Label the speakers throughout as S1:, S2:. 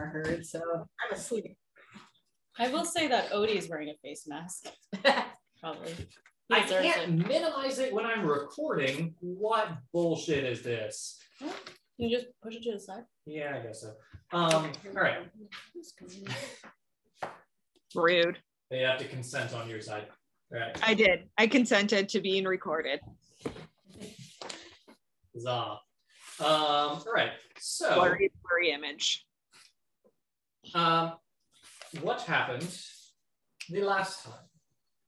S1: heard, so I'm asleep.
S2: I will say that Odie is wearing a face mask. Probably. He
S3: I
S2: deserves
S3: can't minimize it when I'm recording. What bullshit is this?
S2: You just push it to the side.
S3: Yeah, I guess so. Um, all right.
S4: Rude.
S3: They have to consent on your side. All right.
S4: I did. I consented to being recorded.
S3: Zah. Um, all right. So,
S4: Blurry, blurry image.
S3: um, what happened the last time?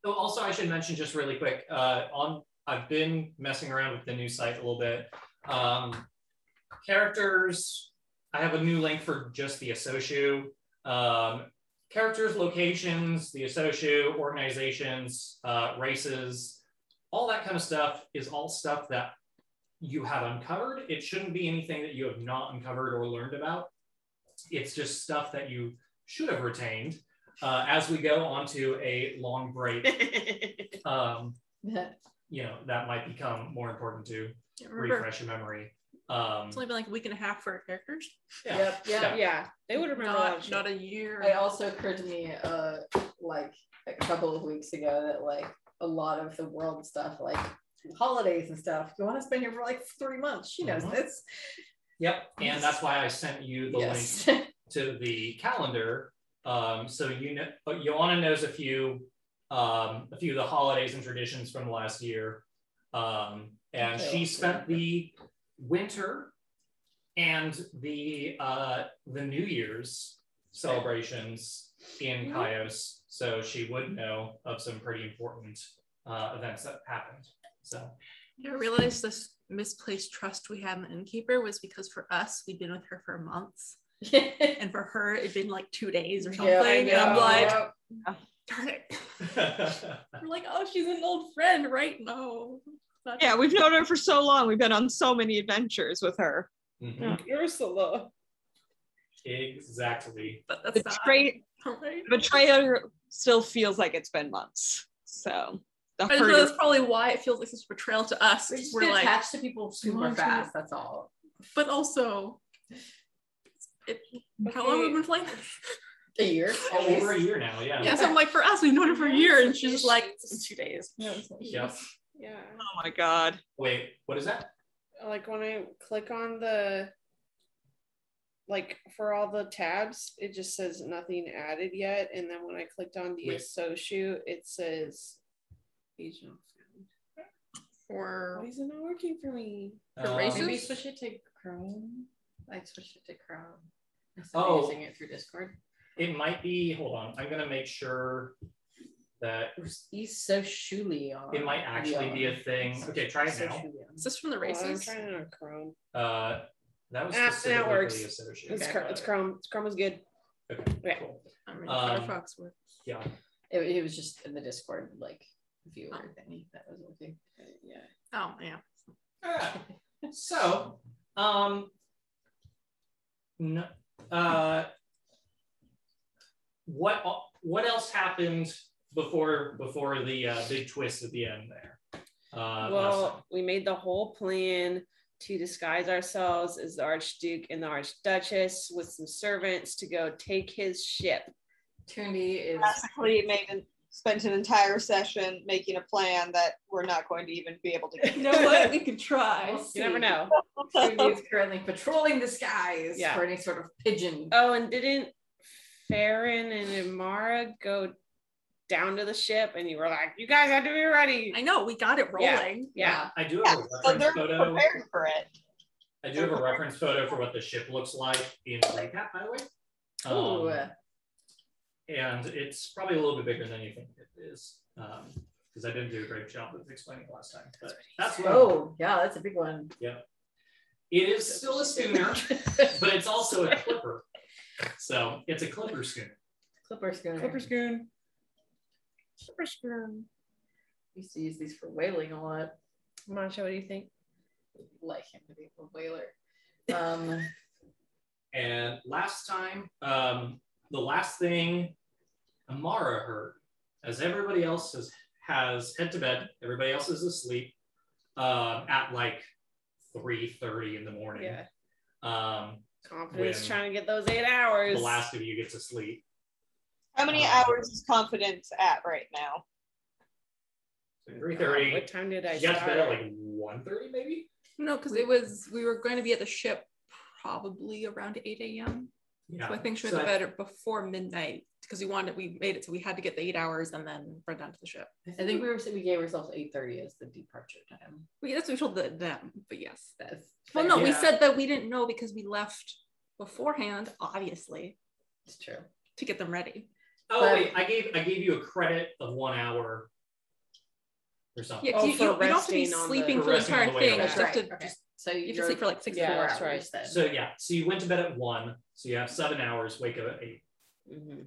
S3: Oh, also, I should mention just really quick. Uh, on I've been messing around with the new site a little bit. Um, characters. I have a new link for just the Asoshu. Um, characters, locations, the Asoshu, organizations, uh, races, all that kind of stuff is all stuff that you have uncovered. It shouldn't be anything that you have not uncovered or learned about. It's just stuff that you should have retained. Uh, as we go onto a long break, um,
S5: it's
S3: you know that might become more important to
S5: Remember,
S3: refresh your memory. Um,
S5: it's only been like a week and a half for our characters.
S3: yeah,
S1: Yep,
S3: yeah.
S1: yeah, yeah.
S2: They would remember
S5: Not, not a year.
S1: It also occurred to me, uh, like a couple of weeks ago, that like a lot of the world stuff, like holidays and stuff, you want to spend here for like three months. She knows
S3: Mhm.
S1: this.
S3: Yep. And that's why I sent you the link
S1: Yes.
S3: to the calendar. Um, so you know, but Joanna knows a few, um, a few of the holidays and traditions from last year, um, and
S1: Okay.
S3: she spent the winter and the uh, the New Year's celebrations in Caios. So she would know of some pretty important uh, events that happened. So
S5: I realized this misplaced trust we had in the innkeeper was because for us, we'd been with her for months. And for her, it'd been like two days or something.
S1: Yeah, I
S5: and I'm
S1: know.
S5: like,
S1: Yep.
S5: darn it. I'm like, oh, she's an old friend, right? No. Not-
S4: Yeah, we've known her for so long. We've been on so many adventures with her.
S6: Mm.
S3: Mhm.
S2: Ursula.
S3: exactly.
S5: But that's
S4: The
S5: not
S4: betray-
S5: right.
S4: betrayal still feels like it's been months. So the
S5: I just
S4: hurt
S5: know
S4: is,
S5: that's probably why it feels like such a betrayal to us.
S1: we
S5: 'cause
S1: just
S5: We're
S1: get
S5: like,
S1: attached to people super
S5: want to-
S1: fast. That's all.
S5: but also, it, how long have we been playing?
S1: A year. at
S3: Oh, over a
S1: least.
S3: year now, yeah.
S5: yeah, so I'm like, for us, we've known her for a year, and she's just like,
S2: Issues.
S5: it's two days.
S3: Yep.
S2: Yeah.
S4: oh my god.
S3: Wait, what is that?
S2: Like when I click on the like for all the tabs, it just says nothing added yet. And then when I clicked on the
S3: Wait.
S2: Associate, it says Asian
S5: Or
S2: Why is it not working for me?
S5: For races?
S3: Um,
S5: Maybe
S6: Maybe switch it to Chrome. Like switch it to Chrome. Instead
S3: Oh.
S6: of using it through Discord.
S3: It might be. Hold on. I'm gonna make sure that
S6: He's so shooly on.
S3: it might actually be a thing. Okay, try it
S6: So
S3: now.
S6: shooly on.
S5: is this from the
S2: Well, I'm
S5: races?
S2: trying it on Chrome.
S3: Uh, that was
S2: Ah, that
S3: specifically
S2: works.
S3: associated.
S2: It's,
S6: Okay.
S2: Chrome. it's Chrome. It's Chrome is good.
S3: Okay,
S2: Yeah.
S3: cool.
S5: I mean,
S3: Um,
S5: Firefox works.
S3: Yeah.
S6: It, it was just in the Discord like viewer thingy that was working.
S2: Yeah.
S5: Oh, yeah.
S3: Alright. Ah, So, um, no, uh, what al- what else happened before before the uh, big twist at the end there? Uh, last
S2: well, we made the whole plan to disguise ourselves as the Archduke and the Archduchess with some servants to go take his ship.
S6: Turndy is
S4: Basically made an, spent an entire session making a plan that we're not going to even be able to
S5: You know what? We could try.
S6: We'll
S2: You never
S6: see.
S2: know.
S6: Trinity is currently patrolling the skies
S2: Yeah.
S6: for any sort of pigeon.
S2: Oh, and didn't Farron and Amara go down to the ship and you were like, you guys have to be ready?
S5: I know, we got it
S2: Yeah.
S5: rolling.
S2: Yeah.
S3: I do have a
S4: Yeah, so
S3: reference
S4: they're
S3: photo.
S4: prepared for it.
S3: I do have a reference photo for what the ship looks like in recap, by the way. Um,
S6: Ooh, uh,
S3: and it's probably a little bit bigger than you think it is, because I didn't do a great job of explaining it last time. But that's what
S6: oh yeah, that's a big one.
S3: it is still a schooner, but it's also a clipper. So it's a clipper schooner.
S6: Clipper schooner.
S2: Clipper Scoon. Clipper Scoon.
S6: We used to use these for whaling a lot.
S2: Macho, what do you think?
S6: like him to be a whaler. Um,
S3: And last time, um, the last thing Amara heard, as everybody else has, has head to bed, everybody else is asleep um, at like 3.30 in the morning.
S2: Yeah.
S3: Um,
S7: Confidence
S3: When-
S7: trying to get those eight hours.
S3: The last of you get to sleep.
S4: How many
S3: Uh,
S4: hours is confidence at right now?
S3: Three
S7: Uh,
S3: thirty.
S7: What time did I
S3: Yes,
S7: start?
S3: been at like one thirty maybe.
S5: No, because it was we were going to be at the ship probably around 8 a.m.
S3: Yeah.
S5: So I think she went
S3: So
S5: to
S3: I-
S5: bed before midnight because we wanted we made it so we had to get the eight hours and then run down to the ship.
S8: I think we were we gave ourselves 8:30 as the departure time.
S5: We that's what we told the, them, but yes.
S8: That's
S5: Well, no, we
S3: Yeah.
S5: said that we didn't know because we left beforehand, obviously,
S8: it's true.
S5: to get them ready.
S3: Oh wait, I gave I gave you a credit of one hour or something.
S5: Yeah, 'cause
S7: Oh,
S5: you, you,
S7: for
S5: you don't have to be
S7: resting on the-
S5: sleeping
S3: For
S5: for the
S3: resting on
S5: entire
S3: the way
S5: thing. You
S3: back.
S5: just have to
S8: Okay.
S5: just
S8: So
S5: you
S8: you're,
S5: have to sleep for like six
S8: yeah,
S5: to four
S8: that's
S5: hours.
S8: right. Then.
S3: So yeah, so you went to bed at one, so you have seven hours. Wake up at eight.
S8: Mhm.
S7: Mm-hmm.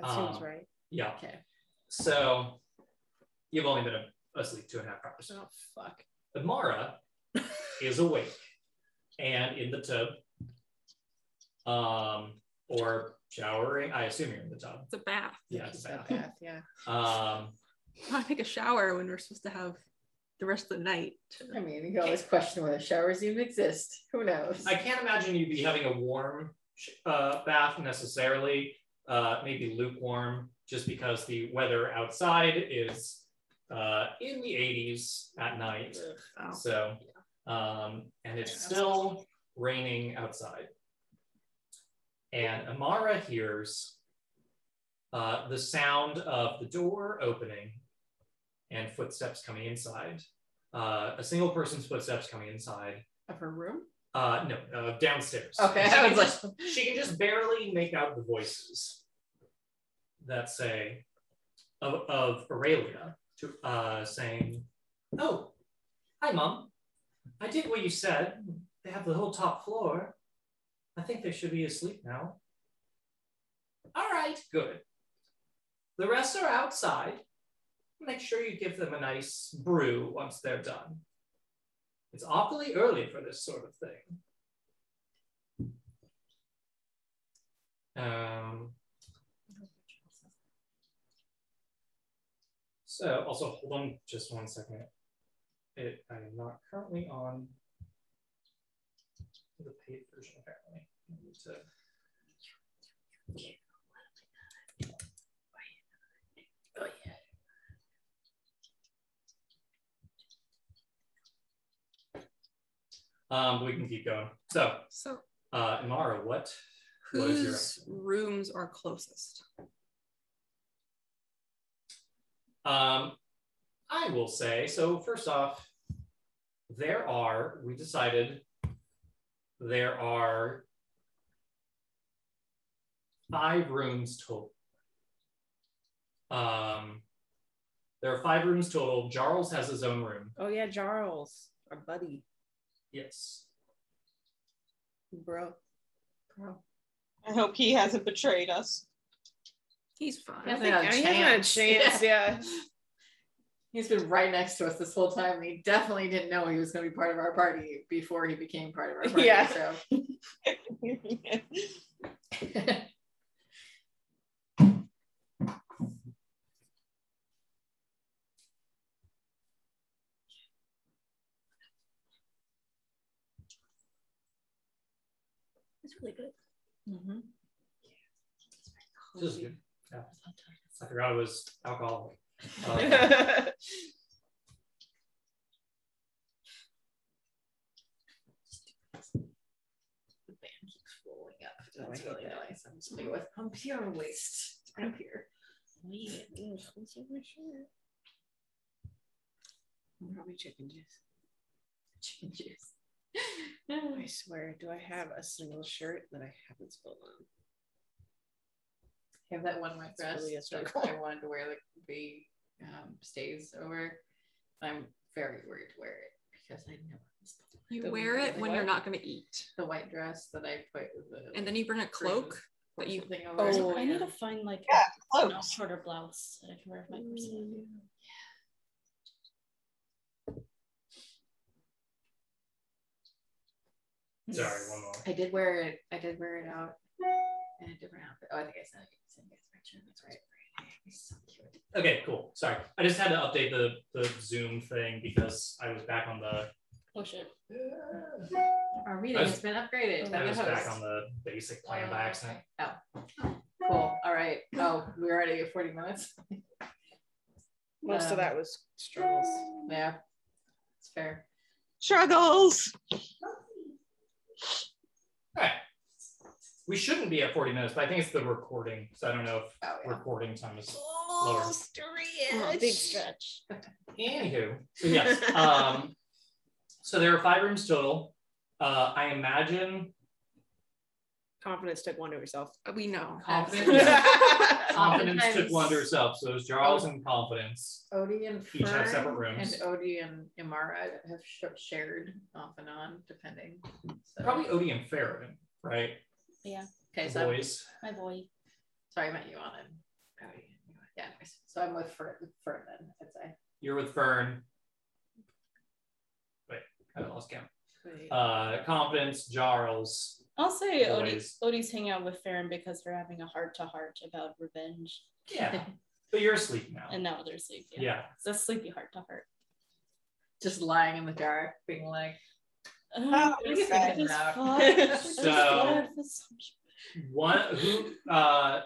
S7: That seems
S3: Um,
S7: right.
S3: Yeah.
S8: Okay.
S3: So you've only been a- asleep two and a half hours.
S7: Oh fuck.
S3: But Mara is awake and in the tub, um, or showering. I assume you're in the tub.
S5: It's a bath.
S3: Yeah, it's a bath.
S7: Beth, yeah.
S3: Um,
S5: Why take a shower when we're supposed to have the rest of the night?
S6: I mean, you can always question whether showers even exist. Who knows?
S3: I can't imagine you'd be having a warm sh- uh, bath necessarily, uh, maybe lukewarm, just because the weather outside is uh, in the 80s at night.
S5: Oh.
S3: So, um, and it's still raining outside. And Amara hears uh, the sound of the door opening and footsteps coming inside. Uh, a single person's footsteps coming inside.
S8: Of her room.
S3: Uh, no, uh, downstairs.
S8: Okay.
S3: She
S8: I
S3: can,
S8: was
S3: just,
S8: like,
S3: she can just barely make out the voices that say of, of Aurelia to uh, saying, "Oh, hi, mom. I did what you said. They have the whole top floor. I think they should be asleep now. All right, good. The rest are outside. Make sure you give them a nice brew once they're done. It's awfully early for this sort of thing." Um, so also hold on just one second. It I am not currently on the paid version apparently. I need to- Um, we can keep going. So,
S5: So
S3: uh, Amara, what What is your
S5: whose rooms are closest?
S3: Um, I will say so. First off, there are we decided there are five rooms total. Um, there are five rooms total. Jarls has his own room.
S7: Oh yeah, Jarls, our buddy,
S3: Yes.
S7: bro. Bro.
S4: I hope he hasn't betrayed us.
S5: He's fine.
S7: I
S8: Yeah.
S7: think I
S8: a
S7: had a
S8: chance.
S7: chance. Yeah.
S6: He's been right next to us this whole time. and He definitely didn't know he was going to be part of our party before he became part of our party.
S7: Yeah.
S6: So
S5: It's really good. Mm-hmm.
S3: This is good. Yeah. I forgot it was alcoholic. Um,
S8: the band keeps rolling up.
S6: Oh, I
S8: That's
S6: hate
S8: really
S6: that.
S8: nice. I'm just
S6: it
S8: like,
S6: was from pure waste. From pure.
S8: wait, mm, what's in my shirt?
S7: I'm probably chicken juice.
S8: Chicken juice.
S7: I swear, do I have a single shirt that I haven't spilled on?
S8: I have that one white
S7: It's
S8: dress
S7: really a
S8: that
S7: struggle.
S8: I wanted to wear like the um, stays over. I'm very worried to wear it because I never
S5: You
S8: The-
S5: wear it
S8: the
S5: when
S8: what?
S5: you're not going to eat,
S8: the white dress that I put with the
S5: and then you bring a cloak. that you-
S8: something over.
S7: Oh,
S9: Oh, I need to find like
S4: Yeah,
S9: a,
S4: close.
S9: an off-shoulder blouse that I can wear with my person.
S6: Mm.
S8: Mm.
S3: sorry, one more.
S8: I did wear it. I did wear it out in a different outfit. Oh, I think I sent it- sent you guys a picture. That's right. It's so cute.
S3: Okay, cool. Sorry, I just had to update the the Zoom thing because I was back on the
S9: Oh shit.
S6: Our meeting
S3: I was-
S6: has been upgraded. by
S3: I
S6: the
S3: was back
S6: host.
S3: on the basic plan by accident.
S6: Oh, cool. All right. Oh, we're already at 40 minutes.
S2: Most
S6: Um,
S2: of that was struggles.
S6: Yeah, it's fair.
S4: Struggles.
S3: All right. We shouldn't be at 40 minutes, but I think it's the recording. So I don't know if
S6: Oh, yeah.
S3: recording time is
S5: Oh.
S3: lower.
S2: Oh,
S10: Big stretch.
S3: Anywho, so yes. Um, so there are five rooms total. Uh, I imagine
S2: Confidence took one to herself.
S5: uh, We know.
S6: Confidence.
S3: confidence took
S6: Oftentimes-
S3: one to herself. So it was Jarls and confidence.
S6: Odie and
S3: Each have
S6: Fern
S3: separate rooms.
S6: And Odie and Imara have sh- shared off and on, depending. So,
S3: Probably Odie and Farron, right?
S6: okay,
S3: The
S6: so I'm,
S3: boys.
S10: My boy.
S6: sorry, I meant you on it. Odie. Yeah, anyways. So I'm with Fern, Fern then, I'd say.
S3: You're with Fern. Wait, I lost count.
S6: Wait.
S3: Uh, confidence, Jarls.
S10: I'll say Odie,
S3: Boys.
S10: Odie's hanging out with Farron because they're having a heart to heart about revenge.
S3: Yeah. But you're asleep now.
S10: And now they're asleep. Yeah.
S3: yeah.
S10: It's a sleepy heart to heart.
S6: Just lying in the dark, being like,
S10: Oh,
S4: we can figure
S6: it out.
S3: So- One who uh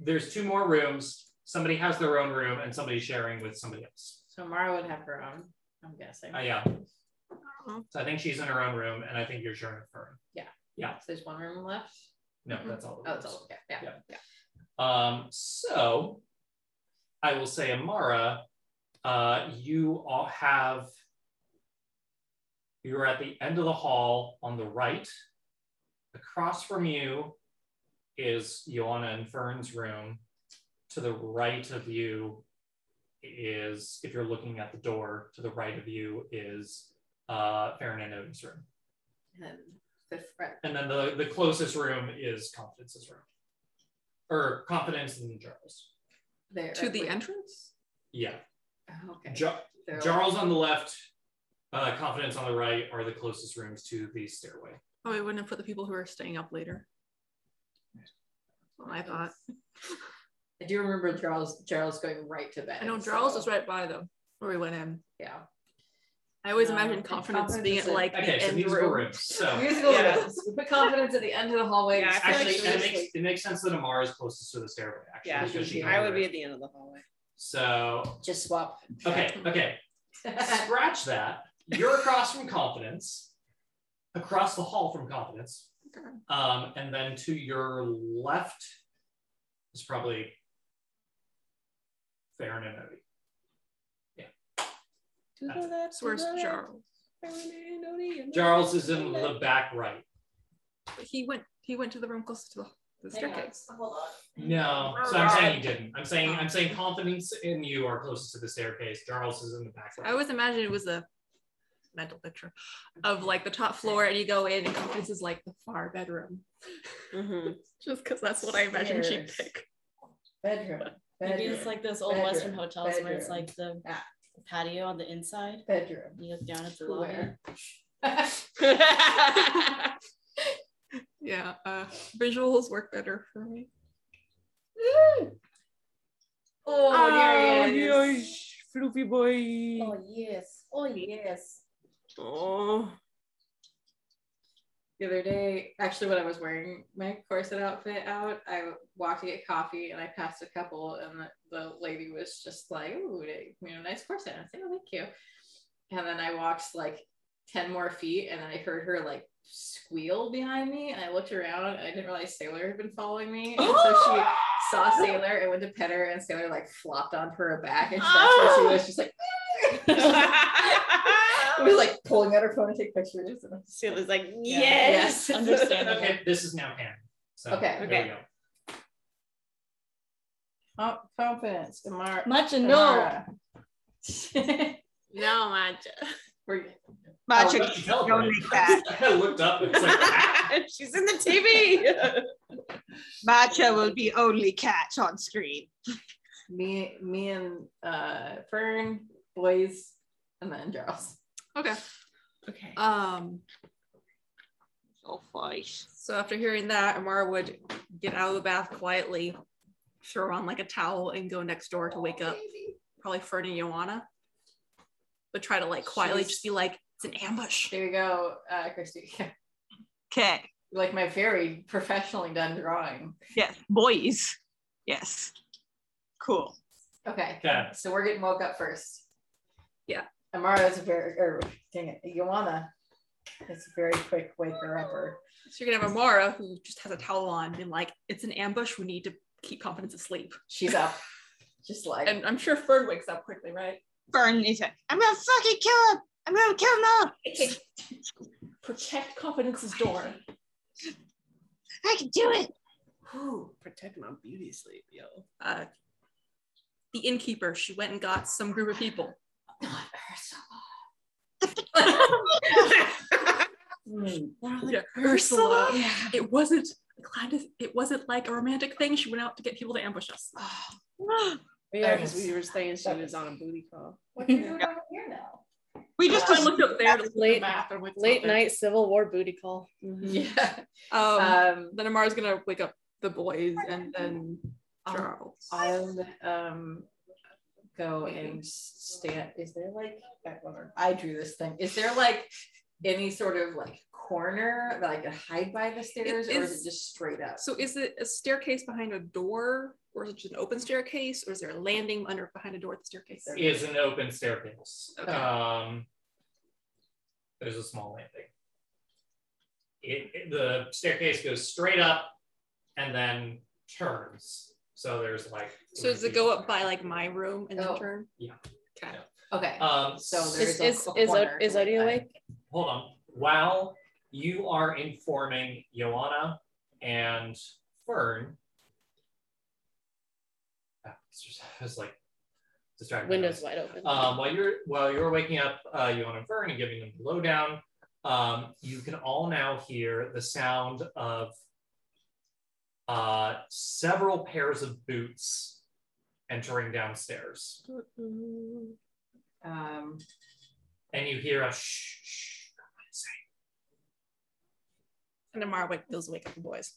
S3: there's two more rooms. Somebody has their own room and somebody's sharing with somebody else.
S6: so Imara would have her own, I'm guessing.
S3: Uh, yeah. So I think she's in her own room and I think you're sharing with Fern. yeah.
S6: So there's one room left.
S3: No, that's all.
S6: Oh,
S3: the
S6: it's all okay. Yeah.
S3: Yeah. Um, so I will say, Amara, uh, you all have you're at the end of the hall on the right. Across from you is Joanna and Fern's room. To the right of you is, if you're looking at the door, to the right of you is uh, Farron and Oden's room.
S6: And then fifth right.
S3: And then the, the closest room is Confidence's room. Or Confidence and Jarls.
S6: There,
S5: To the
S6: wait.
S5: entrance?
S3: Yeah.
S6: Oh, Okay.
S3: Jar-
S6: They're
S3: Jarls on the left, uh, Confidence on the right are the closest rooms to the stairway.
S5: Oh, I wouldn't have put the people who are staying up later. Well, I thought.
S6: I do remember Charles Charles going right to bed.
S5: I know Charles
S6: so,
S5: was right by them where we went in.
S6: Yeah.
S5: I always
S6: No,
S5: imagine
S6: and
S5: confidence
S6: confidence
S5: being
S6: is
S5: at
S6: a-
S5: like
S3: Okay,
S5: the
S3: so
S5: end
S3: these were
S5: room.
S3: rooms. So
S6: Musical
S5: Yeah.
S6: rooms. We put confidence at the end of the hallway.
S2: Yeah, I feel
S3: actually,
S2: like
S3: and it,
S2: she was
S3: makes, it makes sense that Amara is closest to the stairway, actually.
S2: Yeah,
S3: because she
S2: I would be at the end of the hallway.
S3: So,
S6: just swap.
S3: okay, okay. Scratch that. You're across from confidence, across the hall from confidence.
S5: Okay.
S3: Um, and then to your left is probably Farron and Odie.
S2: Do
S3: That's
S2: that.
S5: So where's Charles?
S3: Charles is in the back right.
S5: He went. He went to the room closest to the, the staircase.
S6: Hold on.
S3: No, so I'm saying you didn't. I'm saying I'm saying confidence in you are closest to the staircase. Charles is in the back right.
S5: I always imagine it was a mental picture of like the top floor, and you go in, and confidence is like the far bedroom,
S2: Mhm.
S5: just because that's what I imagine she'd
S6: Stairs.
S5: pick.
S6: Bedroom.
S10: Maybe
S6: Bedroom.
S10: it's like those old
S6: bedroom,
S10: Western hotels where it's
S6: bedroom.
S10: like the
S6: Yeah.
S10: patio on the inside.
S6: bedroom.
S10: You look down at the lobby.
S6: Where? Ooh,
S5: Yeah, uh, visuals work better for me.
S6: oh, there he is.
S2: floopy boy.
S10: yes. Oh yes.
S2: Oh.
S6: the other day, actually, when I was wearing my corset outfit out, I walked to get coffee and I passed a couple, and the, the lady was just like, "Ooh, they- you know, nice corset." And I said, "Oh, thank you." And then I walked like ten more feet, and I heard her like squeal behind me, and I looked around. And I didn't realize Sailor had been following me, and so she saw Sailor and went to pet her, and Sailor like flopped onto her back, and that's when she was just like. It was like pulling out her phone to take pictures. And I was-
S2: Sela's like,
S6: Yes.
S2: yes.
S10: Understandable.
S3: Okay, this is now Pam. So
S6: Okay.
S3: there
S2: Okay.
S3: we go.
S6: Oh, confidence, Amara.
S10: Much and no.
S6: No. We're
S10: No, much.
S4: Magic.
S3: Oh, she teleported.
S4: Don't make that.
S3: I looked up and it's like ah.
S2: She's in the TV.
S4: Matcha will be only cat on screen.
S6: me, me and uh, Fern, boys, and then Charles.
S5: Okay.
S6: Okay.
S5: Um.
S4: Oh, fight.
S5: So after hearing that, Amara would get out of the bath quietly, throw on like a towel, and go next door to wake up probably Fern and Joanna, but try to like quietly
S6: She's-
S5: just be like, It's an ambush.
S6: There you go, uh, Christy.
S4: Okay.
S6: like my very professionally done drawing.
S4: Yes. Boys. Yes. Cool.
S6: Okay.
S3: Okay.
S6: So we're getting woke up first.
S5: Yeah.
S6: Amara is a very, or dang it, Ioana It's a very quick waker upper.
S5: So you're gonna have Amara who just has a towel on and like it's an ambush. We need to keep confidence asleep.
S6: She's up. Just like,
S5: And I'm sure Fern wakes up quickly, right?
S4: Burn is like, I'm gonna fucking kill him. I'm gonna kill him all.
S5: Protect confidence's door.
S4: I can do it.
S5: Whew.
S2: Protect my beauty sleep, yo.
S5: Uh, the innkeeper. She went and got some group of people.
S6: hmm,
S5: Yeah, Ursula. It wasn't. Gladys- It wasn't like a romantic thing. She went out to get people to ambush us.
S2: Yeah, because we were saying she was on a booty call.
S6: what are you doing over here now?
S4: We just
S5: I looked up there to look at the
S2: Late-
S5: map and went
S2: Late night Civil War booty call.
S6: Yeah.
S5: Um,
S6: Um,
S5: then Amara's gonna wake up the boys and then Charles.
S6: I'll um go and stand. Is there like I wonder- I drew this thing? Is there like any sort of like corner that I could hide by the stairs, or is
S5: is-
S6: it just straight up?
S5: So is it a staircase behind a door, or is it just an open staircase, or is there a landing under behind a door at the staircase?
S3: is an open staircase.
S5: Okay.
S3: Um, there's a small landing. It, it- the staircase goes straight up and then turns. So there's like.
S5: So does it go up by like my room and then
S6: Oh.
S5: turn?
S3: Yeah.
S5: Okay.
S3: Yeah.
S6: Okay.
S3: Um,
S6: So
S3: so
S6: there's
S2: Is is
S6: a
S2: is, Od-
S6: corner
S2: is
S6: like
S2: Odie
S6: that.
S2: awake?
S3: hold on. While you are informing Joanna and Fern, Ah, it's just- I was like distracted. by
S2: Windows
S3: noise.
S2: wide open.
S3: Um, while you're while you're waking up uh, Johan and Fern and giving them the lowdown, um, you can all now hear the sound of uh, several pairs of boots entering downstairs,
S6: Um,
S3: and you hear a shh. shh.
S5: And Amara wake those wake up the boys.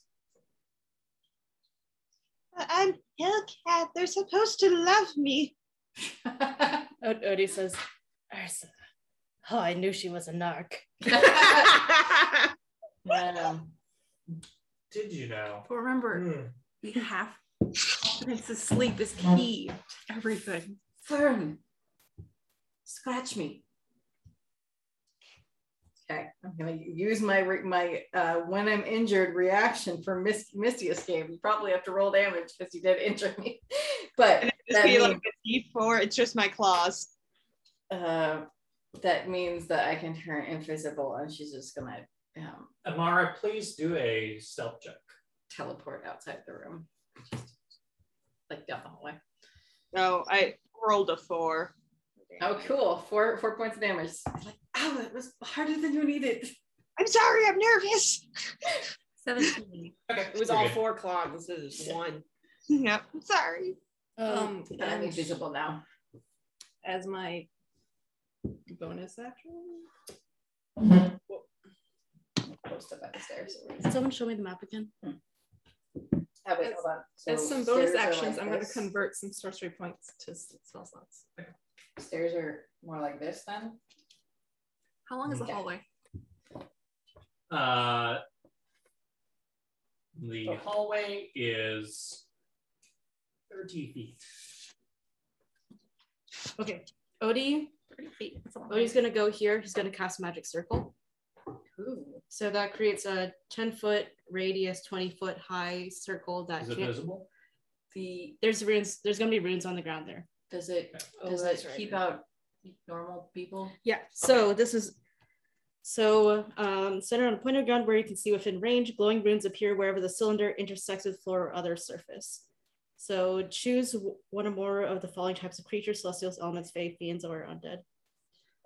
S4: I'm Hellcat. They're supposed to love me.
S10: Od- Odie says, Ursula. Oh, I knew she was a narc.
S6: um,
S3: Did you know?
S5: But remember,
S3: Hmm.
S5: we have confidence to sleep is key to everything.
S6: Fern, scratch me. Okay, I'm gonna use my re- my uh, when I'm injured reaction for mis- Misty escape. You probably have to roll damage because you did injure me, but
S11: Just
S6: that
S11: be
S6: means,
S11: like a D4. It's just my claws.
S6: uh, that means that I can turn invisible, and she's just gonna um,
S3: Amara, please do a stealth check.
S6: teleport outside the room, just like down the hallway.
S11: No, I rolled a four.
S6: Oh, cool! Four four points of damage. It's Like, ow, that was harder than you needed.
S11: I'm sorry, I'm nervous.
S5: 17.
S3: Okay,
S2: It was all four o'clock instead of just one.
S11: No, I'm sorry.
S2: Oh,
S5: Um,
S6: But I'm
S5: and
S6: invisible now.
S5: as my bonus action.
S6: Post up at the stairs. Hmm.
S10: Someone show me the map again.
S6: Oh, wait,
S5: As-
S6: hold on.
S5: As
S6: So
S5: some bonus
S6: stairs are
S5: actions,
S6: like
S5: I'm going to
S6: this.
S5: convert some sorcery points to s- spell slots.
S6: Stairs are more like this then.
S5: How long is the
S6: Okay.
S5: hallway?
S3: Uh, the hallway is 30 feet.
S10: Okay. Odie,
S5: 30 feet. That's a long
S10: Odie's gonna go here. He's gonna cast magic circle.
S6: Ooh.
S10: So that creates a 10 foot radius, 20 foot high circle that
S3: Is it
S10: can't,
S3: visible?
S6: The
S10: there's runes, there's gonna be runes on the ground there.
S6: does it
S10: Oh,
S6: does
S10: that's
S6: it
S10: right.
S6: keep out normal people?
S10: Yeah, so this is so um, center on a point of ground where you can see within range, glowing runes appear wherever the cylinder intersects with floor or other surface. So choose w- one or more of the following types of creatures, celestials, elements, fae, fiends, or undead.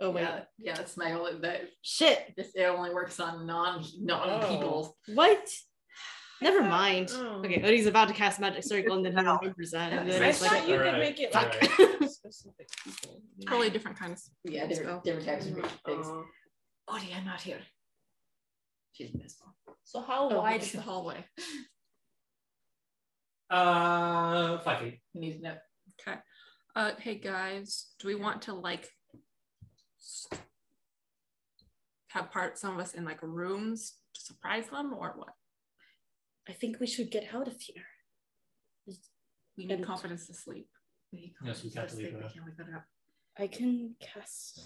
S10: Oh wait.
S6: Yeah, yeah, that's my only that
S10: Shit.
S6: this it only works on non
S5: Oh.
S6: non people.
S10: What? Never mind.
S2: Oh.
S10: Okay, Odie's about to cast magic circle and then he remembers that. And then
S6: I
S10: it's like,
S3: thought you could Alright, make it like-
S2: Specific people.
S5: Probably different kinds.
S6: Yeah, different, different types
S5: Mm.
S6: of things.
S2: Oh.
S6: Oh yeah, not here. She's invisible.
S5: So how
S10: Oh,
S5: wide
S10: okay.
S5: is the hallway?
S3: Uh, five feet.
S6: You need to know.
S5: Okay. Uh, hey guys, do we want to like s- have part some of us in like rooms to surprise them or what?
S10: I think we should get out of here.
S5: We need
S10: And-
S5: confidence to sleep.
S3: Yes, we can't leave
S6: We
S3: her.
S6: can't wake her up.
S10: I can cast.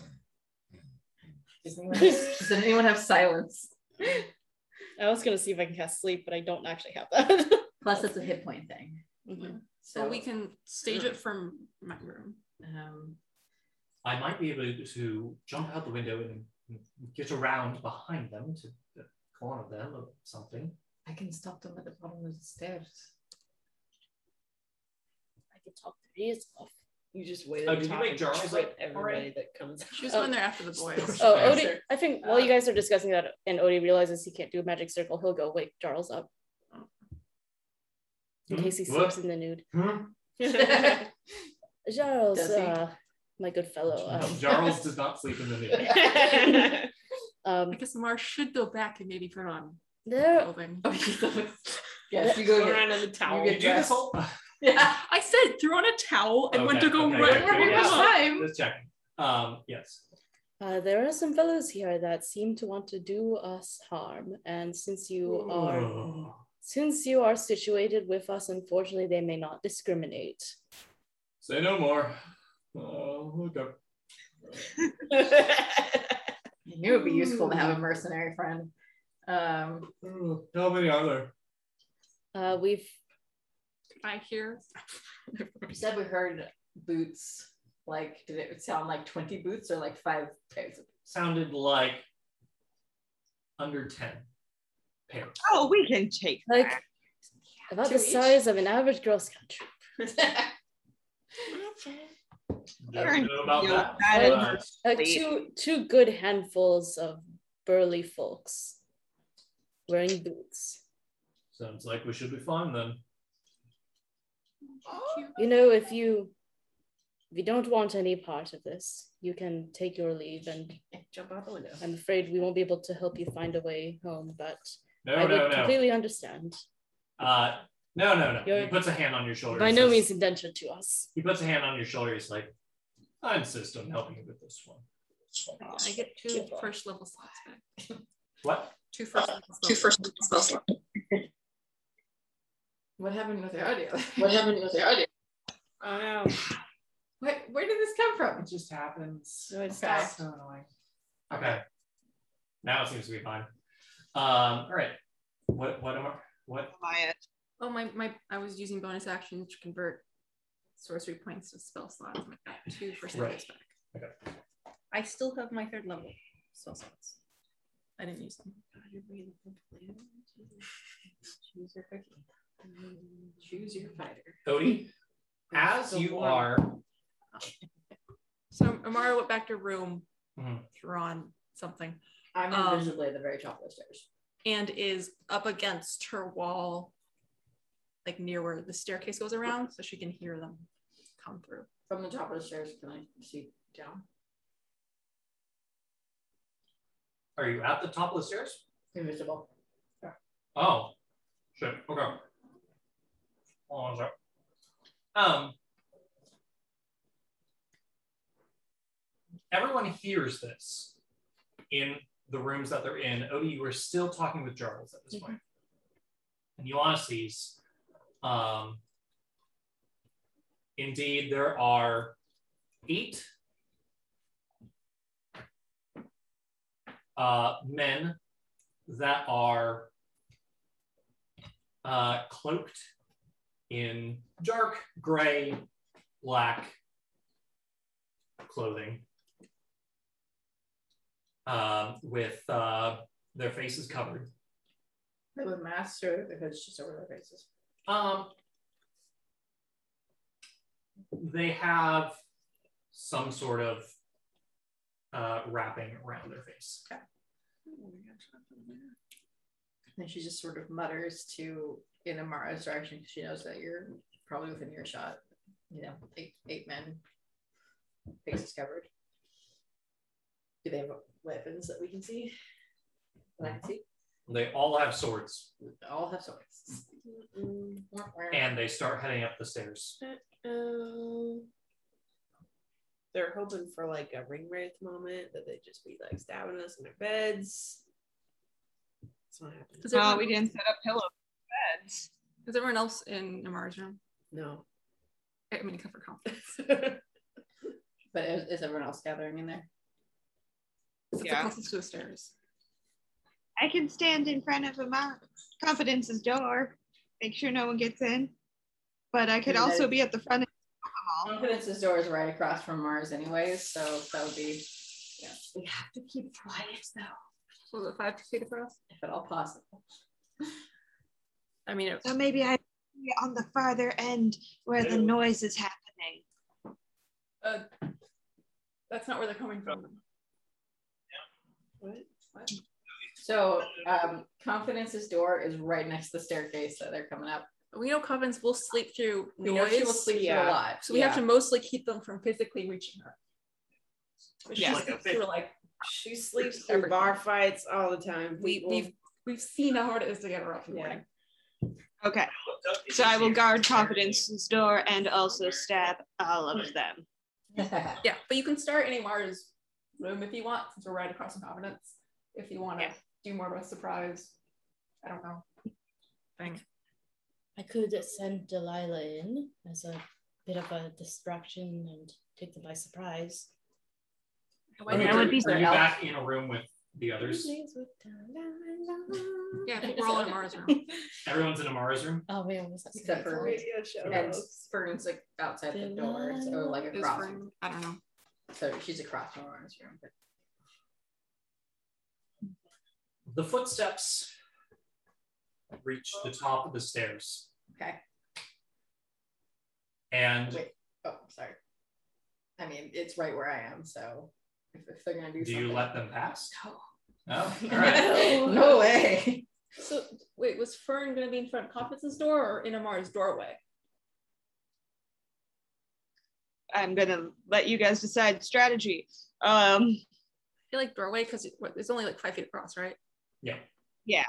S6: Does anyone have- does anyone have silence?
S10: I was gonna see if I can cast sleep, but I don't actually have that.
S6: Plus, it's a hit point thing.
S3: Mm-hmm.
S10: Mhm.
S6: So
S5: So we can stage it from my room.
S6: Um,
S3: I might be able to jump out the window and get around behind them to the corner them or something.
S6: I can stop them at the bottom of the stairs.
S10: I can talk the ears off.
S2: You just wait.
S3: Oh,
S2: at the
S3: did you
S2: top
S3: make
S2: and
S3: Jarl's,
S2: just
S3: like,
S2: wait everybody that comes.
S5: She was
S10: Oh.
S5: going there after the boys.
S10: Oh,
S3: Fair. Uh,
S10: Odie, I think while you guys are discussing that, and Odie realizes he can't do a magic circle, he'll go wake Charles up in
S3: Hmm?
S10: case he
S3: What?
S10: sleeps in the nude.
S3: Hmm?
S10: Charles,
S6: Does he?
S10: uh, my good fellow. Um,
S3: Jarls does not sleep in the nude.
S10: um,
S5: I guess Mar should go back and maybe put on
S10: there,
S5: clothing.
S6: yes, you go
S2: Go
S6: get-
S2: around in the towel.
S3: You do this whole.
S6: Yeah.
S5: I said threw on a towel and went
S3: Okay,
S5: to go
S3: okay,
S5: run.
S3: okay,
S5: for
S3: okay,
S5: her
S3: yeah.
S5: mom.
S3: Let's check. Um, yes.
S10: uh, there are some fellows here that seem to want to do us harm, and since you are since you are situated with us, unfortunately, they may not discriminate.
S3: Say no more. Oh, okay.
S6: I knew it'd be useful to have a mercenary friend. Um,
S3: Oh, How many are there?
S10: Uh, we've
S5: I hear.
S6: you said we heard boots. Like, did it sound like 20 boots or like five pairs of
S3: Sounded like under 10 pairs.
S4: Oh, we can take
S10: like
S4: that.
S10: about
S6: Two
S10: the
S6: each?
S10: size of an average Girl Scout troop.
S6: boots?
S3: Don't know about
S4: You're
S3: that.
S4: not
S3: but-
S4: in
S10: like
S4: Wait.
S10: Uh, two two good handfuls of burly folks wearing boots.
S3: Sounds like we should be fine then.
S10: You know, if you if you don't want any part of this, you can take your leave, and
S2: Jump out the window.
S10: I'm afraid we won't be able to help you find a way home. But
S3: No,
S10: I
S3: no,
S10: would
S3: no.
S10: completely understand.
S3: Uh, no, no, no.
S10: You're-
S3: he puts a hand on your shoulder.
S10: By
S3: and
S10: no
S3: says-
S10: means indentured to us.
S3: He puts a hand on your shoulder. He's like, I insist on helping you with this one.
S5: I get two first level slots back.
S3: What?
S5: Two first level slots.
S6: what happened with the audio?
S2: What happened with the audio?
S12: Oh no.
S6: Where, where did this come from?
S2: It just happens.
S6: No, it's
S2: Okay.
S6: not.
S2: so annoying.
S3: Okay. Now it seems to be fine. Um, all right. What, what am I, what?
S4: Maya.
S5: Oh my my! I was using bonus action to convert sorcery points to spell slots. and I got two first levels back. I still have my third level spell slots. I didn't use them.
S6: Choose your cookie. Choose your fighter.
S3: Odie, as you are,
S5: So Amara went back to room,
S3: Mhm.
S5: threw on something,
S6: I'm
S5: Um,
S6: invisibly at the very top of the stairs.
S5: and is up against her wall, like near where the staircase goes around, so she can hear them come through.
S6: From the top of the stairs, can I see down?
S3: are you at the top of the stairs?
S6: Invisible.
S3: Oh, shit. Okay. Hold on a sec. Um, everyone hears this in the rooms that they're in. Odie, you are still talking with Jarls at this point. And Ioana sees, um, indeed, there are eight uh, men that are uh, cloaked in dark gray, black clothing, um, with uh, their faces covered.
S6: They would master the hood's just over their faces.
S3: Um, they have some sort of uh, wrapping around their face.
S6: And she just sort of mutters to in Amara's direction because she knows that you're probably within earshot. You know, eight, eight men, faces covered. Do they have weapons that we can see? That I can see.
S3: They all have swords,
S6: They all have swords.
S2: Mm-hmm.
S3: and they start heading up the stairs.
S2: Um,
S7: Um, they're hoping for like a ring wraith moment that they just be like stabbing us in their beds. That's not happening.
S6: Uh,
S5: Does
S4: Oh,
S5: everyone,
S4: we didn't set up pillow beds.
S5: is everyone else in Amara's room?
S7: No.
S5: I mean, except for confidence.
S6: But is, is everyone else gathering in there?
S5: It's
S4: Yeah.
S5: yeah. closest to the stairs.
S13: I can stand in front of a mo- confidence's door, make sure no one gets in. But I could
S6: Yeah.
S13: also be at the front.
S6: Confidence's door is right across from Mars, anyways, so that would be
S5: We have to keep quiet though. Was it five feet across?
S6: if at all possible.
S5: I mean, it,
S6: Um,
S13: So maybe I be on the farther end where the noise is happening.
S5: that's not where they're coming from.
S7: What? What?
S6: So um, Confidence's door is right next to the staircase that they're coming up.
S5: We know Covens will sleep through
S6: We know
S5: noise,
S6: she will sleep through
S7: Yeah.
S6: a lot.
S5: so we have to mostly keep them from physically reaching her. But
S4: Yeah.
S5: she's like, through, like
S7: She sleeps through bar fights all the time.
S5: we,
S7: people.
S5: we've we've seen how hard it is to get her up in the
S7: Yeah.
S5: morning.
S4: Okay, so I will guard confidence's door and also stab all of them.
S6: yeah.
S5: Yeah, but you can start in Amar's room if you want, since we're right across from Providence. If you want to
S4: Yeah.
S5: do more of a surprise, I don't know. Thing.
S10: I could send Delilah in as a bit of a distraction and take them by surprise.
S3: Are you,
S13: that would be
S3: are you
S6: elf.
S3: back in a room with the others?
S10: Evenings with Delilah.
S5: Yeah, I think we're all in Amar's room.
S3: Everyone's in Amara's room.
S10: Oh, wait, what was that?
S6: Except for-
S7: radio show.
S6: And Fern's like outside the door, so like
S5: Is
S6: across.
S5: Fern- I don't know.
S6: So she's across from Mars' room. But
S3: The footsteps reach the top of the stairs,
S6: okay.
S3: and
S6: Wait. Oh, sorry. I mean, it's right where I am. So if, if they're gonna do,
S3: do
S6: something,
S3: you let them pass?
S5: No.
S3: No. All right.
S6: no way.
S5: So wait, was Fern gonna be in front of Confidence's door or in Amar's doorway?
S4: I'm gonna let you guys decide strategy. Um,
S5: I feel like doorway because it, what, it's only like five feet across, right?
S3: Yeah.
S4: Yeah.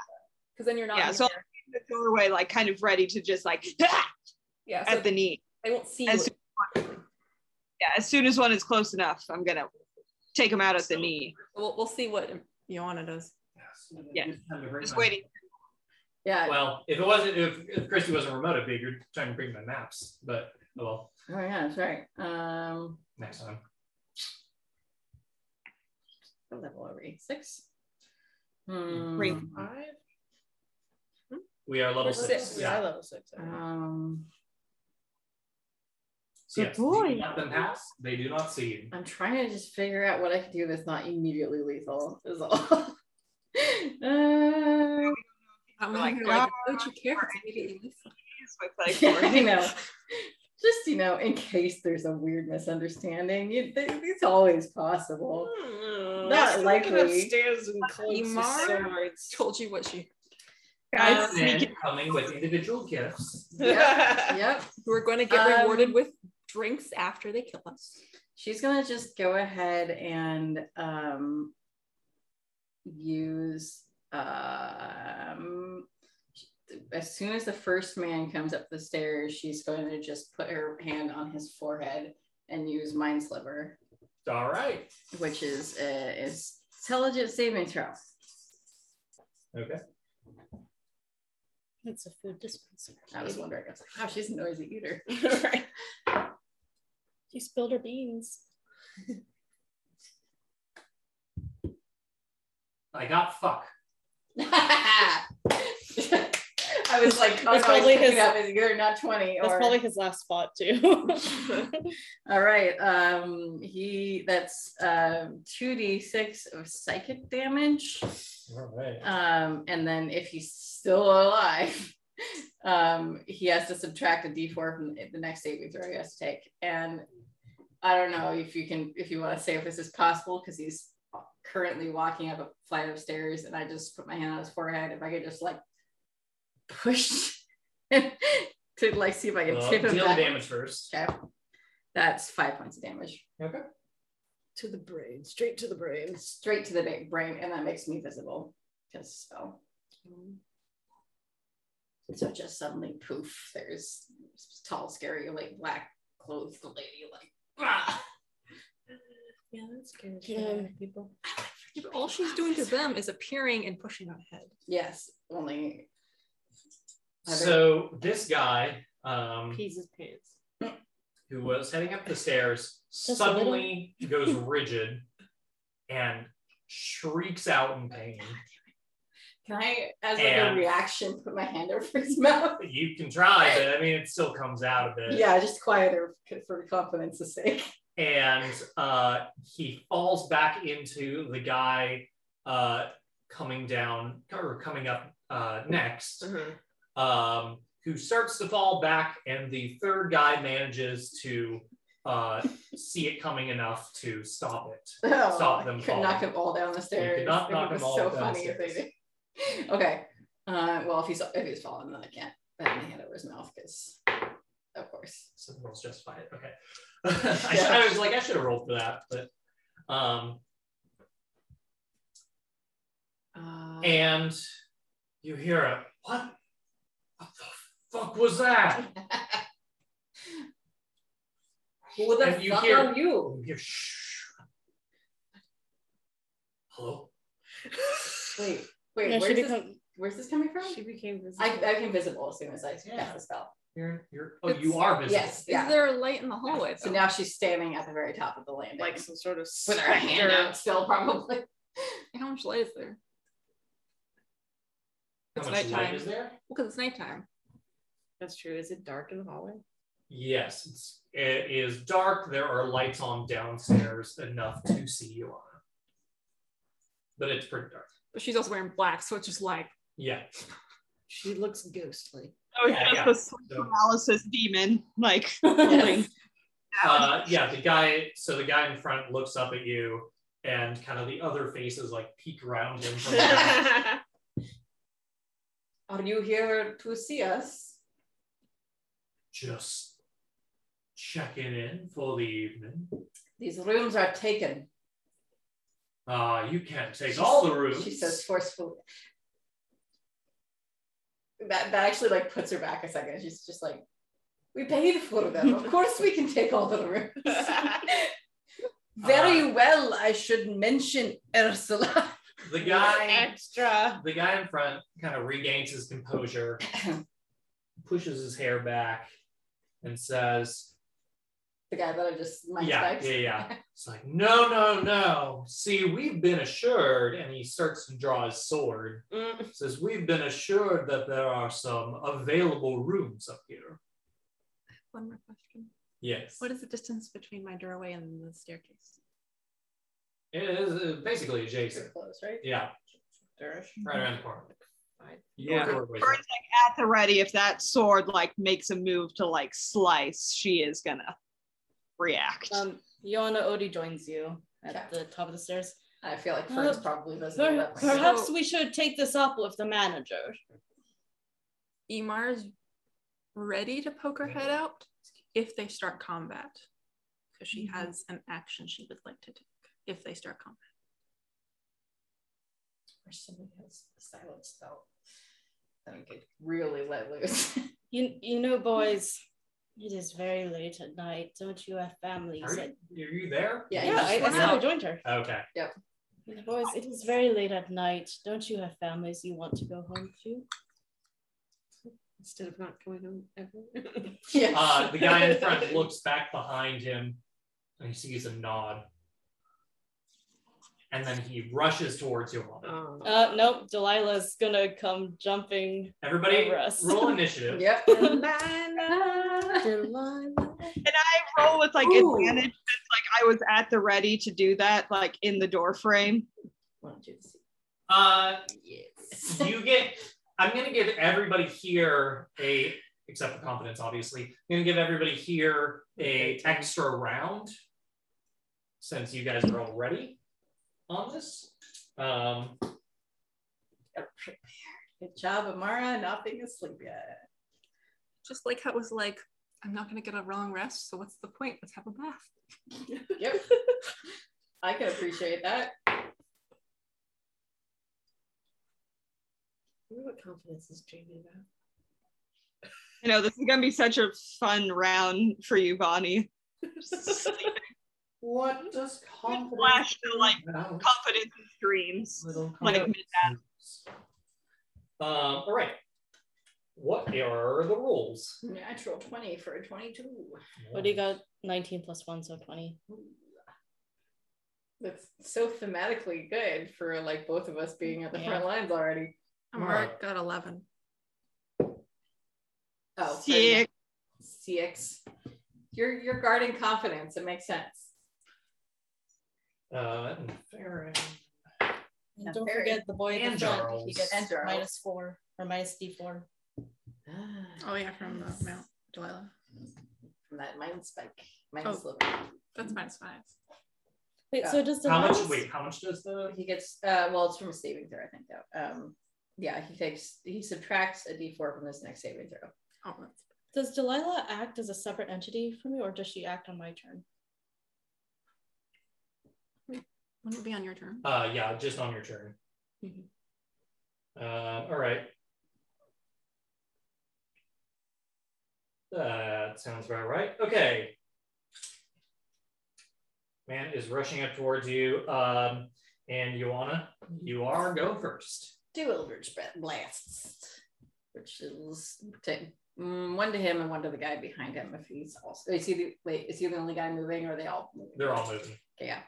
S5: Because then you're not.
S4: Yeah,
S5: in
S4: so-
S5: there.
S4: the doorway, like kind of ready to just like
S13: ah!
S5: yeah. So
S4: at the knee.
S5: they won't see you.
S4: as- Yeah, as soon as one is close enough, I'm gonna take them out at the knee.
S5: We'll, we'll see what Joanna does.
S4: Yeah.
S3: Time to bring
S4: Just
S3: my-
S4: waiting.
S6: Yeah.
S3: Well, if it wasn't, if, if Christy wasn't remote, it'd be a good time to bring my maps. But oh well,
S6: Oh my god, that's right. Um,
S3: next time.
S6: what level are we? Six. Hmm.
S4: Ring.
S7: Five?
S3: We are level
S7: We're
S3: six.
S7: six. We
S3: Yeah.
S7: are level six.
S6: Um,
S3: So
S4: Good
S3: yes, you
S4: boy.
S3: Let them pass. They do not see you.
S6: I'm trying to just figure out what I can do that's not immediately lethal. Is all. uh,
S5: I'm
S4: like, "Oh,
S5: like, like, don't you care? It's immediately lethal."
S4: With like
S6: yeah,
S4: four
S6: I know. Just you know, in case there's a weird misunderstanding, you, th- it's always possible. Not
S7: Not like
S6: likely.
S7: upstairs and cloaks with
S5: Imar?
S7: swords.
S5: Told you what she.
S4: guys.
S3: Men
S4: sneak in.
S3: coming with individual gifts.
S6: Yep.
S5: We're going to get
S6: Um,
S5: rewarded with drinks after they kill us.
S6: She's gonna just go ahead and um, use um, as soon as the first man comes up the stairs, she's going to just put her hand on his forehead and use mind sliver,
S3: All right.
S6: which is uh, is intelligent saving throw.
S3: Okay.
S10: It's a food dispenser.
S6: I was wondering, I was like, wow, she's a noisy eater.
S7: right.
S10: She spilled her beans.
S3: I got fuck.
S6: I was like,
S9: That's
S6: oh, no, I
S9: probably
S6: picked it
S9: his-
S6: up. It's either not twenty
S9: That's
S6: or
S9: probably his last spot too.
S6: All right. Um, he that's um two d six of psychic damage.
S3: All right.
S6: Um, and then if he's still alive, um, he has to subtract a d four from the next saving throw he has to take. And I don't know if you can, if you want to say if this is possible, because he's currently walking up a flight of stairs, and I just put my hand on his forehead. If I could just like push to like see if I can
S3: Well,
S6: tip
S3: deal
S6: him
S3: the
S6: back.
S3: damage first.
S6: Okay. That's five points of damage.
S3: Okay.
S7: To the brain. Straight to the brain.
S6: Straight to the big brain, and that makes me visible because spell. So just suddenly poof, there's tall, scary, like black clothed lady, like ah!
S5: Yeah, that's good.
S10: Get out of my
S9: Um,
S10: people.
S5: all she's doing to them is appearing and pushing on ahead.
S6: Yes, only
S3: So this guy, um,
S2: Pees his pants.
S3: who was heading up the stairs,
S10: a
S3: suddenly goes rigid and shrieks out in pain.
S6: can I, as like
S3: And-
S6: a reaction, put my hand over his mouth?
S3: You can try, but I mean, it still comes out a bit.
S6: Yeah, just quieter c- for confidence's sake.
S3: and uh, he falls back into the guy uh, coming down or coming up uh, next,
S7: Uh-huh.
S3: um, who starts to fall back, and the third guy manages to uh, see it coming enough to stop it,
S6: Oh,
S3: stop them
S6: could
S3: falling.
S6: knock them all down the stairs.
S3: not
S6: It
S3: knock
S6: was
S3: them all
S6: so
S3: down
S6: funny
S3: the
S6: if they
S3: stairs.
S6: did. Okay. Uh, well, if he's if he's falling, then I can't put my hand over his mouth because, of course.
S3: Something else justify it. Okay, I, should- I was like, I should have rolled for that, but um,
S6: Uh,
S3: and you hear it. What? What the fuck was that?
S6: Who the
S3: And you
S6: fuck
S3: hear-
S6: are you?
S3: You hear, shh. Hello?
S6: Wait, wait.
S10: No,
S6: where's,
S10: she
S6: this,
S10: become-
S6: where's this coming from?
S2: She became
S6: I,
S2: visible.
S6: I became visible as soon as I
S3: Yeah.
S6: cast the spell.
S3: You're, you're, oh, you are visible.
S6: Yes. Yeah.
S5: Is there a light in the hallway?
S6: So
S5: though?
S6: now she's standing at the very top of the landing,
S7: Like some sort of
S6: with her hand out, still probably.
S5: How much light is there?
S3: How
S5: It's
S3: much light
S5: nighttime.
S3: is there?
S5: Because it's nighttime.
S2: That's true. Is it dark in the hallway?
S3: Yes. It's, it is dark. There are lights on downstairs enough to see you on. But it's pretty dark.
S5: But she's also wearing black, so it's just like
S3: Yeah.
S2: She looks ghostly.
S4: Oh, it's
S3: Yeah,
S4: just
S3: yeah.
S4: the sleep
S3: So-
S4: paralysis demon. Like,
S3: Uh, yeah, the guy, so the guy in front looks up at you and kind of the other faces like peek around him. From the
S6: Are you here to see us?
S3: Just checking in for the evening.
S6: These rooms are taken.
S3: Uh, you can't take
S6: She
S3: all
S6: s-
S3: the rooms.
S6: She says forcefully. That that actually like puts her back a second. She's just like, we paid for them. Of course we can take all the rooms.
S3: Uh,
S6: Very well, I should mention Ursula.
S3: the guy
S2: Extra.
S3: the guy in front kind of regains his composure, pushes his hair back, and says,
S6: The guy that I just my
S3: Yeah,
S6: specs.
S3: yeah, yeah. It's like, no, no, no. See, we've been assured, and he starts to draw his sword.
S2: Mm.
S3: Says, We've been assured that there are some available rooms up here.
S5: one more question.
S3: Yes.
S5: What is the distance between my doorway and the staircase?
S3: It is uh, basically adjacent.
S6: They're close, right?
S3: Yeah, right around the corner. Your
S4: Yeah.
S3: doorway's
S4: Or it's like at the ready, if that sword like makes a move to like slice, she is gonna react.
S9: Um, Yona Odie joins you at
S6: Okay.
S9: the top of the stairs.
S6: I feel like Fern's probably visible.
S9: Per-
S6: that way.
S9: Perhaps we should take this up with the manager.
S5: Emar's ready to poke her head out if they start combat. Because she has an action she would like to take if they start combat.
S6: Or somebody has a silent spell. Then get really let loose.
S9: You, you know, boys, it is very late at night. Don't you have families?
S3: Are you,
S9: at-
S3: are you there?
S6: Yeah,
S9: yeah, I, I
S6: went
S9: said I
S6: out.
S9: joined her.
S3: Okay.
S9: The boys, it is very late at night. Don't you have families you want to go home to?
S2: Instead of not going home ever.
S6: yeah.
S3: Uh, the guy in front looks back behind him and he sees a nod. And then he rushes towards you.
S2: Oh.
S9: Uh, nope. Delilah's gonna come jumping.
S3: Everybody,
S9: Over us.
S3: roll initiative.
S6: Yep.
S4: And I roll with like
S6: Ooh.
S4: advantage. It's like I was at the ready to do that, like in the door frame.
S6: One, two, three.
S3: Uh,
S6: Yes.
S3: you get, I'm going to give everybody here a, except for confidence, obviously, I'm going to give everybody here a extra round since you guys are already on this. Um,
S6: Good job, Amara, not being asleep yet.
S5: Just like how it was like, I'm not going to get a wrong rest, so what's the point? Let's have a bath.
S6: Yep. I can appreciate that.
S2: I wonder what confidence is dreaming about.
S4: You know, this is gonna be such a fun round for you, Bonnie.
S3: What does confidence
S4: Flash the like
S3: about?
S4: confidence in dreams.
S3: Little
S4: Like
S3: confidence. Um, all right. What are the rules?
S6: Natural 20 for a 22.
S10: What do you got? 19 plus 1, so 20.
S6: That's so thematically good for like both of us being at the
S10: Yeah.
S6: front lines already.
S5: Mark got 11.
S6: Oh,
S4: Sick.
S6: CX. You're you're guarding confidence. It makes sense.
S3: Uh, and Farron.
S10: And
S6: Yeah,
S10: don't
S6: very-
S10: forget the boy at
S3: and
S10: the front. He
S3: Jarl's.
S10: gets
S6: And Jarl's.
S10: minus 4 or minus d4.
S5: Oh, yeah, from uh, Mount Delilah.
S6: From that mind spike. Minus
S5: Oh.
S6: level.
S5: That's minus five.
S10: Wait,
S6: Yeah.
S10: so does the
S3: How much?
S10: minus-
S3: Wait, how much does the?
S6: He gets uh well it's from a saving throw, I think though. Um yeah, he takes he subtracts a D four from his next saving throw.
S5: Oh, that's-
S10: Does Delilah act as a separate entity from me, or does she act on my turn?
S5: wouldn't it be on your turn?
S3: Uh, yeah, just on your turn.
S10: Mhm.
S6: Mm-hmm.
S3: Uh, all right. That sounds about right. Okay. Man is rushing up towards you. Um, and Ioana, you are go first.
S6: Two Eldritch Bla- blasts. Which is t- mm, one to him and one to the guy behind him if he's also is he the wait, is he the only guy moving or are they all moving?
S3: They're all moving.
S6: Okay, yeah.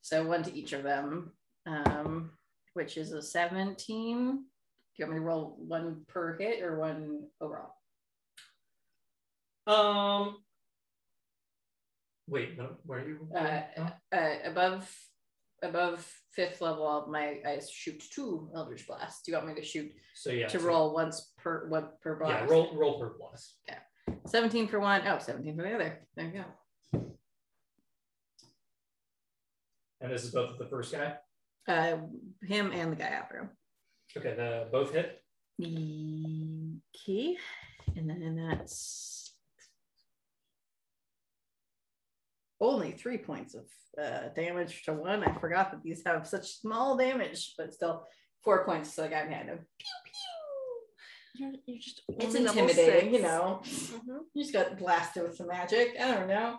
S6: So one to each of them, um, which is a 17. Do you want me to roll one per hit or one overall?
S3: Um. Wait, no, where are you?
S6: Uh,
S3: No?
S6: uh, above above fifth level, I'll- my I shoot two Eldritch Blasts. Do you want me to shoot
S3: so yeah.
S6: to
S3: so-
S6: roll once per one per blast?
S3: Yeah, roll roll per blast.
S6: 17 for one. Oh, 17 for the other. There you go.
S3: And this is both the first guy.
S6: Uh, him and the guy after him.
S3: Okay, the both hit.
S6: Okay, and then that's only three points of uh, damage to one. I forgot that these have such small damage, but still four points to the guy behind him.
S5: You're, you're just
S6: It's
S5: only level
S6: intimidating, you
S5: six.
S6: know.
S2: mm-hmm.
S6: You just got blasted with some magic. I don't know.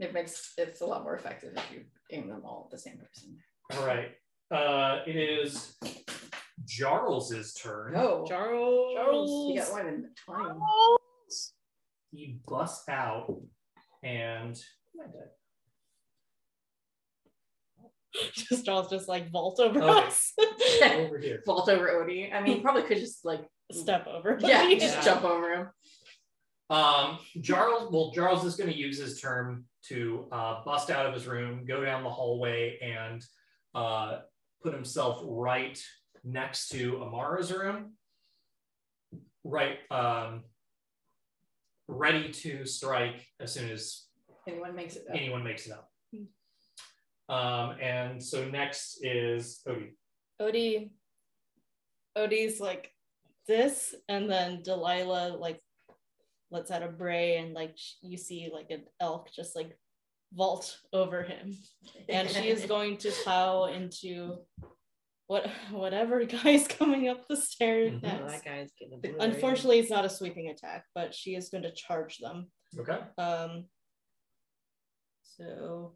S6: It makes it's a lot more effective if you aim them all at the same person.
S3: All right. Uh, it is Jarl's turn.
S6: No,
S2: Charles.
S6: Charles, you got one in the twenty.
S3: He busts out and
S10: Just Jarl's just like vault over
S3: Okay.
S10: us,
S3: over here.
S6: Vault over Odie. I mean, you probably could just like
S10: step over.
S6: yeah,
S10: me.
S6: just jump over him.
S3: Um, Jarls. Well, Jarls is going to use his turn to uh, bust out of his room, go down the hallway, and uh, put himself right next to Amara's room. Right. Um, ready to strike as soon as
S6: Anyone makes it. uh, Up.
S3: anyone makes it up. Um, and so next is oh, Odie.
S10: Odie, Odie's like this, and then Delilah like lets out a bray, and like sh- you see like an elk just like vault over him, and she is going to plow into what whatever guy's coming up the stairs
S2: Mm-hmm.
S3: Mhm.
S14: Oh,
S10: next.
S14: that guy's getting obliterated.
S10: Unfortunately, it's not a sweeping attack, but she is going to charge them.
S3: Okay.
S10: Um, so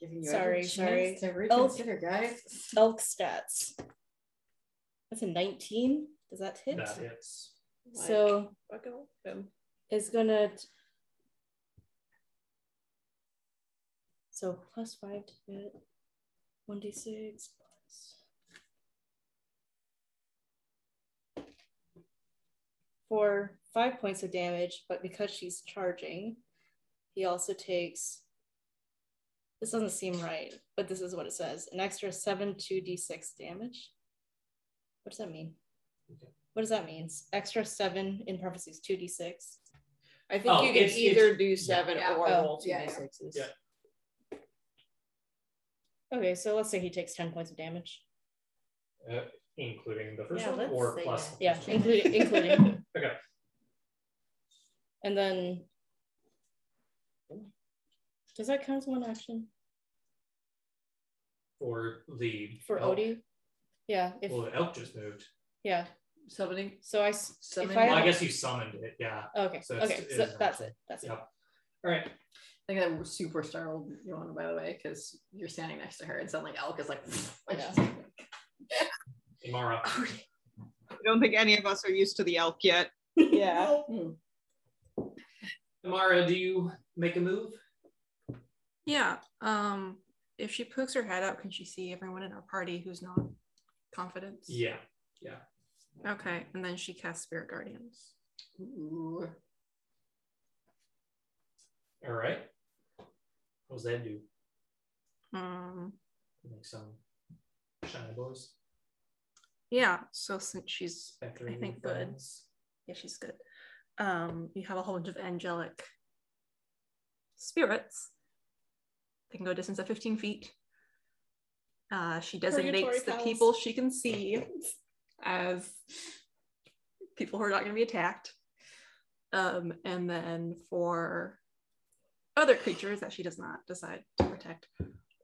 S6: Giving you
S10: Sorry,
S6: every chance
S10: sorry.
S6: To reconsider, guys.
S10: elk stats. That's a 19. Does that hit?
S3: That hits.
S2: Like,
S10: So
S2: fuck off him.
S10: it's gonna. t- So plus five to hit. 1d6 plus. For five points of damage, but because she's charging, he also takes. This doesn't seem right, but this is what it says an extra 7 2d6 damage. What does that mean? What does that mean? Extra 7 in parentheses 2d6.
S2: I think
S3: Oh,
S2: you can
S3: it's-
S2: either
S3: it's-
S2: do seven
S6: Yeah.
S2: or
S10: Oh,
S2: roll two
S6: yeah,
S2: d
S6: yeah.
S2: sixes.
S3: Yeah.
S10: Okay, so let's say he takes 10 points of damage.
S3: Uh, including the first
S14: Yeah,
S3: one
S14: let's
S3: or
S14: say
S3: plus.
S14: that.
S3: the
S10: Yeah,
S3: first one?
S10: including including.
S3: Okay.
S10: And then does that count as one action
S3: For the
S10: for
S3: elk.
S10: Odie? Yeah. If
S3: Well, the elk just moved.
S10: yeah.
S6: summoning?
S9: So I
S6: Summoning?
S9: summoned.
S3: Well, I guess you summoned it, yeah.
S9: Okay.
S3: So it's-
S9: okay.
S3: it
S9: so
S3: is an
S9: that's
S3: action.
S9: it. That's it.
S3: Yep. All right.
S6: I think I'm super startled, Joanna, by the way, because you're standing next to her and suddenly Elk is like,
S3: Imara.
S4: I don't think any of us are used to the elk yet.
S9: Yeah.
S3: Imara, do you make a move?
S5: Yeah. Um, if she pokes her head out, can she see everyone in our party who's not confident?
S3: Yeah.
S5: Okay. And then she casts Spirit Guardians.
S6: Ooh.
S3: All right. What does that do?
S5: Um,
S3: Make some shiny boys.
S5: yeah. So since she's, I
S3: Spectre
S5: think, good.
S3: friends.
S5: Yeah, she's good. Um, you have a whole bunch of angelic spirits. They can go a distance of 15 feet. Uh, she
S7: Purgatory
S5: designates the
S7: pals.
S5: people she can see as people who are not going to be attacked. Um, and then for other creatures that she does not decide to protect,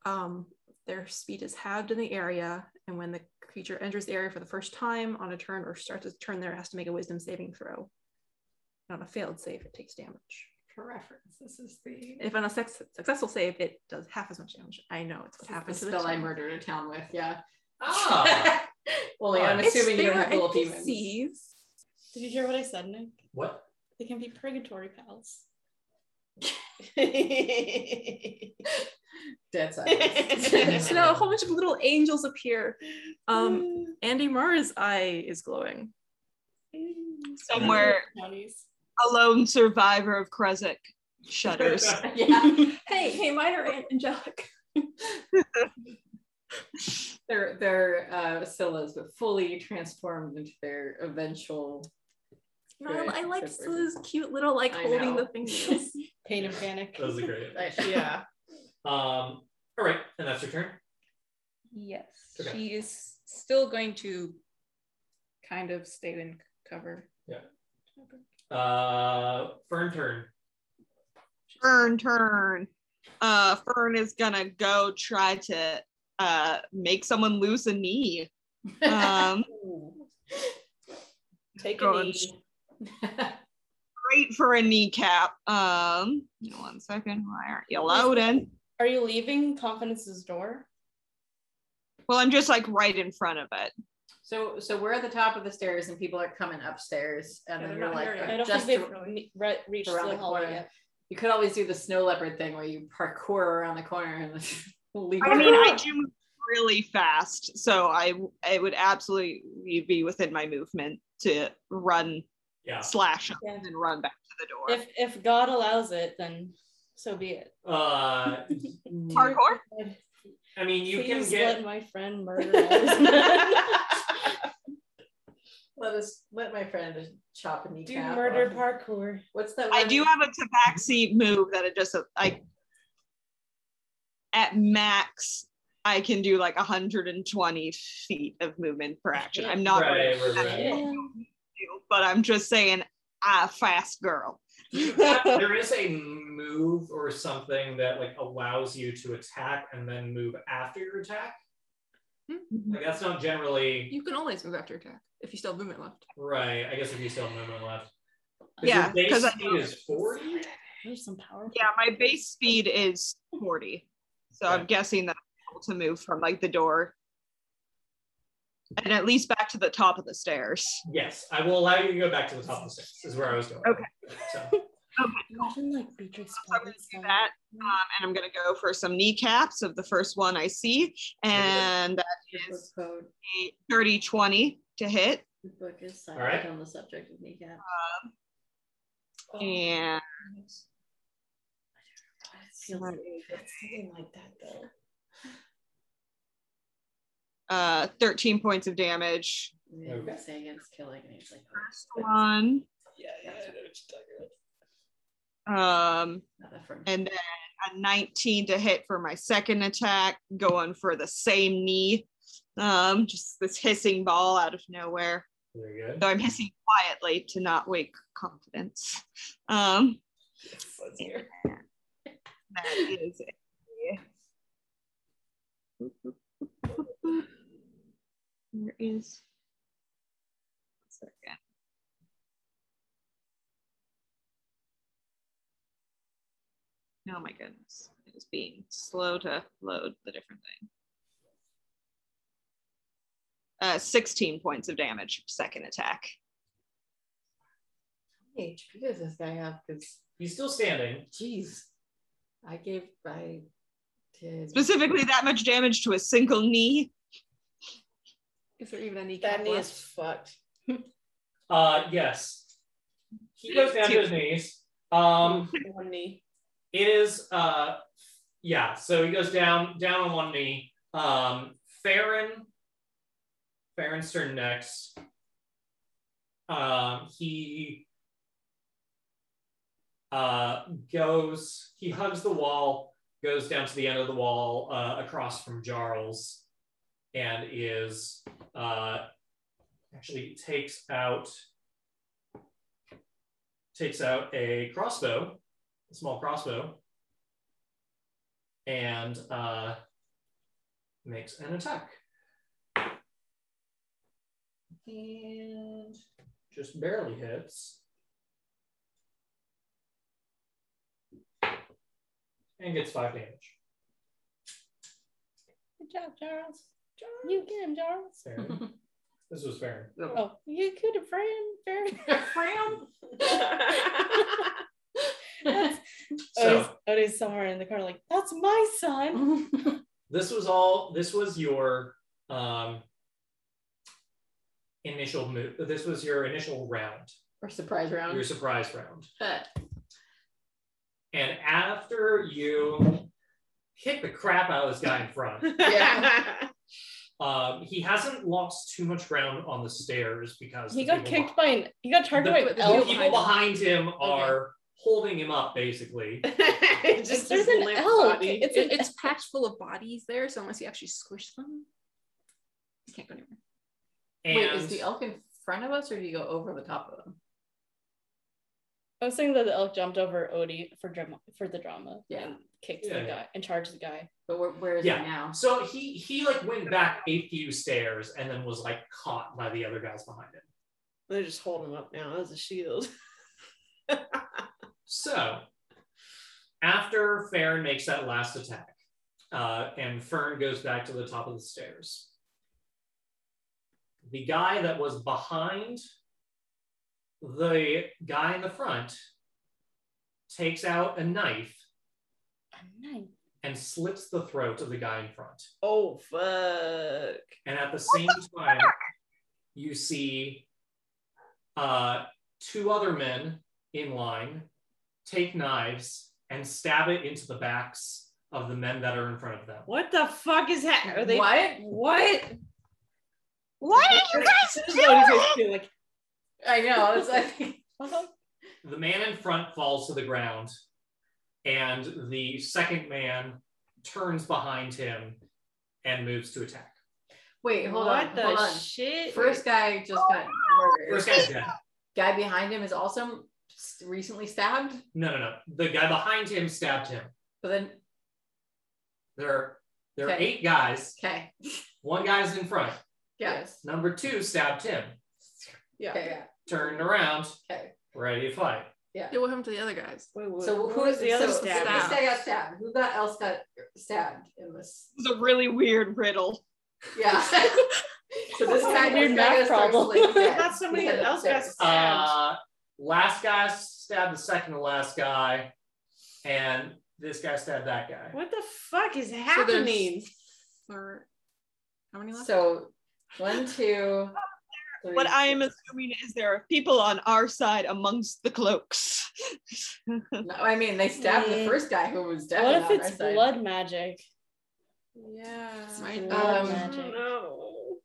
S5: um, their speed is halved in the area. And when the creature enters the area for the first time on a turn or starts a turn there, it has to make a wisdom saving throw. And on a failed save, it takes damage.
S6: For reference, this is the
S5: If on a sex- successful save, it does half as much damage. I know it's what
S6: the
S5: happens to the
S6: spell I
S5: team.
S6: murdered a town with. Yeah.
S3: Ah!
S6: Only I'm
S3: Fine.
S6: assuming you don't
S5: They're
S6: have little demons.
S5: NPCs.
S9: Did you hear what I said, Nick?
S3: what?
S9: They can be purgatory pals.
S6: Dead silence.
S5: so now a whole bunch of little angels appear. Um, Andy Mara's eye is glowing.
S4: Somewhere
S9: Counties.
S4: a lone survivor of Kresik shudders.
S6: yeah.
S5: Hey, hey, mine are an- angelic.
S6: Their their uh Scylla's but fully transformed into their eventual
S5: No, I like
S6: Good.
S5: Scylla's cute little like
S6: I
S5: holding
S6: know.
S5: the fingers.
S9: Pain and panic.
S3: That was a great.
S6: like, yeah.
S3: Um, all right, and that's your turn.
S5: yes.
S3: Okay.
S5: She is still going to kind of stay in cover.
S3: Uh, Fern turn.
S4: Fern turn. Uh, Fern is gonna go try to uh, make someone lose a knee. Um,
S9: Take a
S4: Go on.
S9: knee.
S4: great for a kneecap. Um, you know, one second. Why aren't you loading?
S9: Are you leaving Confidence's door?
S4: Well, I'm just like right in front of it.
S6: So so we're at the top of the stairs and people are coming upstairs and
S5: Yeah,
S6: then
S5: they're
S6: you're
S5: not
S6: like
S5: here yet.
S6: uh,
S9: I don't
S6: just
S9: think they've
S6: ar-
S9: re- re- reached
S6: around
S9: the
S6: the
S9: hallway
S6: corner.
S9: yet.
S6: you could always do the snow leopard thing where you parkour around the corner and leap.
S4: I mean, I do move really fast, so I it would absolutely be within my movement to run
S3: Yeah.
S4: slash up
S9: Yeah.
S4: and then run back to the door.
S9: If if God allows it, then so be it.
S3: Uh,
S4: Parkour.
S3: I mean, you can
S9: Please
S3: get
S9: let my friend murder all his men.
S6: let us let my friend just chop a
S9: Do
S6: kneecap.
S9: murder
S6: off.
S9: parkour.
S6: What's that?
S4: I
S6: one-
S4: do have a tabaxi move that it just like at max I can do like 120 feet of movement per action. I'm not
S3: right, right, right.
S4: but I'm just saying ah fast girl.
S3: You have- there is a move or something that like allows you to attack and then move after your attack.
S4: Mm-hmm.
S3: Like that's not generally
S5: You can always move after attack if you still have movement left.
S3: right. I guess if you still have movement left.
S4: Yeah,
S3: because
S4: 'cause I-
S3: speed is forty.
S9: There's some power.
S4: Yeah, my base speed is 40. So I'm
S3: Okay.
S4: guessing that I'm able to move from like the door and at least back to the top of the stairs.
S3: Yes, I will allow you to go back to the top of the stairs. Is where I was going.
S4: Okay.
S3: So
S9: Imagine like Beatrix.
S4: So I'm going
S9: Poppins
S4: to do
S9: song.
S4: that. Um, and I'm going to go for some kneecaps of the first one I see. And that
S6: Your book
S4: is
S6: code.
S4: a 30 20 to hit.
S6: Your book is
S3: All right.
S6: silent on the subject of Oh, kneecap. Um,
S4: And
S9: Feels like it's something like that though.
S4: uh, 13 points of damage.
S6: Yeah,
S3: Okay.
S6: Say against killing, and he's like, "Oh,
S4: First one.
S9: Yeah, yeah, I know what you're talking about.
S4: Um,
S6: not that firm.
S4: and then a 19 to hit for my second attack, going for the same knee. Um, just this hissing ball out of nowhere.
S3: very good.
S4: Though I'm hissing quietly to not wake confidence. Um,
S9: Let's hear.
S4: that is a- Where is
S13: second. Oh my goodness. It is being slow to load the different thing. Uh, 16 points of damage, second attack.
S6: Hey, HP does this guy have? Because
S3: He's still standing.
S6: jeez, I gave I did.
S4: Specifically, that much damage to a single knee.
S5: Is there even any
S7: That knee is fucked.
S3: Uh, yes. He goes down to his knees. Um,
S7: One knee.
S3: It is uh yeah, so he goes down down on one knee. Um Farron Farron's turn next. Um he uh goes he hugs the wall, goes down to the end of the wall uh across from Jarls and is uh actually takes out takes out a crossbow a small crossbow and uh, makes an attack. And just barely hits. And gets five damage.
S10: Good job, Charles. You get him, Charles.
S3: Farron. this was fair.
S10: Oh, you could have framed Barry.
S8: Fram.
S9: Odie's,
S3: So
S9: Odie's oh, somewhere in the corner, like, that's my son.
S3: this was all. This was your um, initial move. This was your initial round.
S6: or surprise round.
S3: Your surprise round.
S6: But
S3: And after you hit the crap out of this guy in front,
S6: Yeah.
S3: um, he hasn't lost too much ground on the stairs because
S9: He
S3: the
S9: got
S3: people
S9: kicked by an he got
S3: behind-
S9: targeted by
S3: the,
S9: an
S3: the
S9: elf.
S3: people behind him are holding him up basically.
S7: It just
S9: There's
S7: his
S9: an
S7: limp
S9: elk.
S7: body.
S9: It's
S5: it,
S9: an
S5: it's packed full of bodies there, so unless you actually squish them, you can't go anywhere.
S3: And
S6: wait, is the elk in front of us, or do you go over the top of them?
S9: I was saying that the elk jumped over Odie for drama for the drama.
S6: Yeah.
S9: And kicked
S3: Yeah,
S9: the
S3: yeah.
S9: guy and charged the guy.
S6: But where, where is
S3: Yeah.
S6: it now?
S3: so he he like went back a few stairs and then was like caught by the other guys behind him.
S7: They're just holding him up now as a shield.
S3: So after Farron makes that last attack, uh, and Fern goes back to the top of the stairs. The guy that was behind the guy in the front takes out a knife
S9: A knife.
S3: and slits the throat of the guy in front.
S7: Oh fuck.
S3: And at the same time, you see uh, two other men in line take knives and stab it into the backs of the men that are in front of them.
S2: What the fuck is that? Are they
S6: what?
S2: what?
S13: What are you guys
S2: This is what
S13: doing?
S2: he's doing. Like,
S6: I know. I was like,
S3: The man in front falls to the ground, and the second man turns behind him and moves to attack.
S6: wait, hold
S2: what
S6: on.
S2: the
S6: Hold on.
S2: shit?
S6: First guy just got murdered.
S3: First guy's dead.
S6: guy behind him is also s- recently stabbed,
S3: No, no, no. The guy behind him stabbed him.
S6: but then
S3: There are, there are
S6: Okay.
S3: eight guys.
S6: okay,
S3: One guy's in front.
S6: yes,
S3: Number two stabbed him.
S7: Yeah.
S6: okay, yeah.
S3: Turned around,
S6: Okay.
S3: ready to fight.
S5: Yeah, what happened to the other guys?
S2: Wait, wait,
S6: So
S2: what
S6: who
S2: was
S6: is
S2: the other
S6: so, so
S2: stab?
S6: This guy got stabbed. Who got else got stabbed in this?
S4: This is a really weird riddle.
S6: Yeah. so this guy
S9: Weird math
S6: this guy got started
S9: problem.
S6: splitting
S2: I
S6: his head
S2: thought somebody
S6: instead of
S2: else got
S6: six.
S2: stabbed.
S3: Uh, last guy stabbed the second to last guy, and this guy stabbed that guy.
S2: what the fuck is
S5: So there's
S2: happening?
S5: thir- how many left?
S6: So one, two, three,
S4: What I am assuming is there are people on our side amongst the cloaks.
S6: No, I mean, they stabbed the first guy who was
S9: What
S6: definitely
S9: if it's
S6: on our side.
S9: blood magic?
S2: yeah.
S5: Smite.
S6: Um,
S9: magic.
S2: No.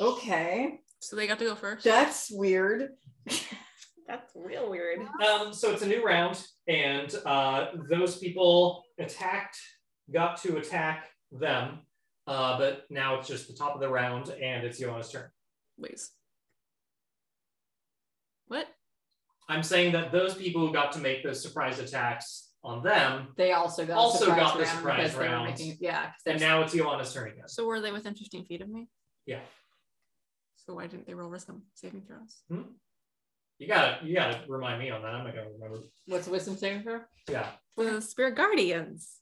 S6: Okay,
S5: So they got to go first.
S6: that's weird.
S2: That's real weird.
S3: Um, so it's a new round, and uh, those people attacked, got to attack them, uh, but now it's just the top of the round, and it's Johanna's turn.
S5: Wait. What?
S3: I'm saying that those people who got to make those surprise attacks on them,
S6: They also got
S3: Also
S6: a surprise
S3: got the
S6: round
S3: surprise
S6: because they were
S3: round.
S6: making- yeah, 'cause
S3: and
S6: they're-
S3: now it's Johanna's turn again.
S5: So were they within 15 feet of me?
S3: Yeah.
S5: So So why didn't they roll wisdom saving throws?
S3: Hmm? You gotta you gotta remind me on that. I'm not gonna remember.
S6: What's a wisdom saving throw?
S3: Yeah.
S5: The spirit guardians.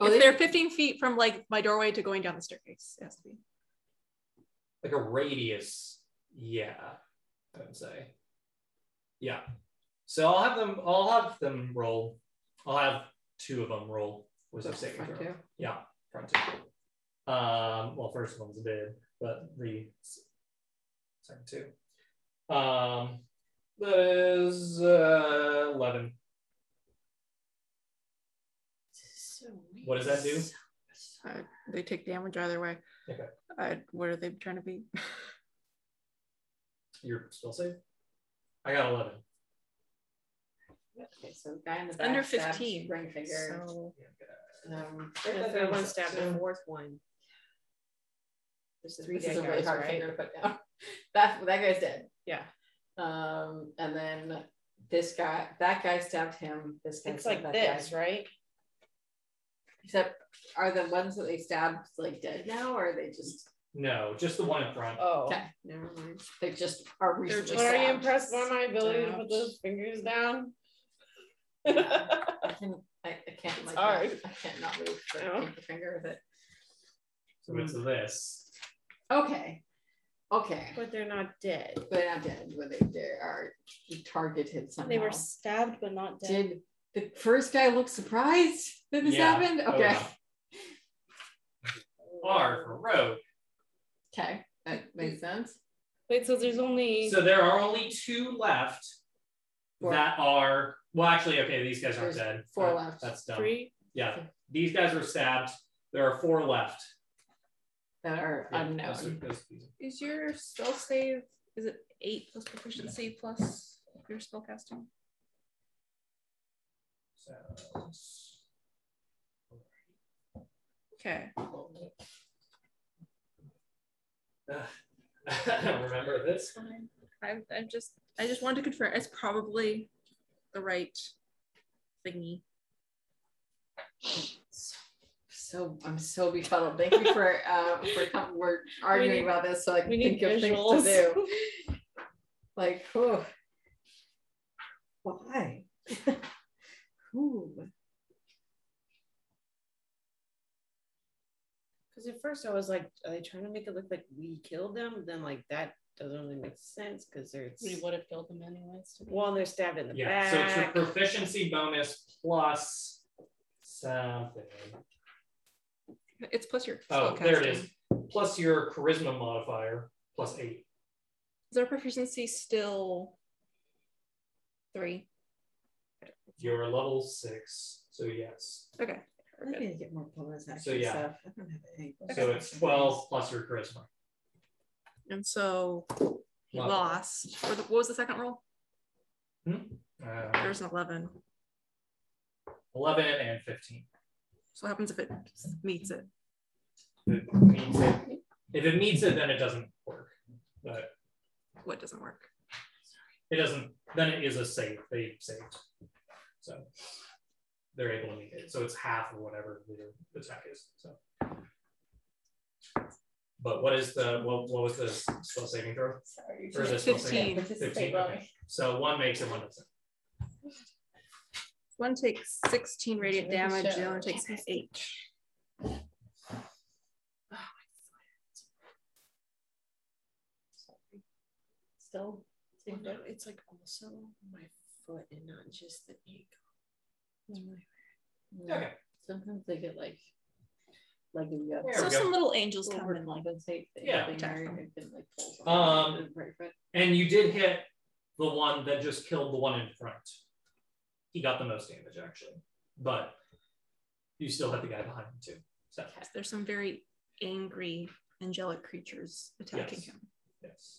S6: Oh,
S5: if
S6: they-
S5: they're 15 feet from like my doorway to going down the staircase, it has to be.
S3: Like a radius. Yeah. I would say. Yeah. So I'll have them I'll have them roll. I'll have two of them roll wisdom
S6: That's
S3: saving
S6: front
S3: throw.
S6: two.
S3: Yeah, front two. Um well first one's dead, but the s- second two. Um that is uh, 11. What does that do?
S5: Uh, they take damage either way.
S3: Okay.
S5: Uh, what are they trying to be?
S3: You're still safe? I got 11.
S6: Okay, so the guy in the back
S5: Under
S6: stabbed
S5: 15.
S6: ring finger.
S5: So
S6: Um,
S2: The third one stabbed the fourth one. This is three
S6: this is
S2: dead
S6: a really
S2: guys,
S6: hard
S2: right?
S6: finger to put down. That that guy's dead.
S2: Yeah.
S6: Um, and then this guy, that guy stabbed him. This guy
S2: It's
S6: stabbed
S2: like
S6: that guy.
S2: this, right?
S6: Except, are the ones that they stabbed like dead now, or are they just
S3: No, just the one in front.
S2: Oh.
S6: Okay.
S2: Never mind.
S6: they just are recently
S5: just-
S7: Are you
S6: stabbed?
S7: impressed by my ability to put those fingers down? I
S6: I can I, I can't like
S7: hard.
S6: not- I can't not move the
S7: No.
S6: the finger with it.
S3: So it's
S6: Mm.
S3: this.
S6: Okay. Okay.
S2: But they're not dead.
S6: But they're not dead, but they, they are targeted somehow.
S9: They were stabbed but not dead.
S6: Did the first guy look surprised that this
S3: Yeah.
S6: happened?
S3: Oh,
S6: Okay.
S3: R for rogue.
S6: Okay. That makes sense.
S9: Wait, so there's only
S3: So there are only two left
S6: Four.
S3: that are well actually okay, these guys aren't
S6: There's
S3: dead.
S6: four
S3: That-
S6: left.
S3: That's dumb.
S9: three.
S3: Yeah. These guys were stabbed. There are four left.
S6: That are
S3: Yeah, that's-
S6: unknown.
S3: that's easy.
S5: Is your spell save, is it eight plus proficiency plus your spell casting?
S3: So-
S5: Okay.
S3: Ugh. I don't uh, remember this.
S5: fine. I'm, I'm just I just wanted to confirm it's probably the right thingy.
S6: So I'm so befuddled. Thank you for uh for com- we're arguing
S9: need-
S6: about this so I can
S9: we need
S6: think of things
S9: visuals.
S6: to do. Like, oh, why? Who?
S2: Because at first I was like, are they trying to make it look like we killed them? Then like that doesn't really make sense because they're
S9: We would have killed them anyways. to be-
S2: well, they're stabbed in the
S3: Yeah. So it's your
S2: back.
S3: proficiency bonus plus something.
S5: It's plus your
S3: Oh,
S5: spell
S3: there it
S5: casting.
S3: is. Plus your charisma modifier, plus eight.
S5: Is our proficiency still three?
S3: You're level six, so yes.
S5: Okay.
S6: I'm gonna get more bonus action
S3: yeah.
S6: stuff. I don't have any. bonus
S3: So it's
S6: action.
S3: 12 plus your charisma.
S5: And so he
S3: Wow.
S5: lost. Or the, what was the second roll? There
S3: Uh,
S5: was an eleven.
S3: 11 and 15.
S5: So what happens if it meets it?
S3: If it, meets it, if it meets it, then it doesn't work. But
S5: What doesn't work?
S3: it doesn't, then it is a save. They saved. So they're able to meet it. So it's half of whatever the attack is. So. But what is the, what, what was the spell saving throw?
S6: Sorry.
S3: Or is it still
S5: Fifteen.
S6: Participate
S3: 15,
S6: well.
S3: okay. So one makes it, one doesn't.
S5: One takes sixteen radiant damage, the other one takes eight.
S6: Oh,
S2: Still, it's like also my foot and not just the ankle.
S6: No.
S3: Okay.
S6: Sometimes they get like, like you got
S3: There
S5: So
S3: we go.
S5: some little angels come and like
S6: overcompensate. They,
S3: Yeah.
S6: They
S5: Attack
S6: marry
S5: them.
S6: and then, like, pull something
S3: Um,
S6: and break it.
S3: And you did hit the one that just killed the one in front. He got the most damage, actually. But you still had the guy behind him, too. So,
S5: there's some very angry angelic creatures attacking
S3: Yes.
S5: him.
S3: yes.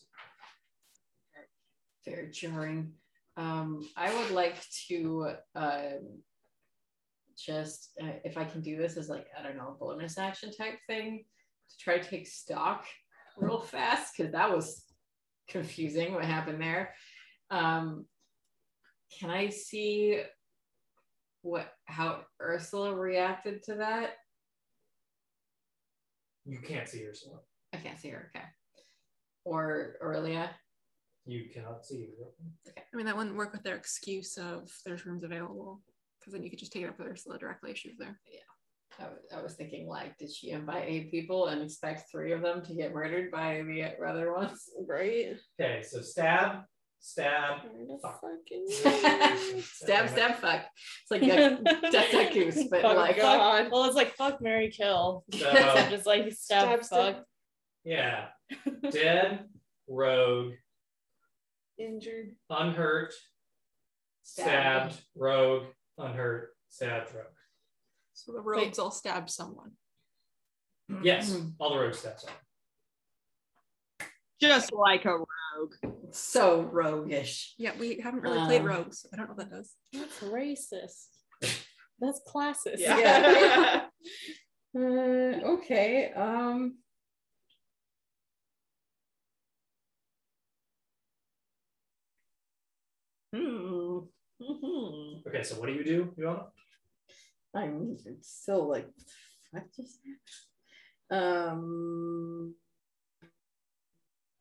S6: Very jarring. Um, I would like to um, just, uh, if I can do this as like, I don't know, a bonus action type thing, to try to take stock real fast, because that was confusing what happened there. Um, can I see what how Ursula reacted to that?
S3: You can't see yourself.
S6: I can't see her. Okay. or Aurelia?
S3: You cannot see.
S5: Okay. I mean, that wouldn't work with their excuse of there's rooms available because then you could just take it up with Ursula directly. She was there.
S6: I was, I was thinking, like, did she invite eight people and expect three of them to get murdered by the other ones?
S7: Right?
S3: Okay, so stab, stab, fuck.
S6: Stab, stab, fuck. It's like duck, duck, duck goose, but
S9: Fuck,
S6: like,
S9: fuck.
S7: God.
S9: Well, it's like fuck, Mary, kill.
S3: So-
S9: just like
S7: Stab,
S9: stab,
S7: stab.
S9: fuck.
S3: Yeah. Dead, rogue,
S7: Injured.
S3: unhurt,
S6: Stabbed.
S3: stabbed, rogue, unhurt, stabbed, rogue.
S5: So the rogues all stabbed someone.
S3: Yes, all the rogue stabs.
S4: Just like a
S6: so roguish.
S5: Yeah, we haven't really played
S6: Um,
S5: rogues. I don't know what that does.
S9: That's racist. That's classist.
S7: Yeah.
S6: Yeah.
S2: Hmm.
S6: Uh, okay. Um. Hmm. Mhm.
S3: Okay, so what do you do, Yuana?
S6: I'm still like, what just happened? Um,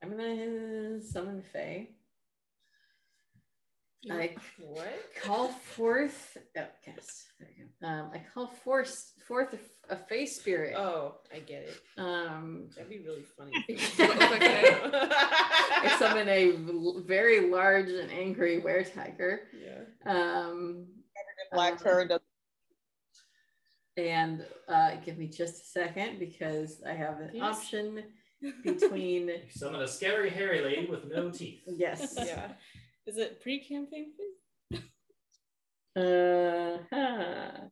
S6: I'm gonna summon Faye. I
S2: What?
S6: call forth. Oh, yes. There you go. Um, I call forth forth a, a Fae spirit.
S2: Oh, I get it.
S6: Um,
S2: That'd be really funny.
S6: I summon a l- very large and angry were tiger.
S2: yeah.
S6: Um,
S4: black fur. does-
S6: and uh, give me just a second because I have an
S9: Yes.
S6: option between
S3: You summon a scary hairy lady with no teeth.
S6: yes.
S7: Yeah.
S9: Is it pre-campaign? food?
S6: Uh-huh.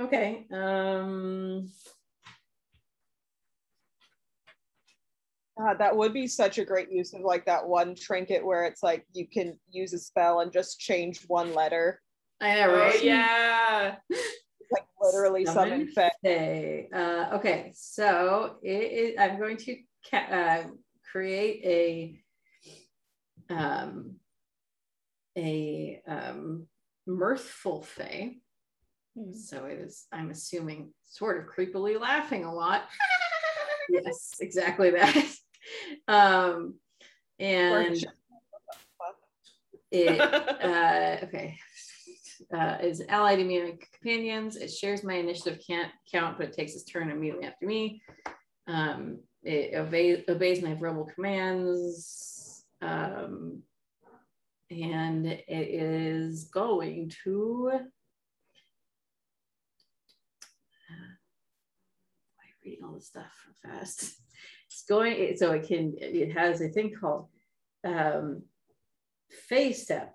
S6: Okay. Um,
S4: God, Uh, that would be such a great use of like that one trinket where it's like you can use a spell and just change one letter.
S6: I know, right?
S7: yeah.
S4: Like literally summon Fae.
S6: Fae. Uh, okay, so it is, I'm going to ca- uh, create a um, a um, mirthful Fae.
S9: Hmm.
S6: So it is, I'm assuming, sort of creepily laughing a lot. yes, exactly that. Um, and it uh, okay. Uh, is allied to me and my companions. It shares my initiative can't count, but it takes its turn immediately after me. Um, it obeys, obeys my verbal commands. Um, and it is going to. I read all this stuff real fast. It's going, it- so it can, it has a thing called um, phase step.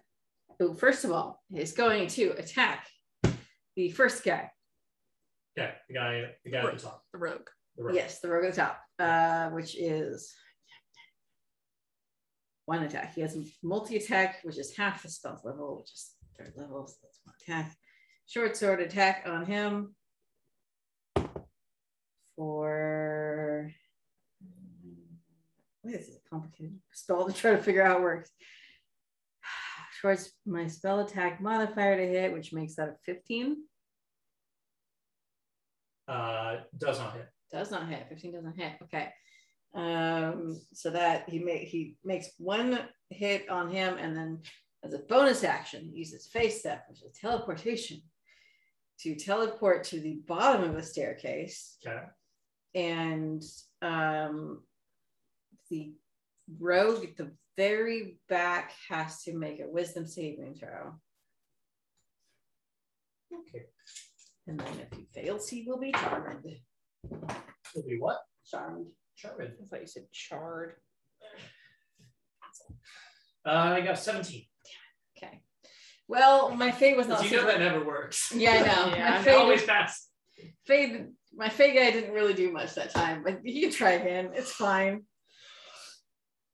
S6: So first of all, it's going to attack the first guy.
S3: Okay, the guy, the guy at the top.
S5: The rogue.
S3: The rogue.
S6: Yes, the rogue at the top, uh, which is one attack. He has multi attack, which is half the spell's level, which is third level. So that's one attack. Short sword attack on him for. What is it? Complicated spell to try to figure out how it works. Towards my spell attack modifier to hit, which makes that a 15.
S3: Uh, does not hit.
S6: does not hit 15 doesn't hit okay um so that he make he makes one hit on him and then as a bonus action he uses face step which is teleportation to teleport to the bottom of the staircase
S3: Okay.
S6: and um the rogue at the very back has to make a wisdom saving throw
S3: Okay.
S6: and then if he fails he will be charmed
S3: It'll be what?
S6: charmed
S3: Charmed.
S7: I thought you said charred.
S3: Uh, I got 17.
S6: okay well my fate was not
S3: You know
S6: super-
S3: that never works.
S6: Yeah, I know.
S7: Yeah,
S6: my
S3: It
S6: fade,
S3: always pass.
S6: fade, my fade guy didn't really do much that time, but he can try again. It's fine.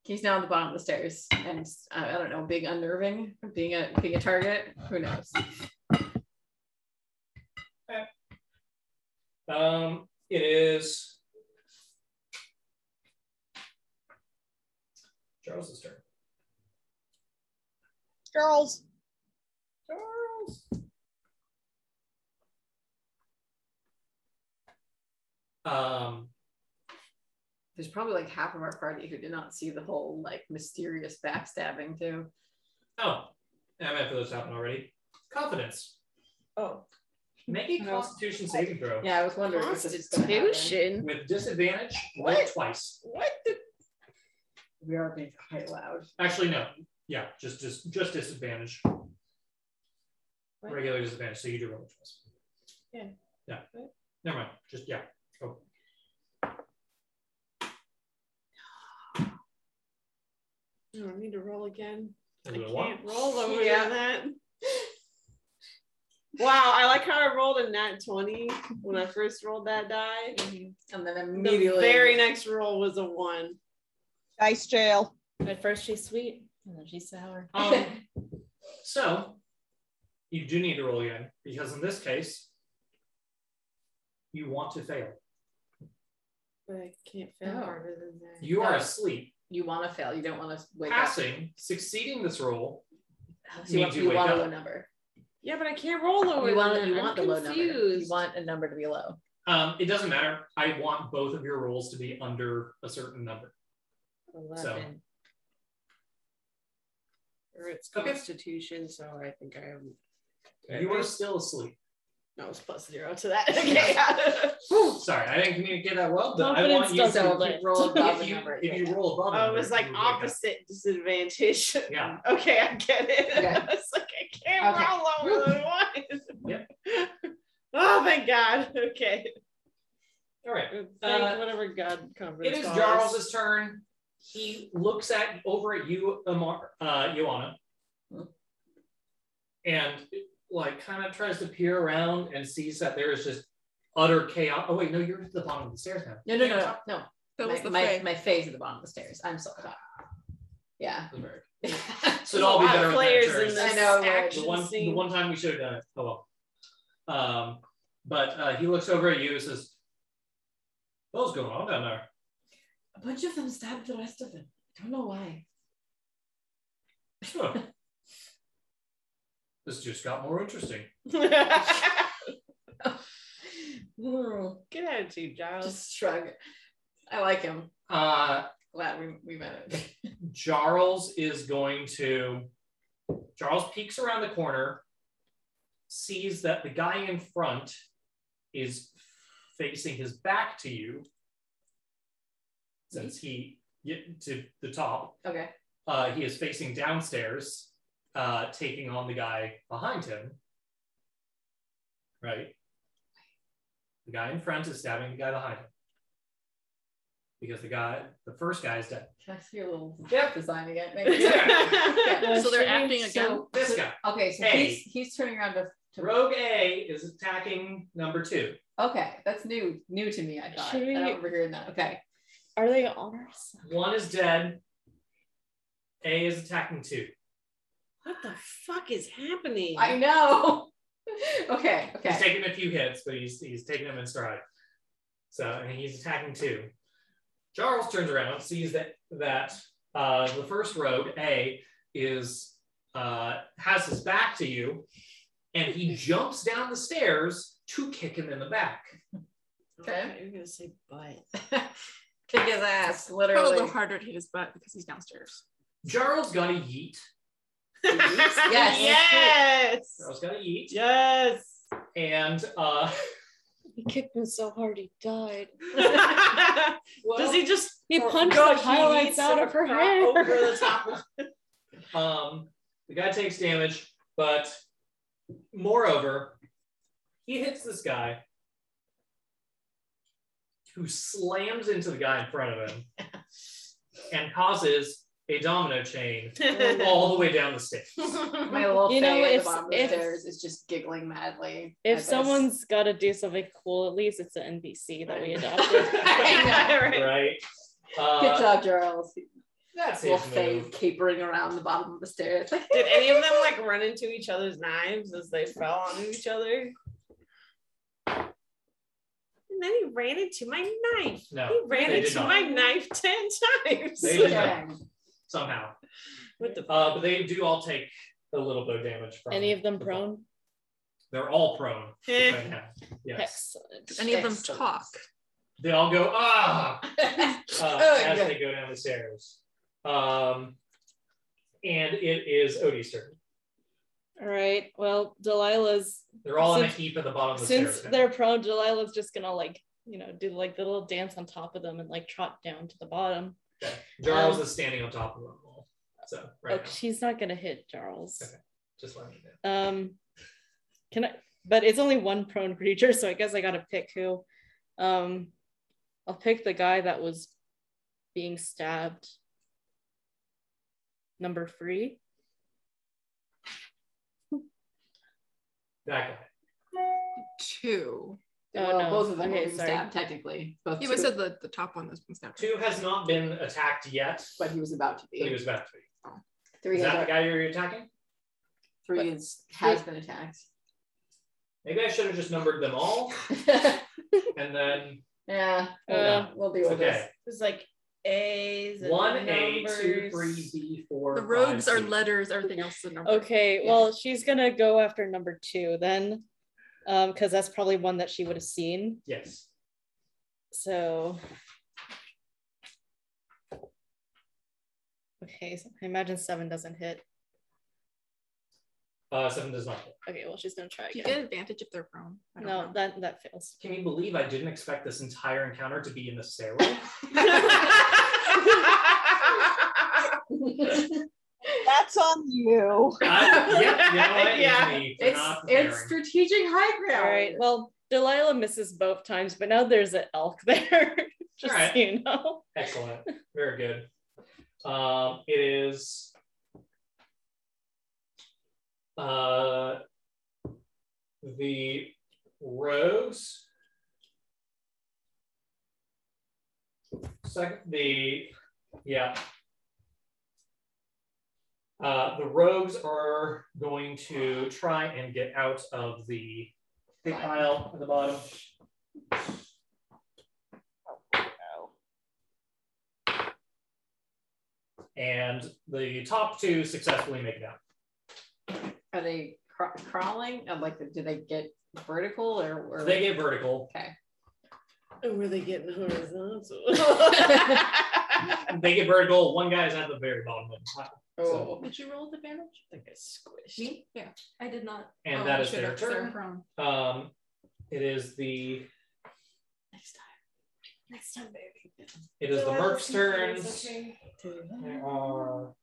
S6: He's now at the bottom of the stairs, and it's, I I don't know, being unnerving, being a being a target. Who knows?
S3: Um, it is Charles's turn.
S4: Girls.
S3: Charles. Um,
S6: There's probably like half of our party who did not see the whole like mysterious backstabbing too.
S3: oh, I'm after those happen already. Confidence.
S6: Oh.
S3: Make a Constitution saving throw
S6: Yeah, I was wondering if this is gonna happen.
S2: Constitution.
S3: with disadvantage. roll
S6: What?
S3: twice.
S6: What the we are being quite loud.
S3: Actually, no. Yeah, just just just disadvantage. Regular disadvantage. So you do roll it twice.
S6: Yeah.
S3: Yeah.
S6: What?
S3: Never mind. Just yeah. Go.
S2: Oh, I need to roll again.
S3: A
S2: I
S3: little one.
S2: can't roll over
S6: Yeah.
S2: that. Wow, I like how I rolled a nat 20 when I first rolled that die.
S6: And then
S2: The
S6: immediately
S2: very next roll was a one.
S4: Dice jail.
S15: At first she's sweet, and then she's sour.
S3: Um, so you do need to roll again because in this case, you want to fail.
S2: But I can't fail
S6: Oh.
S2: harder than that.
S3: You are
S6: No.
S3: asleep.
S6: you want to fail. You don't want to wake up.
S3: Passing, succeeding this roll.
S6: So you
S3: means
S6: want,
S3: you
S6: you
S3: wake
S6: want a
S3: up.
S6: low number.
S2: Yeah, but I can't roll over
S6: You want
S2: that.
S6: you
S2: I'm
S6: want the low number. You
S2: confused.
S6: want a number to be low.
S3: Um, it doesn't matter. I want both of your rolls to be under a certain number.
S16: Eleven. Or it's
S3: Okay.
S16: Constitution, so I think I am.
S3: You are still asleep.
S2: No, it's plus zero to that. Okay.
S3: Whew, sorry, I didn't communicate that well, but I want you
S6: So
S3: to.
S6: if you roll above
S3: If
S6: the
S3: you,
S6: number. you
S3: if you
S6: wake up.
S3: roll above,
S2: I
S3: it,
S2: Oh, was like
S3: you wake up.
S2: opposite disadvantage.
S3: Yeah.
S2: Okay, I get it.
S6: Okay.
S2: I was like, I can't
S6: Okay.
S2: roll over the one.
S3: Yep.
S2: Oh, thank God. Okay.
S3: All right.
S2: Thank
S3: Uh,
S2: whatever God conference.
S3: It is
S2: call
S3: Jarl's turn. He looks at over at you, Amar, uh, Ioana, and like kind of tries to peer around and sees that there is just utter chaos. Oh wait, no, you're at the bottom of the stairs now.
S6: No, no, no, no.
S5: That was
S6: My,
S5: the
S6: my,
S5: fray.
S6: my face at the bottom of the stairs. I'm so caught. Yeah.
S3: So it'll all be
S2: There's a lot
S3: better
S2: of
S3: with
S2: players in
S3: managers.
S2: this
S6: I know, right?
S2: action
S3: The one, the
S2: scene.
S3: one time we should have done it. Oh well. Um, but uh, he looks over at you and says, "What's going on down there?"
S6: A bunch of them stabbed the rest of them. I don't know why.
S3: Huh. this just got more interesting.
S6: Hmm,
S2: Good attitude, Giles.
S6: Just shrug. I like him.
S3: Uh,
S6: Glad we, we met him.
S3: Jarls is going to. Jarls peeks around the corner, sees that the guy in front is facing his back to you, since he get to the top.
S6: Okay.
S3: Uh, he is facing downstairs, uh, taking on the guy behind him. Right. The guy in front is stabbing the guy behind him because the guy, the first guy, is dead.
S6: Can I see your little
S3: Yep.
S6: design again?
S5: So they're
S6: shouldn't-
S5: acting again?
S6: so-
S3: This guy.
S6: okay, so
S3: Hey.
S6: he's he's turning around to, to
S3: Rogue A is attacking number two.
S6: Okay, that's new new to me. I thought
S10: Should
S6: I
S10: we-
S6: don't remember hearing that. Okay,
S10: Are they on our side?
S3: One is dead. A is attacking two.
S2: What the fuck is happening?
S6: I know. okay,
S3: He's
S6: okay.
S3: taking a few hits, but he's he's taking them in stride. So and he's attacking two. Charles turns around, sees that that uh, the first rogue A is uh, has his back to you, and he jumps down the stairs to kick him in the back.
S6: Okay.
S2: You're gonna say butt.
S6: Kick his ass,
S5: Probably
S6: literally.
S5: harder to hit his butt because he's downstairs.
S3: Jarl's got a yeet.
S6: Yes.
S2: Yes.
S3: Jarl's got a yeet,
S2: Yes.
S3: and uh,
S15: He kicked him so hard he died.
S2: Does he just
S15: He
S2: Oh,
S15: punched
S2: God,
S15: the
S2: he
S15: highlights
S2: needs
S15: out
S2: to
S15: of her
S2: drop
S15: hair.
S2: over the top of
S3: Um, the guy takes damage, but moreover, he hits this guy who slams into the guy in front of him and causes a domino chain
S2: Oh.
S3: all the way down the stairs.
S6: My little
S10: You
S6: you
S10: know,
S6: at
S10: if-
S6: the bottom of the
S10: if-
S6: stairs is just giggling madly.
S10: If
S6: at this.
S10: someone's got to do something cool, at least it's an NBC that we adopted.
S6: I
S3: right?
S6: know. Good
S3: Uh,
S6: job, Charles.
S3: that's
S6: Little
S3: his
S6: face
S3: move.
S6: capering around the bottom of the stairs. Like,
S2: Did any of them like run into each other's knives as they fell onto each other? And then he ran into my knife. He
S3: No,
S2: ran
S3: they did
S2: into
S3: not.
S2: my knife ten times.
S3: They did not,
S6: dang.
S3: somehow.
S2: What the
S3: Uh, but they do all take a little bit of damage from
S10: Any of them
S3: the-
S10: prone?
S3: They're all prone
S2: Eh.
S3: right now. Yes.
S10: Excellent.
S5: Do any of them
S6: Excellent.
S5: talk?
S3: They all go ah uh,
S6: Oh,
S3: as they go down the stairs. Um, and it is Odie's turn.
S10: All right. Well, Delilah's
S3: They're all in a
S10: Since-
S3: heap at the bottom of the
S10: since
S3: stairs. now.
S10: they're prone, Delilah's just gonna like you know do like the little dance on top of them and like trot down to the bottom.
S3: Jarls
S10: um,
S3: is standing on top of them all. So right
S10: oh,
S3: now,
S10: she's not gonna hit Charles.
S3: Okay. just letting you know.
S10: Um, can I? But it's only one prone creature, so I guess I gotta pick who. Um, I'll pick the guy that was being stabbed. Number three.
S3: That guy.
S5: Two.
S10: Oh,
S6: well,
S10: no.
S6: both of them
S10: Okay,
S6: were
S10: sorry.
S6: stabbed uh, technically. Both
S5: Yeah, but
S6: two-
S5: so the, the top one that's been snapped.
S3: Two has not been attacked yet,
S6: but
S3: but
S6: he was about to
S3: he
S6: be.
S3: was about to be.
S6: Three
S3: Is
S6: is,
S3: that the guy you're attacking?
S6: three is has been attacked.
S3: Maybe I should have just numbered them all and then
S6: yeah,
S3: Oh,
S6: we'll,
S10: Uh,
S6: we'll deal with this.
S3: okay.
S2: It's like A's. And
S3: One A,
S2: numbers.
S3: two, three, B, four.
S5: The
S3: five,
S5: robes are
S3: six.
S5: letters, everything else is a number.
S10: Okay, well, she's gonna go after number two then, um, because that's probably one that she would have seen.
S3: Yes.
S10: So, okay, so I imagine seven doesn't hit.
S3: Uh, seven does not. hit.
S10: Okay, well, she's gonna try
S5: Do you
S10: again.
S5: get advantage if they're prone? I don't
S10: No, that that fails.
S3: Can you believe I didn't expect this entire encounter to be in the stairwell?
S17: That's on you.
S3: I, Uh, yeah, you know what? It's
S6: Yeah,
S3: me for
S6: It's
S3: not preparing.
S6: it's strategic high
S10: All
S6: ground.
S10: right, well, Delilah misses both times, but now there's an elk there. Just
S3: All right.
S10: so you know.
S3: Excellent. Very good. Um, it is uh, the rogues. Second, the yeah. Uh, the rogues are going to try and get out of the the aisle at the bottom. And the top two successfully make it out.
S6: Are they cr- crawling? I'd like, to, do they get vertical or? or
S3: They get vertical.
S2: And were they getting horizontal?
S3: They get vertical. One guy is at the very bottom of the pile.
S6: oh.
S5: Did you roll the damage?
S2: like a squish.
S5: Me? Yeah. I did not.
S3: And that
S5: I
S3: is
S5: should
S3: their
S5: have, 'cause they're
S3: turn.
S5: prone.
S3: Um, it is the
S6: Next time.
S18: Next time, baby.
S3: it is the Merc's turns.
S6: Dude,
S3: There
S6: Hmm,
S3: are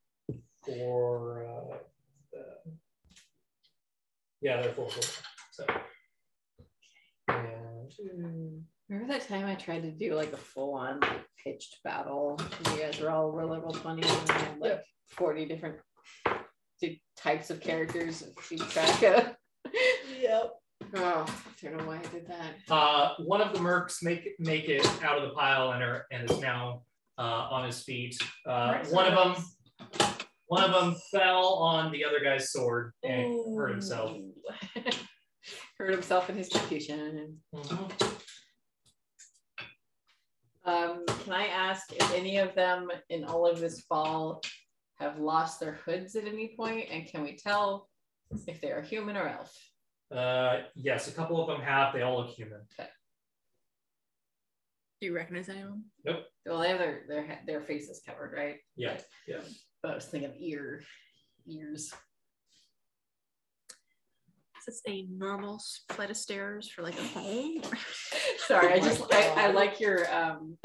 S3: four. Uh, the, yeah, there are four. four. So. And
S6: Remember that time I tried to do like a full on pitched battle? You guys were all were level 20 and I had, like 40 different di- types of characters to keep track of.
S2: Yep.
S6: Oh, I don't know why I did that.
S3: Uh, one of the mercs make make it out of the pile and are and is now uh, on his feet. Uh,
S5: Mercs
S3: one
S5: are
S3: of them, one of them fell on the other guy's sword and hurt himself.
S6: Hurt himself in his confusion.
S3: Mhm.
S6: Um, can I ask if any of them in all of this fall have lost their hoods at any point, And can we tell if they are human or elf?
S3: Uh, yes, a couple of them have. They all look human.
S5: Do you recognize anyone?
S6: Well, they have their their he- their faces covered, right?
S3: Yeah, yeah.
S6: But I was thinking of ear, ears.
S5: Is this a normal s- flight of stairs for like a home?
S6: Sorry, I just I, I like your um.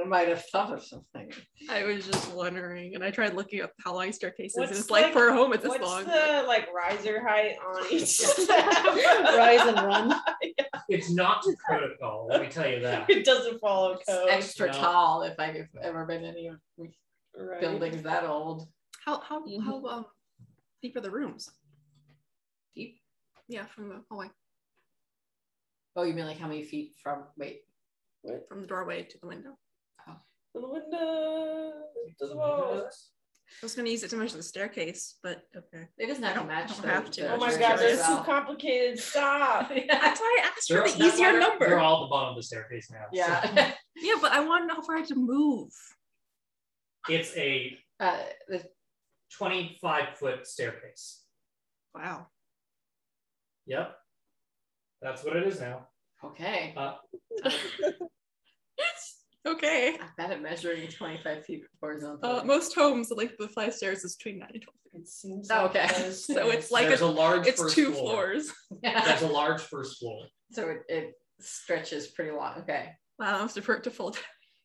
S6: I might have thought of something.
S5: I was just wondering, and I tried looking up how long staircases.
S4: What's
S5: and it's like,
S4: like-
S5: for a home, it's this
S4: What's
S5: long.
S4: the like riser height on each
S10: Rise and run.
S3: It's not protocol. Let me tell you that.
S4: it doesn't follow
S6: It's
S4: code.
S6: extra
S3: no.
S6: tall if I've ever been in any of these
S4: Right.
S6: buildings that old.
S5: How how
S10: Mhm.
S5: how um deep are the rooms?
S6: Deep.
S5: Yeah, from the hallway,
S6: Oh, you mean like how many feet from? Wait,
S5: from the doorway to the window.
S4: The window. To the wall.
S5: I was gonna use it to measure the staircase, but okay.
S6: it doesn't have
S5: I
S6: to
S5: don't- I
S6: match.
S5: don't
S6: the-
S5: have to.
S6: the
S4: Oh my
S6: other
S4: god,
S6: as
S4: that's too
S6: well.
S4: complicated. Stop.
S5: That's why I asked for
S3: They're-
S5: the
S3: that's why
S5: easier
S3: they're- They're
S5: number.
S3: all at the bottom of the staircase now. so
S6: Yeah,
S5: Yeah, but I want to know how far I have to move.
S3: it's a
S6: uh, the,
S3: twenty-five foot staircase.
S5: Wow.
S3: Yep. That's what it is now.
S6: Okay.
S3: Uh,
S5: okay.
S6: I bet it measuring 25 feet horizontal.
S5: Uh, most homes, the length of the flight stairs is between nine and twelve.
S2: It seems
S6: Oh,
S2: like
S6: okay.
S2: those
S5: So
S2: things-
S5: it's like
S3: there's a,
S5: a,
S3: large
S5: it's
S3: first
S5: two
S3: floor.
S5: floors.
S6: yeah.
S3: There's a large first floor.
S6: So it, it stretches pretty long. Okay.
S5: Wow, I must defer to full.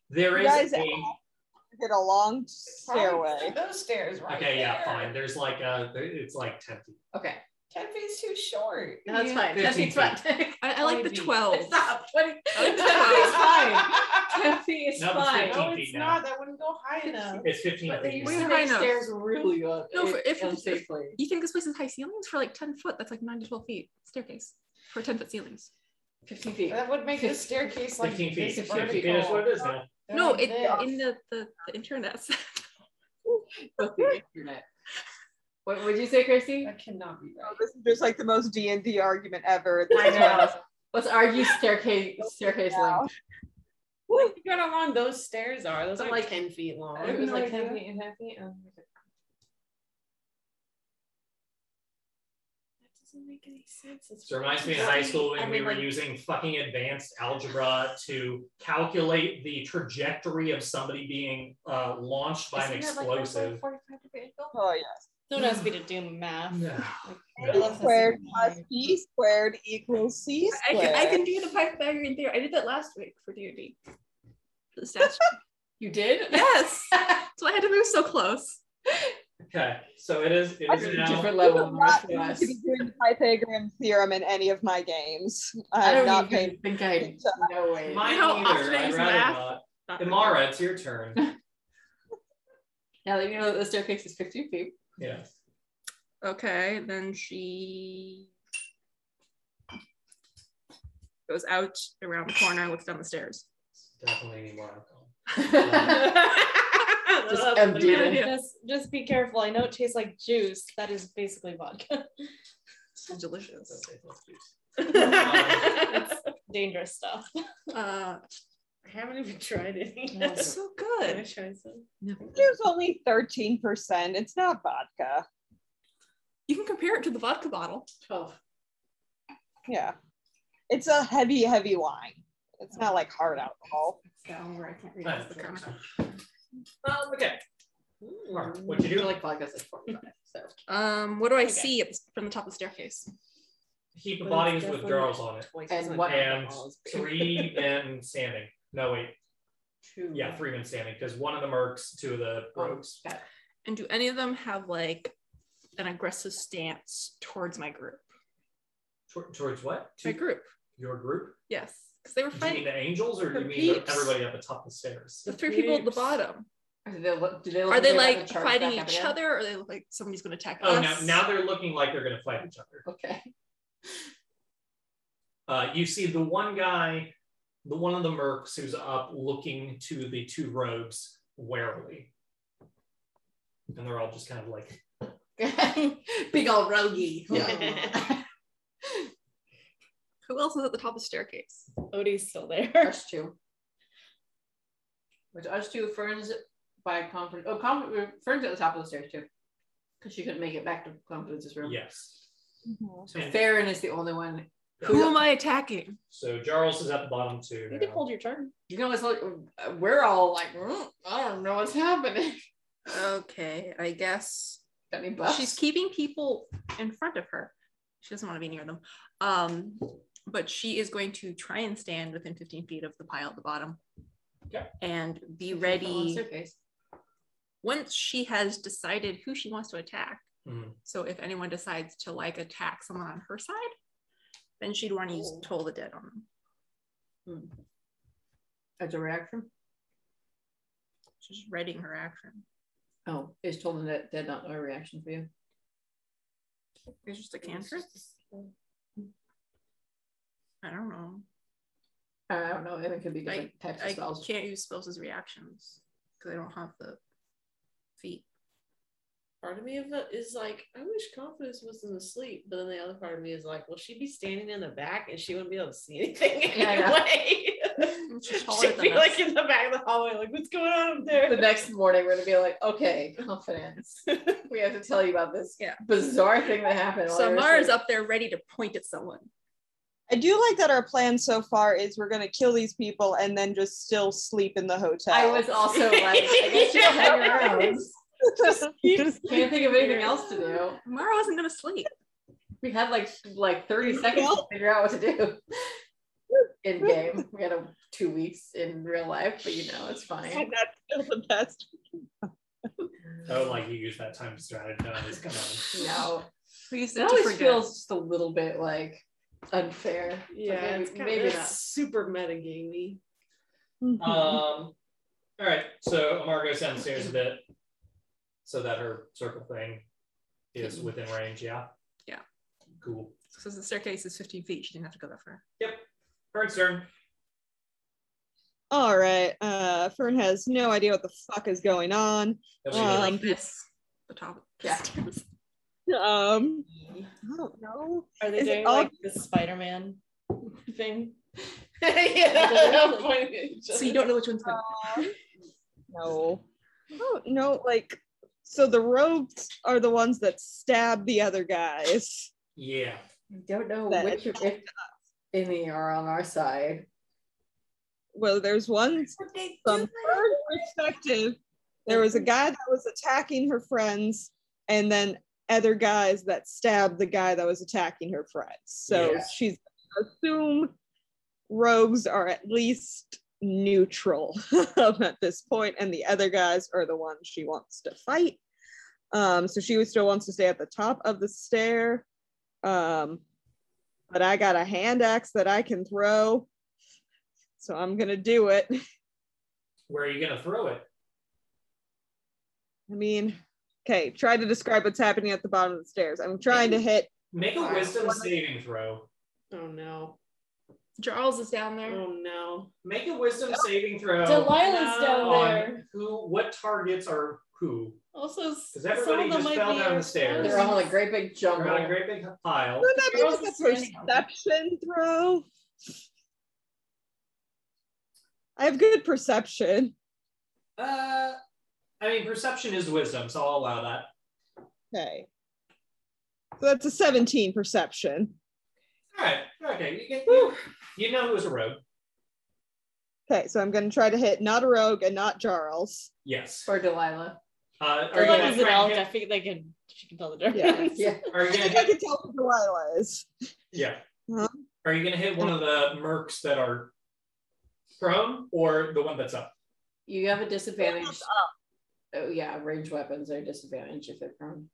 S3: There
S4: You
S3: is
S4: guys-
S3: a
S4: Did a long
S2: Probably
S4: stairway.
S2: Those stairs right
S3: okay, yeah,
S2: there.
S3: fine. There's like a it's like ten feet.
S6: Okay.
S2: Ten feet's too short.
S6: No, that's
S5: Yeah.
S6: fine. That
S3: 15
S6: feet's fine.
S5: I, I like the
S2: Maybe.
S5: twelve.
S6: Stop. What?
S5: like
S6: That feet's fine. That feet is
S3: No, it's
S6: fine.
S3: 15.
S2: No, it's
S3: now.
S2: not. That wouldn't go high enough.
S3: It's fifteen
S6: But they
S3: feet.
S6: used
S5: Wait,
S6: to
S5: high
S6: make
S5: enough.
S6: stairs really up
S5: No, for- if-
S6: unsafely.
S5: You think this place is high ceilings for like ten foot? That's like nine to twelve feet staircase for ten foot ceilings.
S6: 15 feet.
S2: That would make the staircase like
S3: Fifteen feet.
S2: this
S3: Fifteen feet is what
S2: vertical.
S3: it is now.
S5: no,
S2: Like
S5: it
S2: this.
S5: in the the, the internet.
S6: Both the internet. What would you say, Christy?
S2: That cannot be right.
S4: Oh, This is just like the most D and D argument ever. This
S6: I
S4: is why-
S6: know. Let's argue staircase staircase length.
S2: Look how long those stairs are. Those
S6: I'm
S2: are
S6: like-
S2: like ten feet long.
S6: Oh, It was like 10
S2: feet.
S6: feet and 10 feet. Oh, okay.
S2: That doesn't make any sense. It's
S3: This reminds me of
S2: really-
S3: high school when
S2: I
S3: we
S2: mean,
S3: were
S2: like,
S3: using fucking advanced algebra to calculate the trajectory of somebody being uh, launched by an explosive.
S4: Oh yes.
S9: Don't ask me to do math.
S3: No,
S4: A
S3: no.
S4: squared plus b squared equals c
S5: I
S4: squared.
S5: can, I can do the Pythagorean theorem. I did that last week for D and D. For the statue.
S6: You did?
S5: yes. So I had to move so close.
S3: Okay, so it is. It
S4: I
S3: is
S4: can
S3: now.
S6: Different
S4: You
S6: level
S4: do
S6: of
S4: not
S6: martial
S4: need
S6: arts.
S4: to be doing the Pythagorean theorem in any of my games.
S6: I
S4: I'm not
S6: don't
S4: paying
S6: even think I know it.
S3: Mine
S5: You know,
S3: either.
S5: optimized
S3: I'd rather
S5: math.
S3: not.
S5: Not really.
S3: Imara, it's your turn.
S6: Now that you know that the staircase is 15 feet.
S3: Yes.
S5: Okay, then she goes out around the corner, looks down the stairs.
S3: Definitely Imara.
S6: Just empty
S5: good
S6: it.
S5: idea.
S9: Just, just be careful. I know it tastes like juice. That is basically vodka.
S5: It's delicious.
S3: Um,
S9: it's dangerous stuff.
S5: Uh,
S2: I haven't even tried it.
S5: it's so good.
S2: Gotta try some.
S4: There's only 13%. It's not vodka.
S5: You can compare it to the vodka bottle.
S6: 12.
S4: Yeah. It's a heavy, heavy wine. It's not like hard alcohol.
S6: Down where I can't read
S3: Nice.
S6: the direction.
S3: Um, okay. Imara, What'd you
S6: I feel
S3: do?
S6: like vodka's at 45. So
S5: Um, what do I see at this- from the top of the staircase?
S3: Heap of
S2: But
S3: bodies
S2: it's
S3: with
S2: definitely
S3: girls on it,
S2: Twice
S6: And
S2: as
S6: what-
S2: much
S3: and
S2: alcohol as beer.
S3: three men standing. No wait,
S2: Two.
S3: yeah, three men standing because one of the mercs, two of the rogues.
S5: And do any of them have like an aggressive stance towards my group?
S3: Tor- towards what?
S5: Oh, My
S3: To
S5: group,
S3: your group?
S5: yes, because they were
S3: Do you mean
S5: fighting
S3: the angels, or do you
S2: The
S3: mean the-
S2: peeps.
S3: everybody at the top of the stairs?
S5: the three people at the
S2: peeps.
S5: bottom.
S6: Do they look, do they look
S5: Are they
S6: they're about
S5: like
S6: to charge
S5: fighting
S6: back up
S5: each
S6: again?
S5: other, or are they look like somebody's going to attack
S3: Oh, now,
S5: us?
S3: now they're looking like they're going to fight each other.
S6: Okay.
S3: Uh, you see the one guy, the one of the mercs who's up looking to the two rogues warily. And they're all just kind of like,
S6: Big old roguey.
S2: Yeah.
S5: Who else is at the top of the staircase?
S9: Odie's still there.
S6: us two. Which us two, Ferns by confidence. Oh, conf- Ferns at the top of the stairs too, because she couldn't make it back to Confidence's room.
S3: yes.
S6: So
S3: And-
S6: Farron is the only one.
S5: Who am I attacking?
S3: So Jarls is at the bottom too.
S9: You can
S3: now.
S9: hold your turn.
S6: You know, it's like uh, we're all like, "Mm, I don't know what's happening.
S5: Okay, I guess
S6: Got any buffs?
S5: she's keeping people in front of her. She doesn't want to be near them. Um, but she is going to try and stand within 15 feet of the pile at the bottom.
S3: Okay.
S5: And be
S6: She's on the
S5: ready
S6: staircase.
S5: once she has decided who she wants to attack.
S3: Mhm.
S5: So if anyone decides to like attack someone on her side, then she'd want to use
S6: Oh.
S5: Toll the Dead on them.
S6: As a reaction.
S5: She's readying her action.
S6: Oh, is told that did not know a reaction for you.
S5: It's just a cantrip. I don't know.
S6: I don't know. It could be different types of
S5: Uh, I
S6: spells.
S5: can't use spells as reactions because I don't have the feet.
S2: Part of me of it is like, I wish confidence wasn't asleep, but then the other part of me is like, well, she'd be standing in the back and she wouldn't be able to see anything
S6: Yeah, I know.
S2: anyway.
S5: She's taller
S2: she'd
S5: than
S2: be
S5: us.
S2: like in the back of the hallway, like, what's going on up there?
S6: the next morning we're gonna be like, okay, confidence. we have to tell you about this
S5: Yeah.
S6: bizarre thing that happened. while
S5: So
S6: you were
S5: Mara's
S6: asleep.
S5: up there ready to point at someone.
S4: I do like that our plan so far is we're gonna kill these people and then just still sleep in the hotel.
S6: I was also like, I guess you don't have your own.
S4: Just keep-
S6: Can't think of anything else to do.
S5: Mara wasn't gonna sleep.
S6: We had like like 30 seconds to figure out what to do. In game, we had a, two weeks in real life, but you know it's fine.
S4: and that's still the best.
S3: Oh, like you use that time to strategize. Come on.
S6: No,
S5: We used
S6: it
S5: it to
S6: always
S5: forget.
S6: feels just a little bit like unfair. But
S7: Yeah,
S6: maybe,
S7: it's kind
S6: maybe
S7: of
S6: not.
S7: super metagamey.
S6: uh,
S3: Um, all right, so Amar goes downstairs a bit so that her circle thing is within range. Yeah.
S5: Yeah.
S3: Cool.
S5: So the staircase is 15 feet. She didn't have to go that far.
S3: Current turn.
S4: All right. Uh, Fern has no idea what the fuck is going on.
S3: That we
S4: Um,
S5: like this, the top.
S6: Yeah.
S4: Um, I don't know.
S10: Are they
S4: Is it
S10: doing
S4: all-
S10: like the Spider Man thing?
S2: yeah, pointing at each
S5: So you don't know which one's good.
S4: Um, No. I don't know. Like, so the rogues are the ones that stab the other guys.
S3: Yeah.
S6: I don't know
S4: That
S6: which if any are on our side.
S4: Well, there's one from her perspective. There was a guy that was attacking her friends, and then other guys that stabbed the guy that was attacking her friends. So
S3: Yeah.
S4: she's assume rogues are at least neutral at this point, and the other guys are the ones she wants to fight. Um, so she still wants to stay at the top of the stair. Um, but I got a hand axe that I can throw. So I'm gonna do it.
S3: Where are you gonna throw it?
S4: I mean, okay, try to describe what's happening at the bottom of the stairs. I'm trying to hit.
S3: Make a
S7: Fine.
S3: wisdom saving throw.
S7: Oh no.
S5: Charles is down there.
S7: Oh no.
S3: Make a wisdom saving throw.
S8: Delilah's down
S3: on
S8: there.
S3: Who? What targets are who?
S8: Also, s-
S3: Because
S8: some
S3: everybody
S8: of them
S3: just
S8: might
S3: fell
S8: be
S3: down
S8: our
S3: the stairs.
S6: They're all a great big
S3: They're on a
S6: jumble.
S3: great big pile.
S4: Wouldn't that be
S8: Girls is
S4: like a
S8: standing on
S4: perception throw? I have good perception.
S3: Uh, I mean, perception is wisdom, so I'll allow that.
S4: Okay. So that's a 17 perception.
S3: All right. Okay. You, get, you, you know who's a rogue.
S4: Okay, so I'm gonna try to hit not a rogue and not Jarls.
S3: Yes.
S6: Or Delilah.
S3: Uh, are, you
S10: Delilah
S3: gonna
S10: was an
S3: try
S10: elf.
S3: and
S10: I
S3: hit,
S10: think they can. She can tell the difference.
S4: Yeah.
S6: Yeah.
S3: are you
S4: I
S3: gonna
S4: think I
S3: hit?
S4: can tell who Delilah is.
S3: Yeah.
S4: Huh?
S3: Are you gonna hit one of the mercs that are prone, or the one that's up?
S6: You have a disadvantage. Oh yeah, ranged weapons are disadvantage if they're prone.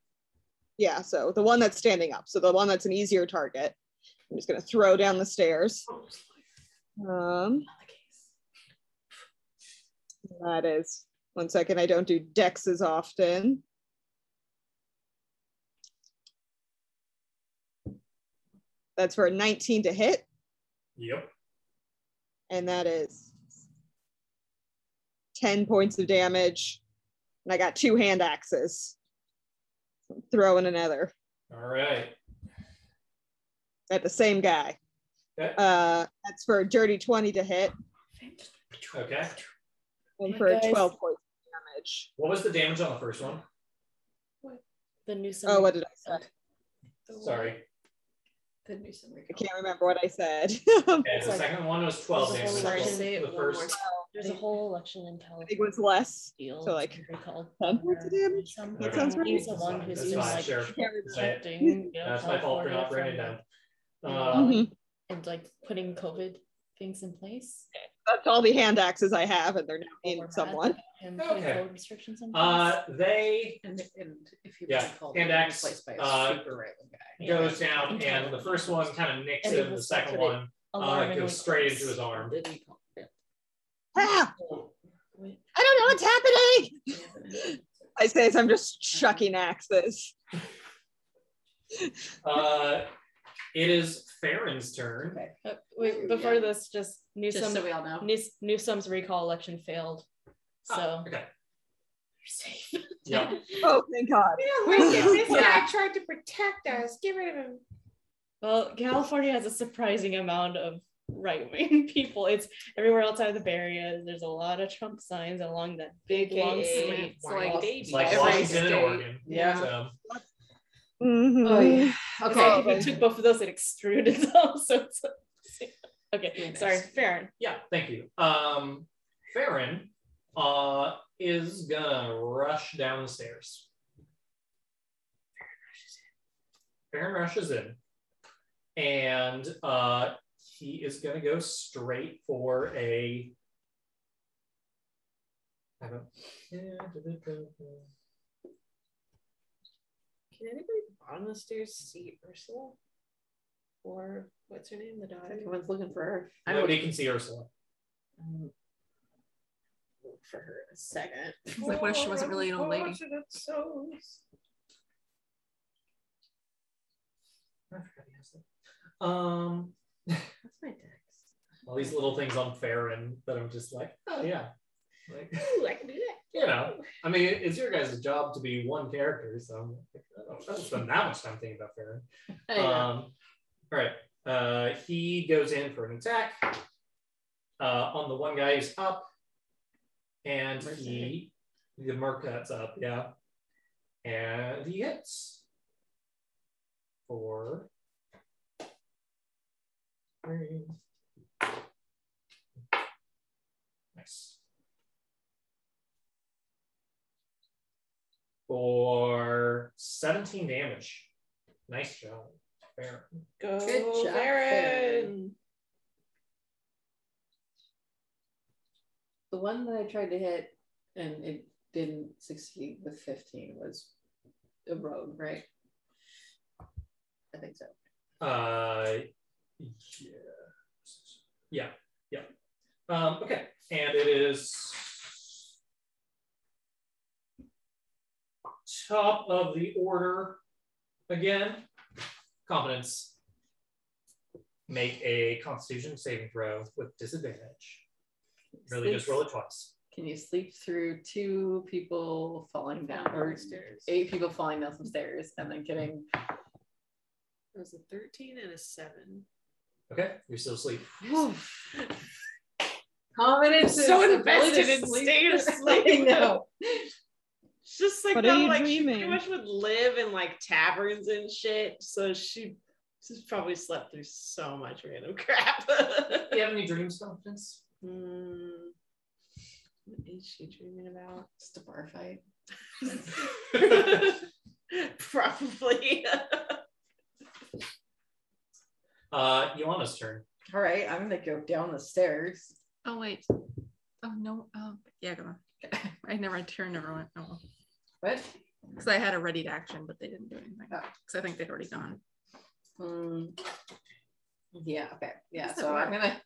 S4: Yeah, so the one that's standing up. So the one that's an easier target. I'm just gonna throw down the stairs. Um, that is one second. I don't do dexes often. That's for a 19 to hit,
S3: Yep.
S4: and that is 10 points of damage. And I got two hand axes. Throw in another.
S3: All right.
S4: at the same guy.
S3: Okay.
S4: Uh, that's for a dirty 20 to hit
S3: Okay.
S4: and
S10: My
S4: for a
S10: guys.
S4: 12 points of damage.
S3: What was the damage on the first one?
S10: The new summer.
S4: Oh, what did I say?
S3: Sorry.
S8: the Newsom
S4: I
S8: recall.
S4: can't remember what I said.
S3: Okay, the
S10: It's like-
S3: second one was 12
S10: It's
S3: damage.
S10: like-
S3: The
S10: Say
S8: it one more
S3: first.
S10: There's a whole election in
S4: I
S10: California.
S4: think it was less.
S10: Deal,
S4: so, like,
S10: called
S4: 10 points of damage?
S10: Something.
S4: That sounds right.
S10: He's the one who's
S3: That's
S10: been
S3: fine,
S10: like
S3: sure. Say it.
S10: protecting, you know,
S3: That's my fault for
S10: California
S3: not writing it
S10: from-
S3: down.
S10: Um,
S3: Uh,
S4: Mhm.
S10: and like putting COVID things in place.
S4: That's all the hand axes I have, and they're now
S10: while we're
S4: in
S10: mad
S4: someone.
S10: And putting
S3: Okay.
S10: COVID restrictions in place.
S3: uh, they
S6: And, and if you
S3: Yeah,
S6: recall,
S3: hand
S6: they were
S3: axe,
S6: replaced by a
S3: uh,
S6: super right wing guy.
S3: goes down, and the first one kind of nicks
S10: And it
S3: him. The
S10: was
S3: second
S10: put it
S3: one uh, goes straight into his arm.
S4: Ah, I don't know what's happening. I say as I'm just chucking axes.
S3: Uh, it is Farron's turn.
S6: Okay.
S10: Uh, wait, before
S6: Yeah.
S10: this, just
S6: Just
S10: Newsom
S6: so we all know.
S10: Nus- Newsom's recall election failed. So
S3: Ah, okay.
S10: you're safe.
S3: Yeah.
S4: Oh, thank God.
S2: Wait, this
S6: Yeah.
S2: guy tried to protect us. Get rid of him.
S10: Well, California has a surprising amount of right wing people. It's everywhere outside the Bay Area. There's a lot of Trump signs along that big long
S8: AKA,
S10: street.
S8: it's like
S10: Wall-
S8: baby.
S3: It's like
S8: Every
S3: Washington and
S8: state.
S3: Oregon.
S6: Yeah.
S3: So,
S4: Mhm.
S19: Oh, yeah.
S10: So
S19: Okay.
S10: if you took both of those, it extruded them. So it's okay. Sorry, Farron.
S3: Yeah, thank you. Um, Farron uh, is gonna rush downstairs. Farron rushes in, and uh, he is gonna go straight for a. I don't.
S2: Can anybody at the bottom of the stairs see Ursula? Or what's her name? The daughter?
S6: Everyone's looking for her. I'm
S3: Nobody can see Ursula.
S6: looking for her a second.
S5: Like, what if she wasn't really an old lady?
S2: Unfortunate souls.
S3: I forgot he has that. Um,
S6: That's my dex.
S3: all these little things on Farron that I'm just like, oh yeah, like.
S2: Ooh, I can do that.
S3: you know, I mean, it's your guys' job to be one character, so I'm like, I don't- I don't spend that much time thinking about Farron.
S6: I know.
S3: Um, all right, uh, he goes in for an attack uh, on the one guy who's up, and he the merc that's up, yeah, and he hits for three. Nice. for 17 damage. Nice job. Fair.
S2: Go,
S6: Good job,
S2: Farron.
S6: the one that I tried to hit and it didn't succeed with 15 was a rogue, right? I think so.
S3: Uh, yeah. Yeah. Yeah. Um, okay. And it is top of the order again. Competence. Make a constitution saving throw with disadvantage. Really just roll it twice.
S6: Can you sleep through two people falling down or eight people falling down some stairs and then getting
S2: It was a 13 and a 7.
S3: Okay. You're still asleep.
S6: confidence? is
S2: so
S6: the ability
S2: invested
S6: to
S2: in
S6: sleep.
S2: staying
S6: I
S2: asleep.
S6: know.
S2: It's just like
S4: What
S2: that,
S4: are you
S2: like she
S4: dreaming?
S2: pretty much would live in like taverns and shit. So she she's probably slept through so much random crap.
S3: Do you have any dreams, Competence?
S2: Hmm. What is she dreaming about?
S6: Just a bar fight.
S2: probably.
S3: Uh, Ioana's turn.
S6: All right, I'm gonna go down the stairs.
S5: Oh wait. Oh no. Oh yeah, go on. I never turned never went. Oh
S6: What?
S5: because I had a ready to action, but they didn't do anything.
S6: Oh.
S5: Because I think they'd already gone.
S6: Mm. Yeah, okay. Yeah,
S5: does that
S6: so I'm
S5: work?
S6: gonna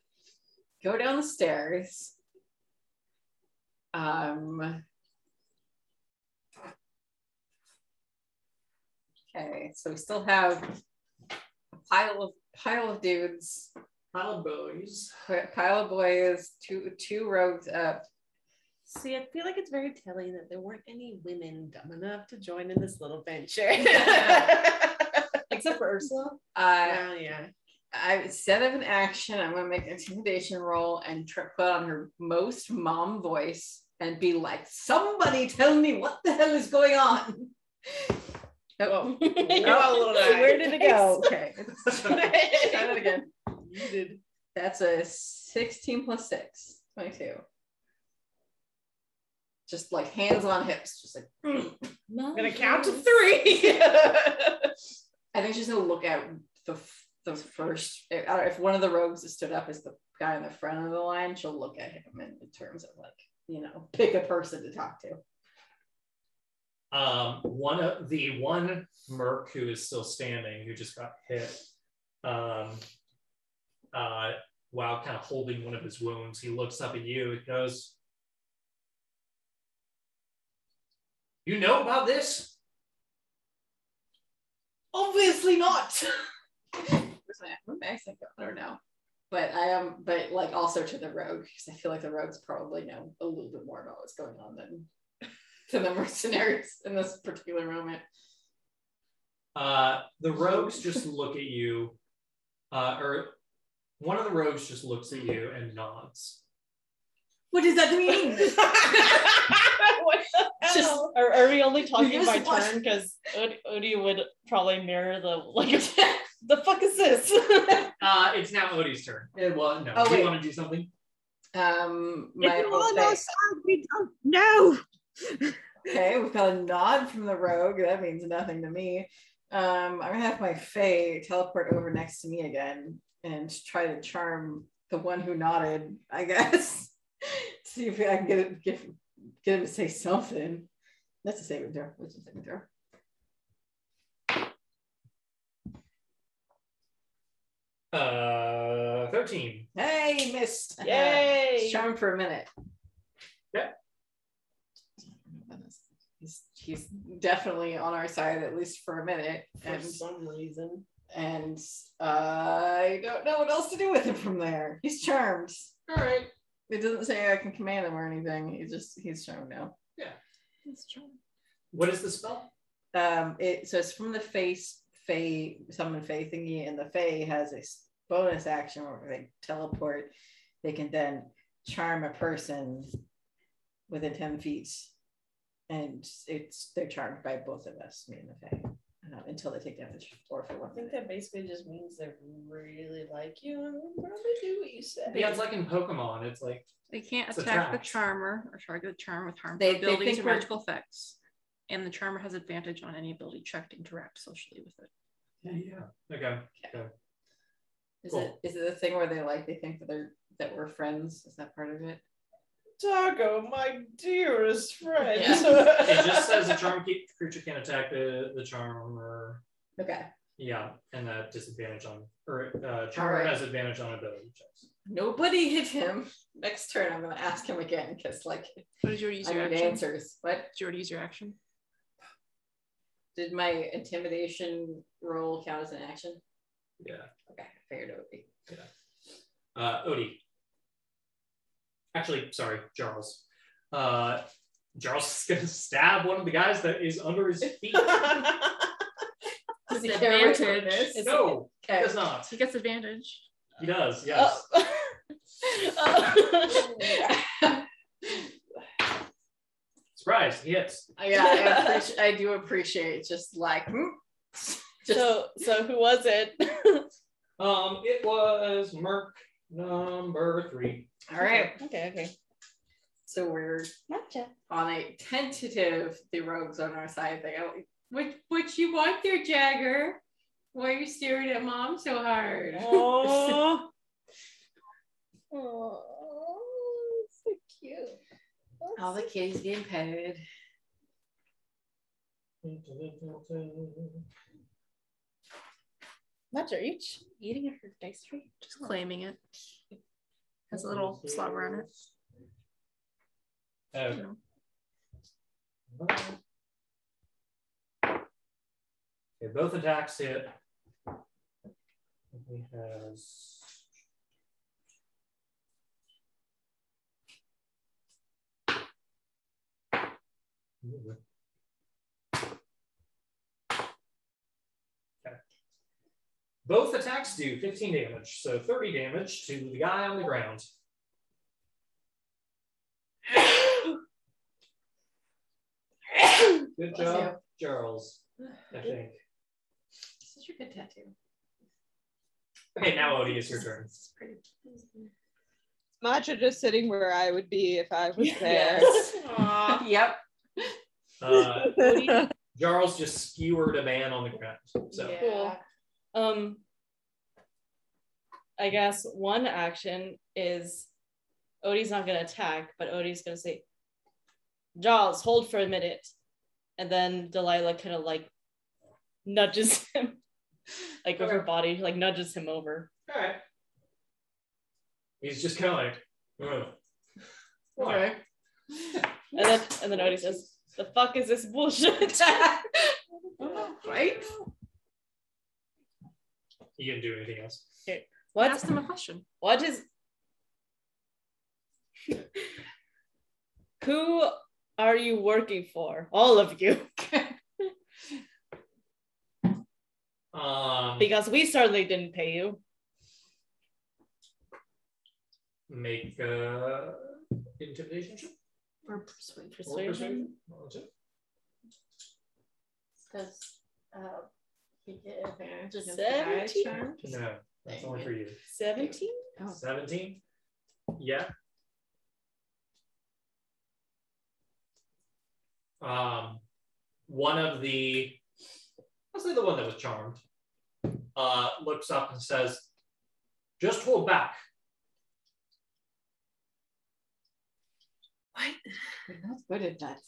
S6: go down the stairs. Um Okay, so we still have a pile of pile of dudes,
S3: Proud Boys.
S6: pile of boys, two two rogues up.
S2: See, I feel like it's very telling that there weren't any women dumb enough to join in this little venture.
S6: Except for Ursula. Uh
S2: Oh yeah.
S6: I instead of an action, I'm gonna make an intimidation roll and tr- put on her most mom voice and be like, "Somebody tell me what the hell is going on." Oh,
S2: Whoa, Lorelai.
S6: where did it
S10: Oh,
S6: go? Okay, try that again.
S2: You did.
S6: That's a 16 plus 6, 22. Just like hands on hips, just like.
S2: I'm gonna count to three.
S6: I think she's gonna look at the f- the first. I don't know, if one of the rogues that stood up is the guy in the front of the line, she'll look at him in, in terms of like you know pick a person to talk to.
S3: Um, one of the one merc who is still standing, who just got hit, um, uh, while kind of holding one of his wounds, he looks up at you. He goes, "You know about this?
S2: Obviously not.
S6: Where's my where'd my accent go? I don't know, but I am. But like also to the rogue because I feel like the rogues probably know a little bit more about what's going on than to the mercenaries in this particular moment.
S3: Uh, the rogues just look at you, uh, or one of the rogues just looks at you and nods.
S8: What does that mean?
S10: what the hell?
S5: Just-
S10: are, are we only talking
S8: just
S10: by
S8: watch-
S10: turn? Because Odie would probably mirror the like. the fuck is this?
S3: Uh, it's now Odie's turn. Eh, well, no.
S6: Oh,
S3: do you
S6: wait.
S3: want to do something?
S6: Um, my
S4: It's
S6: whole
S4: all
S6: thing.
S4: outside. We don't know.
S6: Okay, we've got a nod from the rogue. That means nothing to me. Um, I'm gonna have my Fae teleport over next to me again and try to charm the one who nodded, I guess. See if I can get it, get, get him to say something. That's a saving throw. That's a saving throw.
S3: Uh, 13.
S6: Hey, missed. Uh,
S10: Yay!
S6: Charm for a minute.
S3: Yeah.
S6: He's, he's definitely on our side at least for a minute.
S2: for
S6: And
S2: some reason.
S6: and I don't know what else to do with him from there. He's charmed.
S3: All right.
S6: It doesn't say I can command him or anything. He just he's charmed now.
S3: What is the spell?
S6: Um, it so it's from the face fey summon fey thingy, and the fey has a s- bonus action where they teleport. They can then charm a person within ten feet, and it's they're charmed by both of us, me and the fey, um, until they take damage or for one
S2: I think
S6: minute.
S2: that basically just means they really like you and will probably do what you said.
S3: Yeah, it's like in Pokemon. It's like,
S5: They can't
S3: It's
S5: attack the
S3: attacked.
S5: charmer or target the charm with harmful
S6: They- they
S5: abilities
S6: think
S5: or
S6: we're-
S5: magical effects. And the charmer has advantage on any ability check to interact socially with it.
S3: yeah. Okay.
S6: Is
S3: Cool.
S6: it is it the thing where they like they think that they're that we're friends? Is that part of it?
S2: Doggo, my dearest friend.
S3: It just says the charm keep creature can attack the, the charmer.
S6: Okay.
S3: Yeah, and that disadvantage on, or uh, charmer
S6: All right.
S3: has advantage on ability checks.
S6: Nobody hit him. Next turn, I'm gonna ask him again because like
S5: What did you already use
S6: I
S5: your
S6: need
S5: action?
S6: answers. What
S5: Did you already use your action?
S6: did my intimidation roll count as an action?
S3: Yeah.
S6: Okay, I figured it would be.
S3: Uh, Odie. Actually, sorry, Jarls. Uh, Jarls is gonna stab one of the guys that is under his feet.
S6: Does he
S5: It's
S6: care which one it
S5: advantage.
S6: is?
S3: no, he
S6: Okay.
S3: does not.
S5: He gets advantage.
S3: He does, yes. Surprise, he hits.
S6: Yeah, I, appreci- I do appreciate just like hmm. just
S10: so so who was it?
S3: Um, it was Merc number three.
S6: all right.
S10: okay, okay.
S6: So we're
S10: Matcha.
S6: on a tentative the rogues on our side thing. I- What what you want there, Jagger? Why are you staring at mom so hard?
S10: Oh.
S2: Oh, so cute.
S6: All the kitties getting petted.
S10: Matcha, are you ch- eating her dice tree?
S5: Just claiming it. Has a little slobber on it.
S3: Okay.
S5: you
S3: Okay, both attacks hit. He has. Okay. Both attacks do 15 damage, so 30 damage to the guy on the ground. Good
S6: Bless
S3: job, Charles. I think.
S6: Such a good tattoo.
S3: Okay, now Odie, it's your turn.
S4: Matcha just sitting where I would be if I was there.
S2: Yes.
S6: Yep.
S3: Uh, Jarls just skewered a man on the ground. So
S10: Cool. Um, I guess one action is Odie's not gonna attack, but Odie's gonna say, "Jaws, hold for a minute," and then Delilah kind of like nudges him, like with her body, like nudges him over.
S3: all right. He's just kind of like, "Ugh." All right.
S10: And then and then Odie says, "The fuck is this bullshit?"
S6: Right?
S3: He didn't do anything else.
S10: what?
S5: Ask them a question.
S10: What is? Who are you working for? All of you.
S3: Um,
S10: Because we certainly didn't pay you.
S3: make uh, Intimidation check?
S5: Or persuade.
S3: Or
S10: Persuasion.
S3: Well, that's it.
S6: Does uh, he get advantage against the
S10: 17?
S6: guy charm?
S3: No, that's only for you.
S10: 17?
S3: 17? Yeah. Um, one of the, I'll say the one that was charmed, uh, looks up and says, just hold back.
S6: You're not good at that.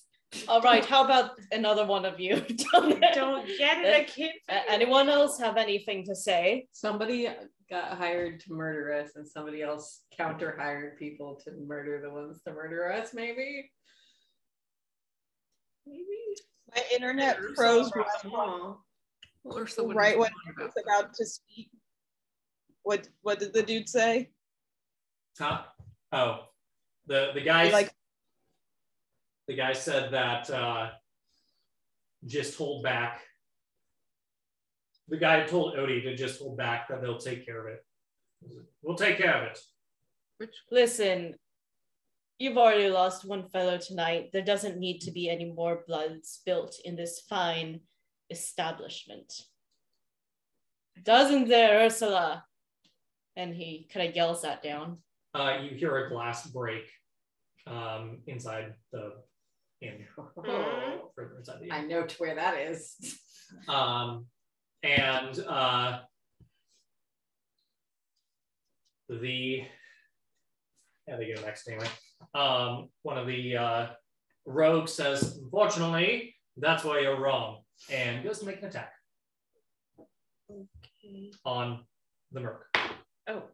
S10: All right, how about another one of you? Don't-
S2: Don't get it. I
S10: That's-
S2: can't.
S10: Uh, anyone else have anything to say?
S8: Somebody got hired to murder us, and somebody else counter hired people to murder the ones to murder us. Maybe.
S2: Maybe.
S4: My internet froze
S3: Right.
S5: Or so
S4: Right,
S5: what?
S4: what- was about to speak. What what did the dude say?
S3: Huh? Oh, the, the guy,
S4: He, like
S3: the guy said that, uh, just hold back. The guy told Odie to just hold back, that they'll take care of it. We'll take care of it.
S10: Listen, you've already lost one fellow tonight. There doesn't need to be any more blood spilt in this fine establishment. Doesn't there, Ursula? And he kind of yells that down.
S3: uh, you hear a glass break um, inside the inn.
S6: Mhm.
S3: Further inside the
S6: I
S3: inn.
S6: know to where that is.
S3: Um, and uh, the yeah, they go next anyway. Um, one of the uh, rogues says, "Unfortunately, that's why you're wrong," and goes to make an attack
S2: Okay.
S3: on the merc.
S2: Oh,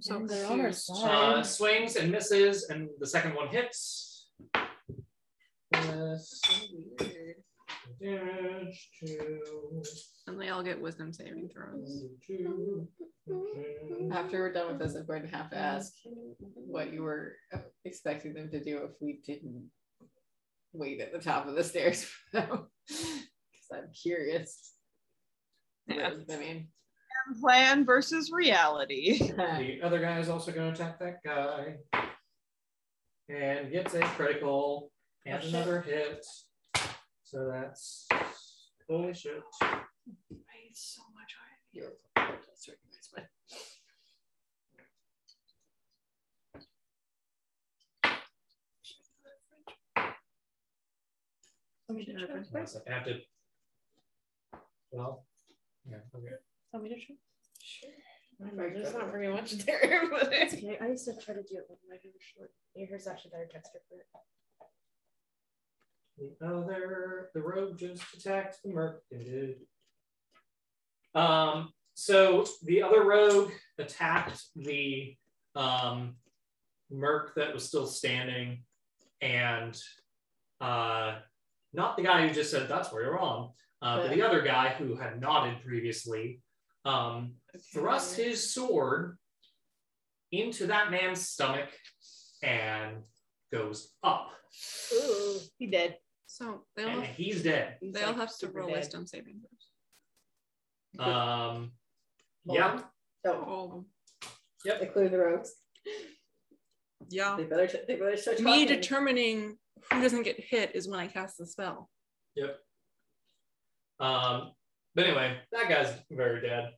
S5: So
S10: And they're on our
S5: confused.
S10: side.
S3: Uh, swings and misses, and the second one hits. Plus damage to-
S5: And they all get wisdom saving throws.
S3: to-
S6: After we're done with this, I'm going to have to ask what you were expecting them to do if we didn't wait at the top of the stairs for them. Because I'm curious.
S7: Yeah.
S6: I mean,
S4: plan versus reality.
S3: The other guy is also going to attack that guy, and gets a critical and another hit. So that's holy shit.
S8: so much
S6: you're sorry, guys, but
S5: Jennifer.
S3: I have to. Well, yeah, okay.
S10: Want me to try?
S2: there's not very much there. But
S9: It's okay. I used to try to do it with my hair was short. Your hair's actually better texture for it.
S3: The other, the rogue just attacked the merc. Dude. Um, so the other rogue attacked the um, merc that was still standing, and uh, not the guy who just said that's where you're wrong, uh, but the other guy who had nodded previously um, thrust his sword into that man's stomach and goes up,
S9: Ooh, he did.
S5: So they all
S3: and
S5: have,
S3: he's dead.
S5: they all have to roll wisdom saving throws.
S3: Um, yeah,
S6: so
S5: All of them.
S6: include the rogues.
S5: Yeah.
S6: They better, t- they better start
S5: Me
S6: talking.
S5: determining who doesn't get hit is when I cast the spell.
S3: Um, but anyway, that guy's very dead.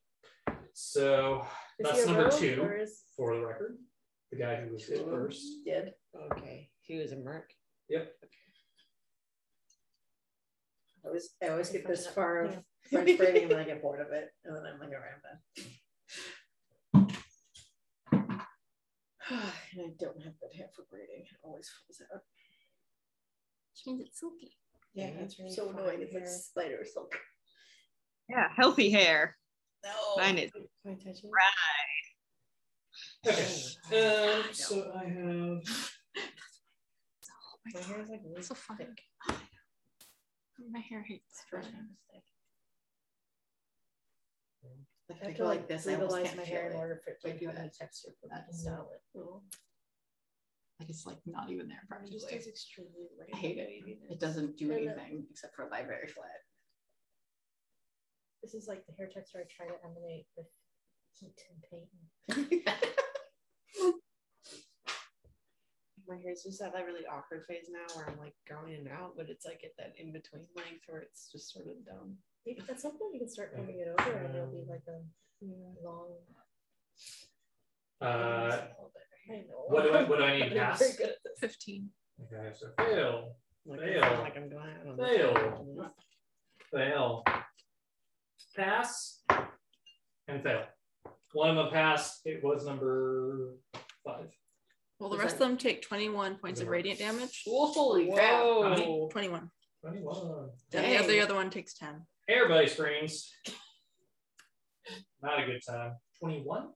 S3: So
S9: Is
S3: that's
S9: he a
S3: number
S9: rogue
S3: two
S9: or is-
S3: for the record. The guy who was hit first.
S6: Dead.
S2: okay, he was a merc.
S6: I always, I always get this far of French braiding and then I get bored of it. And then I'm like, all right, I'm done. and I don't have good hair for braiding. It always falls out.
S5: Change it silky.
S6: Yeah, it's so annoying. It's like spider silk.
S4: Yeah, healthy hair.
S6: No.
S4: Mine is
S6: Can I touch it?
S3: Okay. Um, so I have
S5: Oh my god.
S6: like really
S5: So fucking
S6: thick.
S5: My hair hates
S6: First
S5: drying.
S6: time mistake. Like I go like this, I almost can't my hair in order for it to do that texture for that solid. Like it's like not even there practically.
S2: extremely
S6: I hate it. It doesn't do anything except for lie very flat.
S9: This is like the hair texture I try to emulate with
S2: Keaton Payton. My hair's just at that really awkward phase now where I'm like growing it out, but it's like at that in between length where it's just sort of dumb.
S20: Maybe at some point you can start combing it over and it'll be like a long.
S3: Uh,
S20: I know.
S3: what do I what do I need to
S20: I'm not
S3: pass?
S20: very good at this.
S5: 15.
S3: Okay, so fail,
S2: Like,
S3: Fail.
S2: I feel like I'm going out on this
S3: Fail.
S2: one.
S3: fail, pass, and fail. One of them passed. It was number five.
S5: Well, the
S3: Is
S5: rest of
S3: that-
S5: them take 21 points of radiant damage.
S6: Holy crap.
S9: Oh.
S3: Whoa.
S5: 21.
S3: Twenty-one.
S5: And the other, the other one takes 10.
S3: Everybody screams. Not a good time. Twenty-one.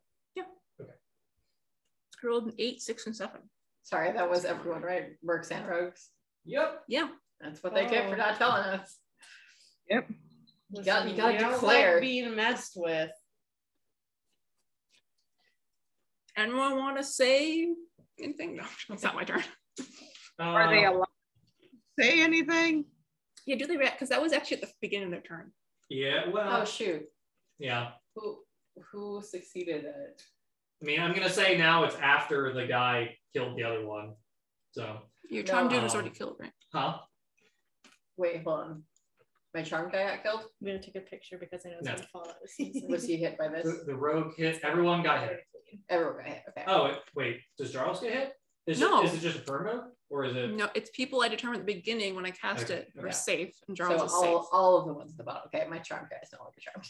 S5: I rolled an 8, 6, and 7.
S6: Sorry, that was everyone, right? Mercs and rogues.
S3: Yep.
S5: Yeah.
S6: That's what they get
S2: Oh.
S6: for not telling us.
S4: Yep.
S6: You got, you
S2: Listen,
S6: got
S2: we don't
S6: declared.
S2: Like being messed with.
S5: Anyone want to say anything? No, it's not my turn.
S4: Are they
S3: Um,
S4: alive?
S13: Say anything?
S5: Yeah, do they react? Because that was actually at the beginning of their turn.
S3: Yeah. Well.
S2: uh,
S6: oh, shoot.
S3: yeah.
S6: Who who succeeded at it?
S3: I mean, I'm gonna say now it's after the guy killed the other one. So.
S5: Your charm
S6: No.
S5: dude
S3: um,
S5: was already killed, right?
S3: Huh.
S6: Wait, hold on. My charm guy got killed?
S20: I'm gonna take a picture because I know it's
S3: No.
S20: gonna fall out as soon as I-
S6: Was he hit by this?
S3: The, the rogue hit. Everyone got hit.
S6: Everyone got hit. Okay.
S3: Oh it- wait, does Jarls get hit? Is
S5: No.
S3: It, is it just Inferno, or is it?
S5: No, it's people I determined at the beginning when I cast
S3: Okay,
S5: it were
S3: okay.
S5: safe, and
S6: so
S5: Jarls is
S6: all,
S5: safe.
S6: all of the ones at the bottom. Okay, my charm guy is no longer charmed.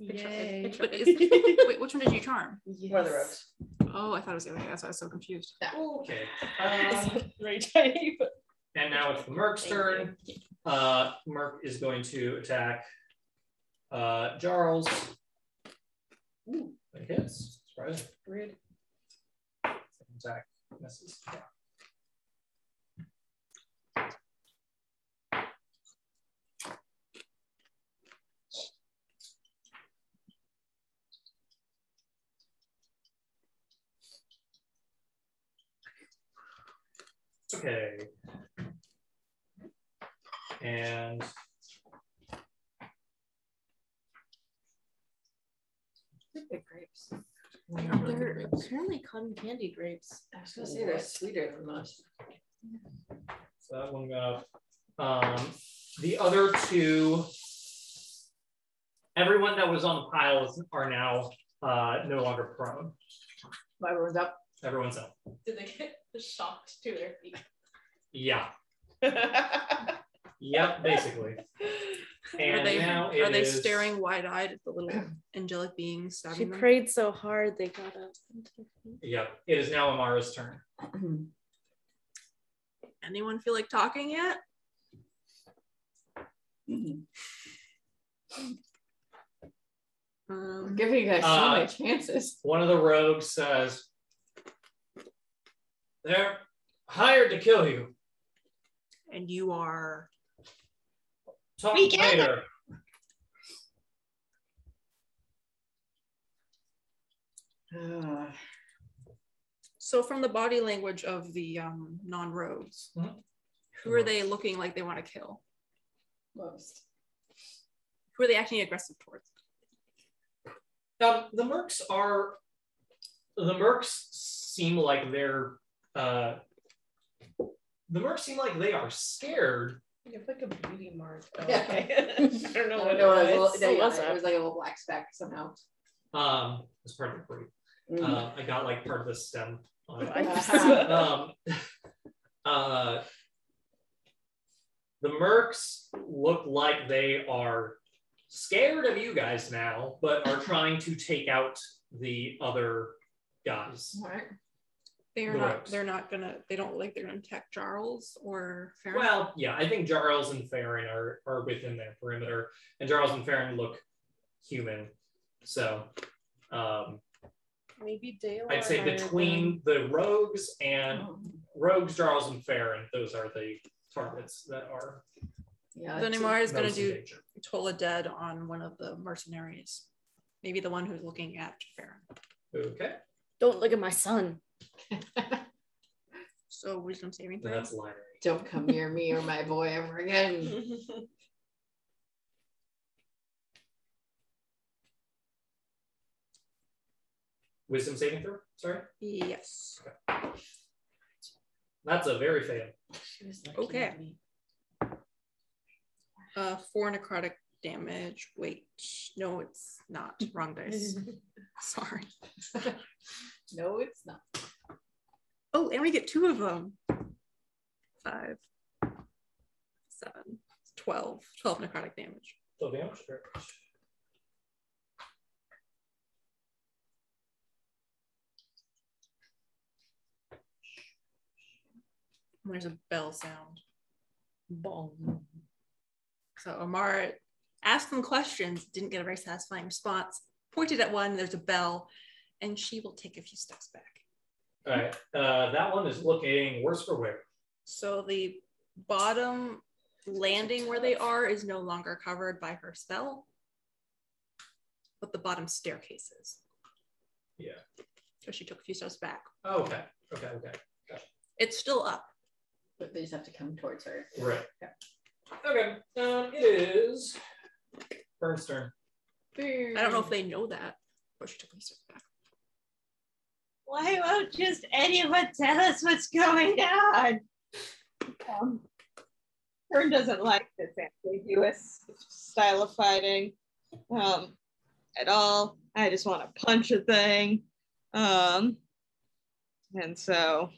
S20: Yay.
S5: But is, wait, which one did you charm?
S6: One of the rogues.
S5: Oh, I thought it was the other. guy. That's why I was so confused.
S3: Oh, Okay. Uh,
S20: Rage hiding, but
S3: and now it's the Merc's turn. Uh, Merc is going to attack uh, Jarls. Ooh, that hits. Surprising.
S6: Rude.
S3: Second Attack misses. Okay. And
S20: the grapes.
S9: They're apparently cotton candy grapes.
S6: I was going to say they're sweeter than most.
S3: So that one got up. Um, the other two, everyone that was on the pile is, are now uh, no longer prone.
S6: Everyone's up.
S3: Everyone's up.
S2: Did they get shocked to their feet?
S3: Yeah. Yep, basically. And
S5: Are they,
S3: now it
S5: are they
S3: is-
S5: staring wide eyed at the little angelic beings
S9: She
S5: stabbing them?
S9: prayed so hard they got up.
S3: Yep. It is now Amara's turn.
S5: Anyone feel like talking yet?
S3: Mm-hmm.
S6: Mhm. I'm
S5: Um,
S6: giving you guys so
S3: Uh,
S6: many chances.
S3: One of the rogues says, They're hired to kill you.
S5: and you are.
S3: Talk
S13: We can-
S3: later.
S6: Ah,
S5: So, from the body language of the um, non rogues,
S3: Mhm.
S5: who are they looking like they want to kill?
S6: most.
S5: Who are they acting aggressive towards?
S3: Um, the mercs are the mercs seem like they're uh, the mercs seem like they are scared.
S2: You have like a beauty mark.
S6: Yeah.
S2: I don't know
S6: No,
S2: what
S6: no, it was, a
S2: it was.
S6: little- yeah,
S9: what's
S6: yeah,
S9: up?
S6: it was like a little black speck somehow.
S3: Um, it's part of the fruit. Uh, I got like part of the stem on it.
S6: Uh-huh.
S3: Um, uh, the mercs look like they are scared of you guys now, but are trying to take out the other guys.
S6: All right.
S5: They are
S3: The
S5: not.
S3: rogues.
S5: They're not gonna. They don't look like they're gonna attack Jarls or Farron.
S3: Well, yeah, I think Jarls and Farron are, are within their perimeter, and Jarls and Farron look human. So um,
S20: Maybe Dale.
S3: I'd say between the rogues
S6: Oh.
S3: and rogues, Jarls and Farron, those are the targets that are
S6: Yeah,
S5: Then Amara is gonna
S3: most in
S5: do
S3: danger.
S5: Tola dead on one of the mercenaries. Maybe the one who's looking at Farron.
S3: Okay,
S9: Don't look at my son.
S5: So wisdom saving
S3: so
S5: throw.
S3: that's Linery.
S6: don't come near me or my boy ever again.
S3: Wisdom saving throw. Sorry.
S5: Yes.
S3: That's a very fail.
S5: Okay. Uh, four necrotic damage. Wait, no, it's not. Wrong dice. Sorry.
S6: no, it's not.
S5: Oh, and we get two of them. Five, seven, 12. 12 necrotic damage.
S3: 12 damage. Sure.
S5: There's a bell sound. Bong. So Amara asked them questions, didn't get a very satisfying response, pointed at one, there's a bell, and she will take a few steps back.
S3: All right. Uh, that one is looking worse for wear.
S5: So the bottom landing where they are is no longer covered by her spell, but the bottom staircase is.
S3: Yeah.
S5: So she took a few steps back.
S3: Oh, okay. Okay. Okay.
S5: It's still up.
S6: But they just have to come towards her.
S3: Right.
S6: Yeah.
S3: Okay. Um, it is Burn's turn.
S5: I don't know if they know that, but she took a few steps back.
S13: Why won't just anyone tell us what's going on? Um, Kern doesn't like this ambiguous style of fighting um,
S4: at all. I just want to punch a thing. Um, and so,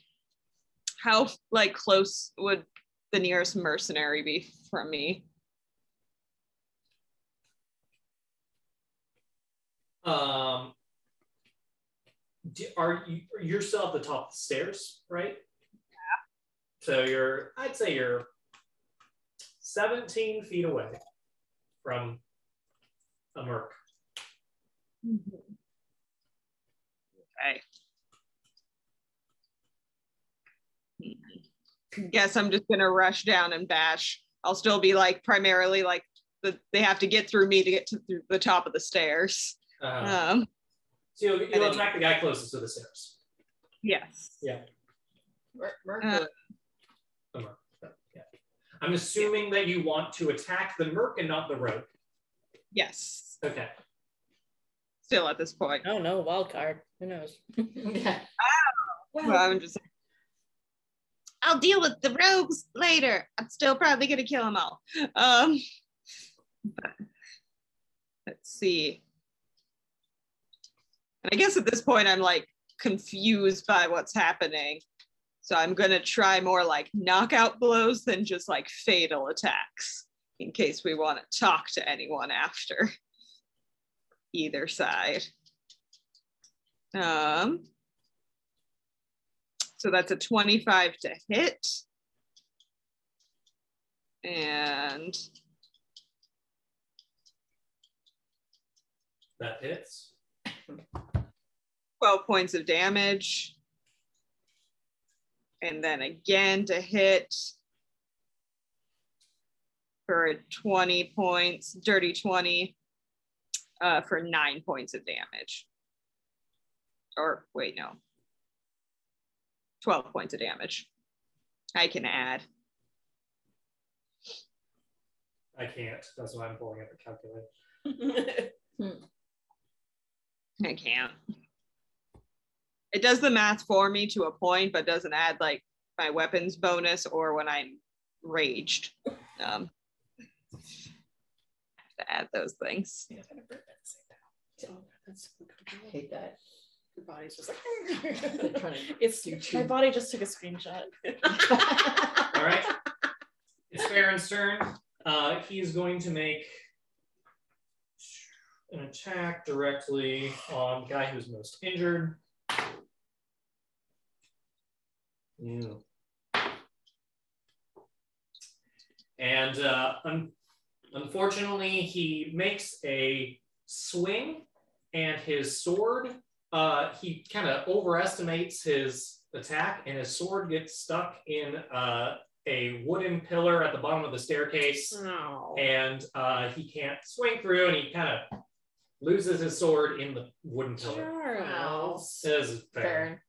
S4: how like close would the nearest mercenary be from me?
S3: Um, d- are you you're still at the top of the stairs, right? Yeah. So you're, I'd say you're 17 feet away from a merc.
S4: Okay. Guess I'm just gonna rush down and bash. I'll still be like primarily like the, they have to get through me to get to through the top of the stairs.
S3: Uh,
S4: Um,
S3: so you'll,
S4: and
S3: you'll
S4: then-
S3: attack the guy closest to the stairs.
S4: yes.
S3: Yeah.
S6: Mer- Mer-
S4: Uh,
S3: A merc. Yeah. I'm assuming that you want to attack the merc and not the rogue.
S4: Yes.
S3: Okay.
S4: Still at this point.
S10: I don't know, wild card. Who knows?
S6: yeah.
S4: Well, I'm just
S13: I'll deal with the rogues later. I'm still probably gonna kill them all.
S4: um let's see and i guess at this point i'm like confused by what's happening so i'm going to try more like knockout blows than just like fatal attacks in case we want to talk to anyone after either side um so that's a 25 to hit and
S3: That hits.
S4: 12 points of damage. And then again to hit for 20 points, dirty 20, uh, for nine points of damage. Or wait, no. 12 points of damage. I can add.
S3: I can't. That's why I'm pulling up a calculator.
S4: I can't. It does the math for me to a point, but doesn't add like my weapons bonus or when I'm raged. Um, have to add those things.
S9: Oh,
S6: I hate that.
S2: Your body's just like.
S6: They're trying to
S10: It's
S6: do two.
S10: my body just took a screenshot.
S3: All right. It's Baron's turn. Uh, he is going to make an attack directly on guy who's most injured. Ew. And uh, un- unfortunately, he makes a swing, and his sword. Uh, he kind of overestimates his attack, and his sword gets stuck in uh, a wooden pillar at the bottom of the staircase
S2: Oh.
S3: and uh, he can't swing through, and he kind of loses his sword in the wooden pillar.
S2: Charles.
S3: This is fair.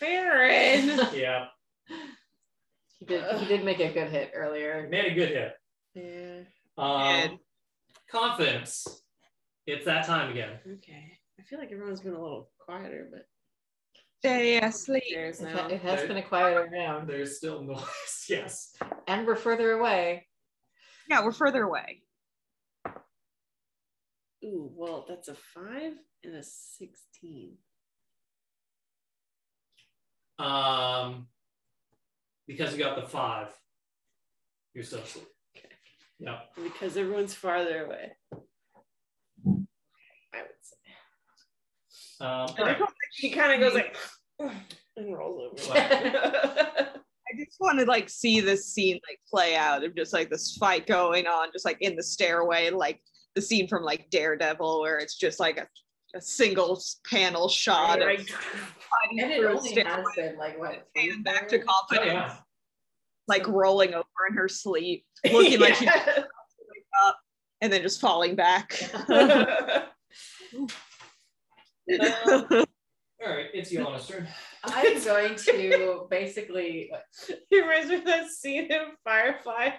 S6: Baron.
S2: Farron.
S3: Yeah,
S6: He did, he did make a good hit earlier.
S3: made a good hit.
S2: Yeah.
S3: Um,
S4: Good.
S3: confidence. It's that time again.
S2: Okay. I feel like everyone's been a little quieter, but
S13: Stay asleep.
S6: It
S2: now.
S6: ha- it has
S3: There-
S6: been a quieter round,
S3: There's still noise. Yes.
S6: and we're further away.
S13: Yeah, we're further away.
S2: Ooh, well, that's a five and a sixteen.
S3: Um, because you got the five, you're still asleep. Yeah.
S2: Because everyone's farther away. I would say.
S3: Um, all
S2: And
S3: right.
S2: everyone- She kind of goes like and rolls over.
S4: I just want to like see this scene like play out of just like this fight going on, just like in the stairway, like the scene from like Daredevil, where it's just like a, a single s- panel shot of
S2: Right.
S4: fighting
S6: And it
S4: through a
S6: only
S4: stairway,
S6: has been like what? three
S4: and back to
S6: quarters?
S3: Oh,
S4: confidence,
S3: yeah.
S4: like rolling over in her sleep, looking like she's about to wake up, and then just falling back.
S3: All right. It's Yolanda's turn.
S6: I'm going to basically
S2: He reminds me of that scene in Firefly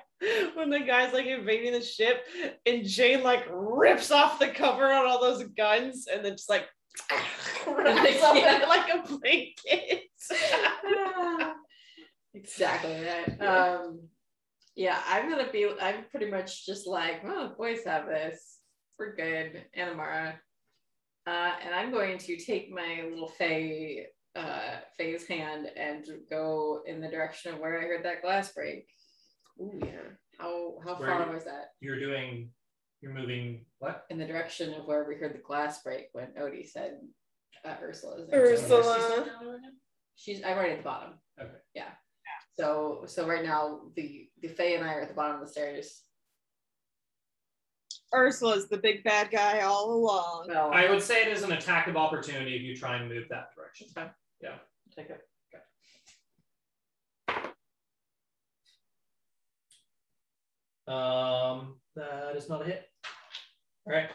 S2: when the guy's like invading the ship and Jane like rips off the cover on all those guns and then just like runs off
S6: Yeah.
S2: like a blanket.
S6: exactly right. Um, yeah, I'm gonna be. I'm pretty much just like, well, the boys have this. We're good, Anamara. Uh, and I'm going to take my little Faye, uh, Faye's hand and go in the direction of where I heard that glass break.
S2: Ooh, yeah.
S6: How how
S3: Where
S6: far
S3: you-
S6: was that?
S3: You're doing. You're moving. What?
S6: In the direction of where we heard the glass break when Odie said uh, Ursula's. name.
S2: Ursula.
S6: She's I'm right at the bottom.
S3: Okay.
S6: Yeah. So so right now the the Faye and I are at the bottom of the stairs.
S4: Ursula's the big bad guy all along.
S6: Well,
S3: I would say it is an attack of opportunity if you try and move that direction.
S6: take it.
S3: Um, that is not a hit. All right.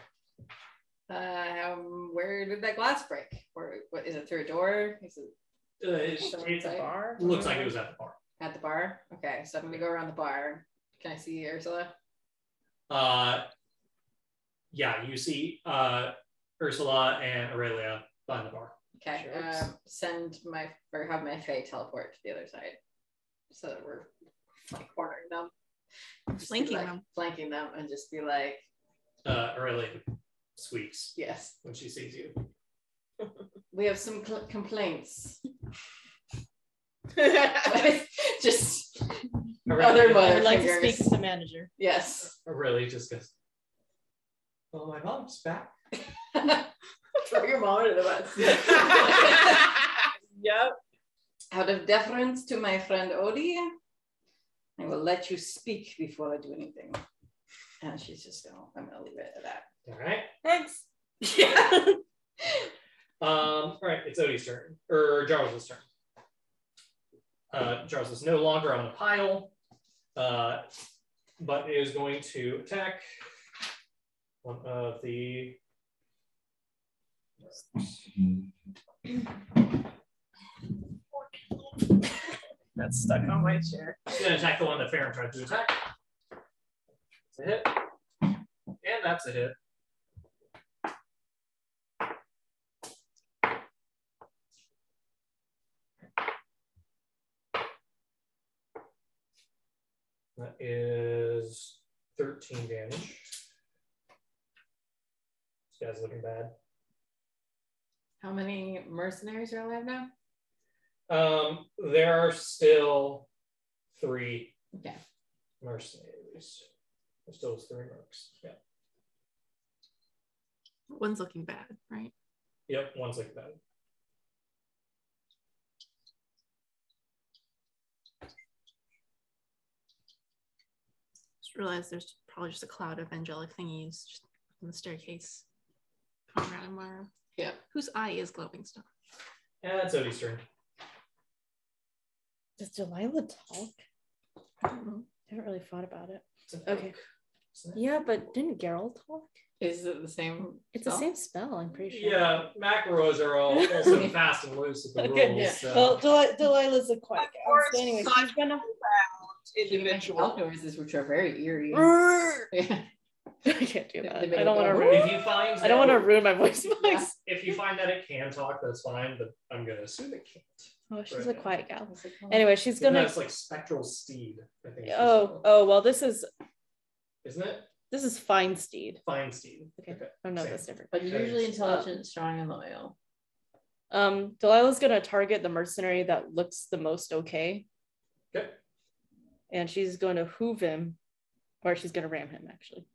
S6: Uh, um, where did that glass break? Where what is it through a door? Is it
S3: Uh, it,
S6: someone
S3: it
S6: inside?
S3: looks like it was at the bar.
S6: at the bar? Okay, so I'm gonna go around the bar. Can I see Ursula?
S3: Uh, yeah, you see uh, Ursula and Aurelia behind the bar.
S6: Okay.
S2: Sure.
S6: Um, send my or have my Faye teleport to the other side, so that we're like cornering them, Just be
S5: Flanking
S6: like-
S5: them.
S6: flanking them, and just be like,
S3: Uh, Aurelia squeaks
S6: yes,
S3: when she sees you.
S6: we have some cl- complaints.
S2: Ursula.
S6: just
S3: Aurelia,
S6: other
S10: I
S6: mother
S10: would like to
S6: fingers.
S10: speak to the manager.
S6: Yes.
S3: Aurelia just goes, Well, my mom's back.
S6: Throw your mom under the bus.
S2: yep.
S6: Out of deference to my friend Odie, I will let you speak before I do anything. And she's just going, to I'm going to leave it at that.
S3: All right.
S2: Thanks.
S3: Um, all right, it's Odie's turn, or Jarl's turn. Uh, Jarls is no longer on the pile, uh, but is going to attack one of the.
S2: That's stuck on my chair.
S3: He's going to attack the one that Farron tried to attack. It's a hit. And that's a hit. That is 13 damage. This guy's looking bad.
S6: How many mercenaries are alive now?
S3: Um, there are still three
S6: Okay.
S3: mercenaries. There's still three mercs. Yeah.
S5: One's looking bad, right?
S3: Yep, one's like that.
S5: Just realized there's probably just a cloud of angelic thingies just on the staircase. Coming around where
S6: Yeah.
S5: whose eye is glowing stuff.
S3: And that's Odie's turn.
S9: Does Delilah talk? I haven't really thought about it.
S3: It's an
S9: Okay.
S3: oak, isn't it?
S9: Yeah, but didn't Geralt talk?
S6: Is it the same?
S9: It's the
S6: spell?
S9: same spell, I'm pretty sure.
S3: Yeah, macros are all also fast and loose with the
S9: Okay,
S3: rules.
S6: yeah.
S3: so-
S9: Well, Del- Delilah's a quiet gal. So anyway, she's gonna
S6: Human mouth noises, which are very eerie.
S9: Brrr.
S6: Yeah.
S10: I can't do
S6: They
S10: that.
S6: make
S10: I don't
S6: it
S10: want to
S6: go,
S10: ruin.
S3: If you find
S10: I don't want
S3: that-
S10: to ruin my voice
S6: Yeah.
S10: box.
S3: If you find that it can talk, that's fine. But I'm gonna assume it can't.
S10: Oh, she's
S3: Right.
S10: a quiet gal.
S6: It's like, oh.
S10: Anyway, she's
S3: No,
S10: gonna.
S3: it's like spectral steed. I think. it's just
S10: Oh,
S3: called.
S10: oh well. This is
S3: Isn't it
S10: this is Feinstein.
S3: fine steed?
S10: Okay. Oh no,
S3: same.
S10: that's different.
S6: But
S3: Okay.
S6: usually intelligent, strong, and loyal.
S10: Um, Delilah's gonna target the mercenary that looks the most okay.
S3: Okay.
S10: And she's gonna hoove him, or she's gonna ram him actually.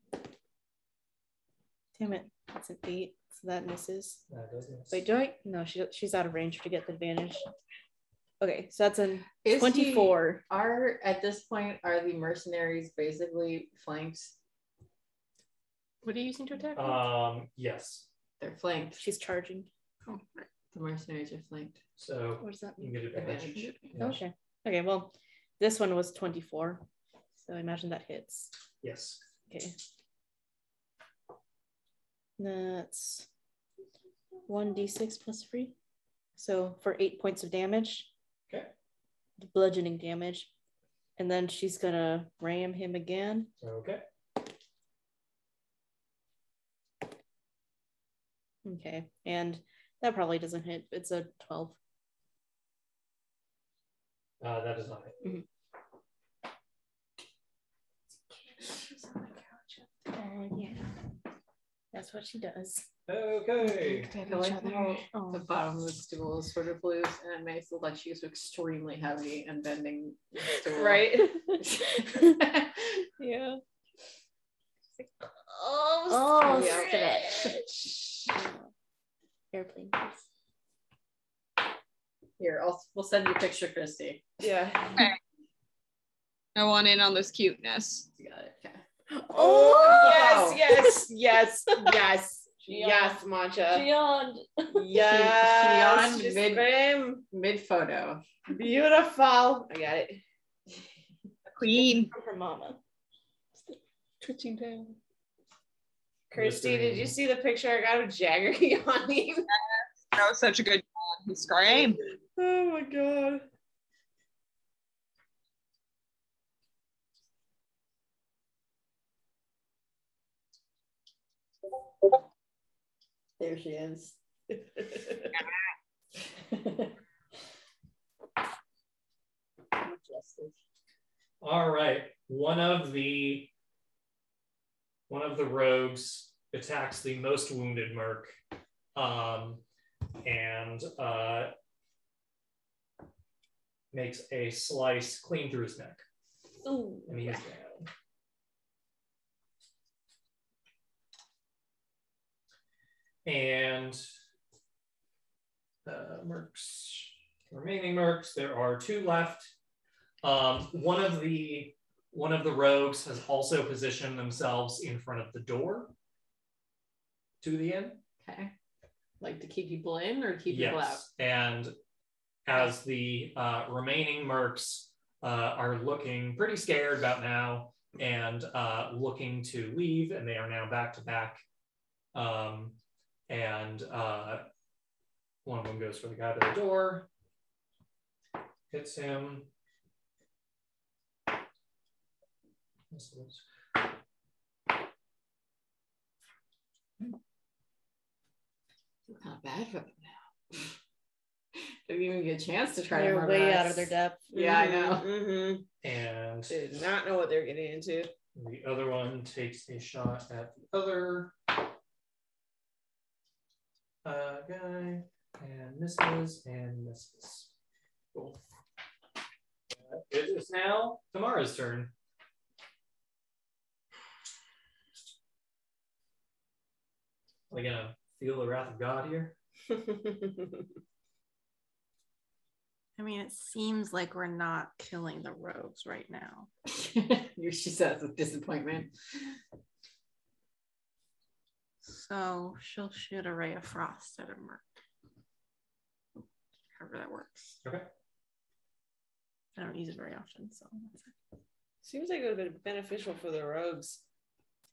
S10: Damn it, that's an eight. So that misses.
S3: That doesn't.
S10: Wait, do I? No, she, she's out of range to get the advantage. Okay, so that's a
S6: Is he-
S10: 24.
S6: Are at this point are the mercenaries basically flanked?
S5: What are you using to attack? me?
S3: Um. Yes.
S6: They're flanked.
S10: She's charging.
S5: oh, right.
S6: The mercenaries are flanked.
S3: So
S10: What does that
S3: you
S10: mean?
S3: get advantage.
S6: Advantage.
S3: Yeah.
S10: Okay. Okay, well, this one was 24. So I imagine that hits.
S3: Yes.
S10: Okay. That's 1d6 plus 3. So for eight points of damage.
S3: Okay.
S10: The bludgeoning damage. And then she's going to ram him again.
S3: Okay.
S10: Okay. And that probably doesn't hit. It's a 12.
S3: Uh, that is not it.
S10: That's what she does.
S3: Okay.
S6: I like how
S10: Oh.
S6: the bottom of the stool is sort of loose and it makes it look like she's extremely heavy and bending the stool.
S2: Right?
S10: Yeah.
S6: Oh,
S10: Oh,
S6: stretch.
S10: Airplane.
S6: Here, I'll, we'll send you a picture, Christy.
S2: Yeah.
S13: I want in on this cuteness.
S6: You got it. Okay.
S2: Oh,
S6: Wow.
S2: yes, yes, yes, yes,
S10: Yeah.
S2: yes, Matcha.
S10: Beyond.
S2: Yes,
S6: She- she on
S2: just
S6: mid-
S2: scream.
S6: Mid photo.
S2: Beautiful. I got it.
S13: Queen.
S10: From her mama. Twitching down.
S2: Christy,
S3: Mr.
S2: did you see the picture I got of Jagger yawning?
S13: That was such a good one. He screamed.
S2: Oh my god.
S6: There she is.
S3: All right. One of the one of the rogues attacks the most wounded merc, um, and uh, makes a slice clean through his neck,
S10: Ooh.
S3: and he is down. And uh, mercs, remaining mercs. There are two left. Um, one of the one of the rogues has also positioned themselves in front of the door to the inn.
S6: Okay. Like to keep people in or keep people out?
S3: And as the uh, remaining mercs uh, are looking pretty scared about now and uh, looking to leave, and they are now back to back. Um, and uh, one of them goes for the guy by the door, hits him. This is-
S6: Feel kind of bad for them now. Didn't even get a chance to try to
S10: They're
S6: murder
S10: way
S6: us.
S10: out of their depth.
S6: Yeah, I know.
S2: Mm-hmm.
S3: And
S2: Did not know what they're getting into.
S3: The other one takes a shot at the other uh, guy and misses and misses. Cool. Uh, it is now Tamara's turn. Are we gonna feel the wrath of God here?
S5: I mean, it seems like we're not killing the rogues right now.
S6: You- she says with disappointment.
S5: So she'll shoot a ray of frost at a merc. However that works.
S3: Okay.
S5: I don't use it very often, so that's it.
S2: Seems like it would have been beneficial for the rogues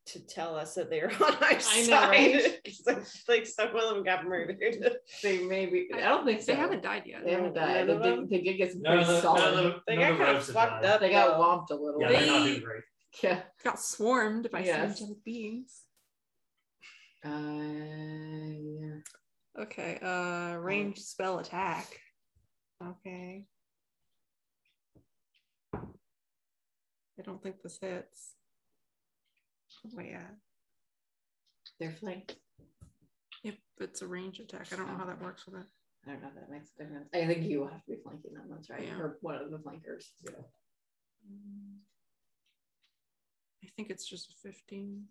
S2: to tell us that they were on our
S6: I
S2: side.
S6: know, right?
S2: 'Cause I feel like some of them got murdered.
S6: They maybe. I don't think so.
S5: They haven't died yet.
S6: They haven't died.
S2: None
S6: They
S2: of
S6: did, they did get some
S3: None
S6: pretty
S3: of the,
S6: solid.
S3: none of the,
S2: They
S3: none of the
S2: got kind of
S3: rogues have
S2: fucked
S3: died.
S2: up.
S6: they got
S2: though.
S6: whomped a little
S3: Yeah,
S6: bit.
S3: they're not doing great.
S6: Yeah.
S5: Got swarmed by
S6: Yes.
S5: sentient beings.
S6: Uh, yeah.
S5: Okay, uh range spell attack. Okay. I don't think this hits. Oh yeah.
S6: They're flanked.
S5: Yep, it's a range attack. I don't know how that works with it.
S6: I don't know if that makes a difference. I think you will have to be flanking them. That's right.
S5: Yeah.
S6: Or one of the flankers. Yeah.
S5: I think it's just a 15.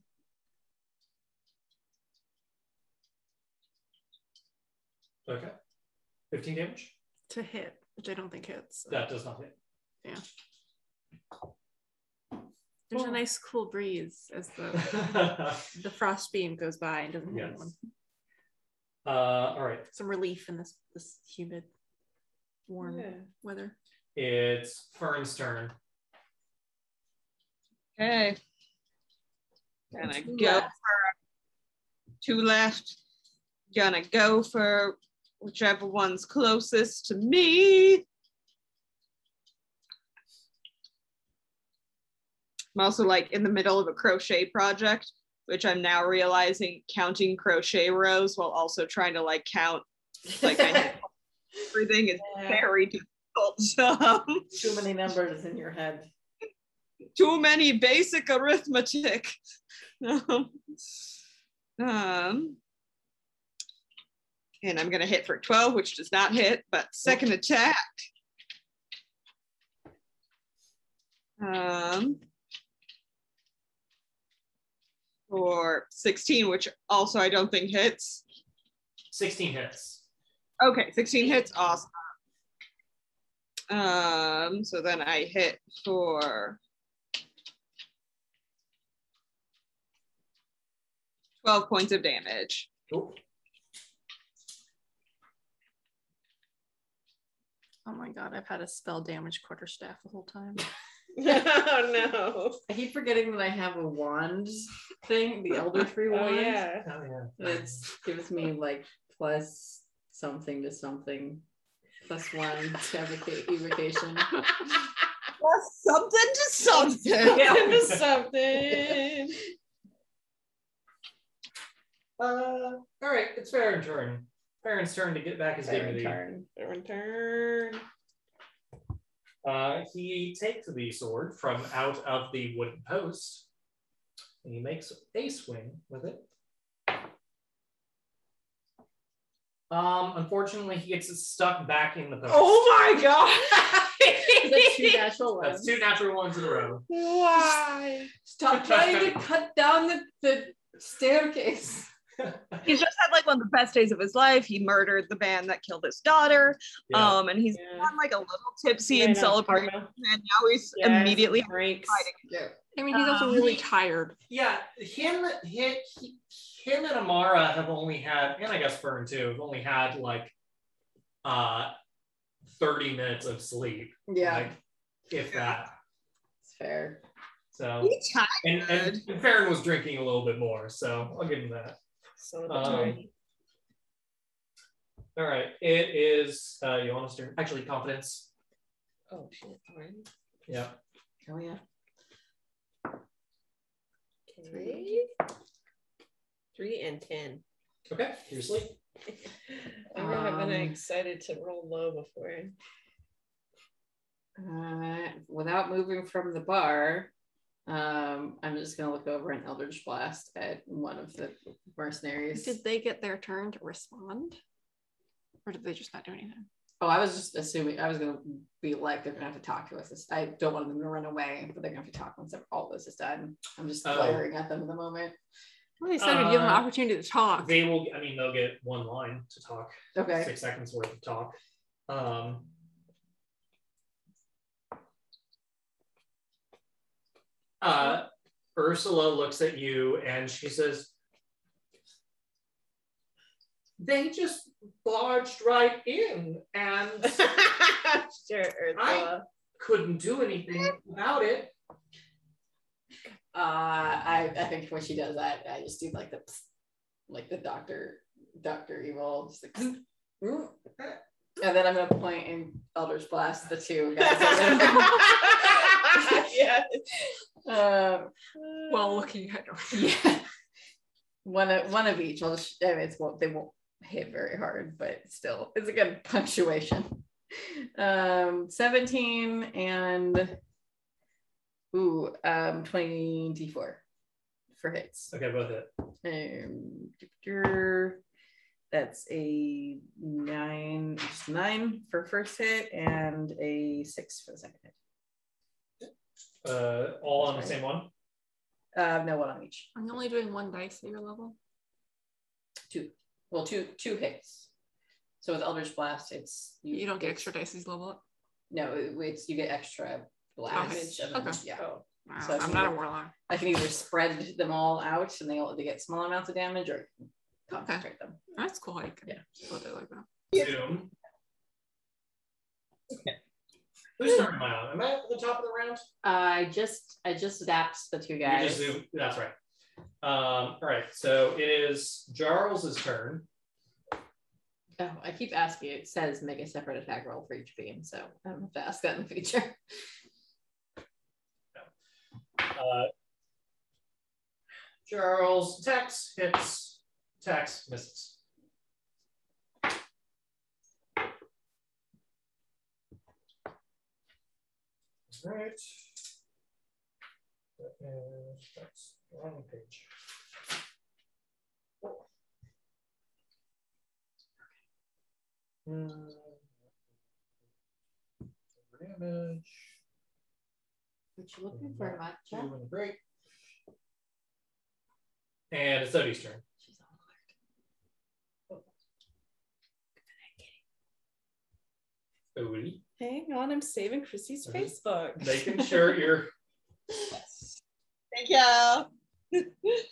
S3: Okay. 15 damage?
S5: to hit, which I don't think hits.
S3: That does not hit.
S5: Yeah. There's a nice cool breeze as the the frost beam goes by and doesn't hit
S3: Yes.
S5: anyone.
S3: Uh, all right.
S5: Some relief in this this humid, warm
S7: Yeah.
S5: weather.
S3: It's Fern's turn.
S4: Okay. Gonna
S13: Two
S4: go
S13: left.
S4: for two left. Gonna go for whichever one's closest to me. I'm also like in the middle of a crochet project, which I'm now realizing counting crochet rows while also trying to like count like I, everything is very difficult. So
S8: Too many numbers in your head.
S4: too many basic arithmetic. um, and Um, I'm going to hit for 12, which does not hit, but second attack. Um, or 16, which also I don't think hits.
S3: 16 hits.
S4: Okay, 16 hits. Awesome. Um, so then I hit for 12 points of damage.
S3: Cool.
S5: Oh my god, I've had a spell damage quarterstaff the whole time.
S7: oh no.
S6: I keep forgetting that I have a wand thing, the Elder Tree
S7: Oh
S6: wand.
S7: yeah.
S3: Oh, yeah.
S6: It gives me like plus something to something, plus one to evoca- evocation.
S4: Plus something to something.
S7: Into something.
S3: Uh, all right. It's Farron's turn. Farron's turn to get back his dignity.
S6: Turn.
S7: Everyone turn.
S3: Uh, he takes the sword from out of the wooden post and he makes a swing with it. Um, unfortunately, he gets it stuck back in the post.
S7: Oh my god.
S6: That's two natural
S3: That's
S6: ones.
S3: two natural ones in a row.
S7: Why?
S6: Stop trying to cut down the, the staircase.
S4: He's just had like one of the best days of his life. He murdered the man that killed his daughter.
S3: Yeah.
S4: Um, and he's
S7: Yeah.
S4: gotten like a little tipsy
S2: Right
S4: and
S2: on,
S4: celebrating.
S2: karma.
S4: And now he's
S2: Yes,
S4: immediately
S2: breaks.
S4: fighting.
S5: I mean, he's also
S4: Um,
S5: really tired.
S3: yeah, him, him, him, and Amara have only had, and I guess Fern too, have only had like uh, thirty minutes of sleep.
S6: Yeah,
S3: Like, if that.
S6: it's fair.
S3: So.
S4: He tied
S3: and, and, and Farron was drinking a little bit more, so I'll give him that.
S7: Son of a
S3: Um,
S7: bitch.
S3: all right, it is uh, Johannes' turn. Actually, confidence.
S6: Oh shit! Already?
S3: Yeah.
S6: Oh yeah.
S20: Three. Three and ten.
S3: Okay, seriously.
S20: I'm gonna have been
S6: Um,
S20: excited to roll low before.
S6: Uh, without moving from the bar, um, I'm just gonna look over an Eldritch Blast at one of the mercenaries.
S5: Did they get their turn to respond? Or did they just not do anything?
S6: Oh, I was just assuming I was gonna be like they're gonna have to talk to us. I don't want them to run away, but they're gonna have to talk once all this is done. I'm just
S3: Oh.
S6: glaring at them at the moment.
S5: Well, they said we'd give them an
S3: Uh,
S5: opportunity to talk.
S3: They will. I mean, they'll get one line to talk.
S6: Okay.
S3: Six seconds worth of talk. Um, uh, Ursula looks at you and she says, "They just barged right in and."
S20: sure,
S3: I-
S20: Ursula.
S3: couldn't do anything about it.
S6: Uh, I I think when she does that, I just do like the psst, like the doctor Doctor Evil, just like, psst, mm. and then I'm gonna point and Eldritch Blast the two guys.
S20: yes.
S6: Uh,
S8: while looking at
S6: yeah. One of one of each. I'll just. I mean, it's won't. They won't hit very hard, but still, it's a good punctuation. Um, seventeen and ooh, um, twenty-four for hits.
S3: Okay, both hit.
S6: Um, doo-doo-doo. that's a nine, just nine for first hit, and a six for the second hit.
S3: Uh, all on the same one.
S6: Uh, no, one on each.
S5: I'm only doing one dice at your level.
S6: Two. Well, two two hits. So with Eldritch Blast, it's
S5: You don't get extra dice these level up.
S6: No, it- it's you get extra blast.
S5: Okay.
S6: and then-
S5: Okay.
S6: Yeah.
S5: Wow,
S6: So I
S5: I'm
S6: can
S5: not a
S6: do-
S5: warlock.
S6: I can either spread them all out and they all they get small amounts of damage, or concentrate them.
S5: That's cool. How you can split it like that.
S3: Zoom. Who's turning my on? Am I at the top of the round?
S8: Uh, I just I just zapped the two
S3: You
S8: guys.
S3: just zoom. That's right. Um, all right. So it is Jarl's turn.
S8: Oh, I keep asking. It says make a separate attack roll for each beam, so I don't have to ask that in the future.
S3: Uh, Charles attacks, hits, attacks, misses. All right. That is- That's wrong page. Hmm. Damage.
S8: What you looking for,
S3: Two
S8: Matcha?
S3: in the break. And it's Odie's turn. Odie,
S10: Hang on, I'm saving Chrissy's
S3: Mhm.
S10: Facebook.
S3: making sure you're.
S13: Thank you.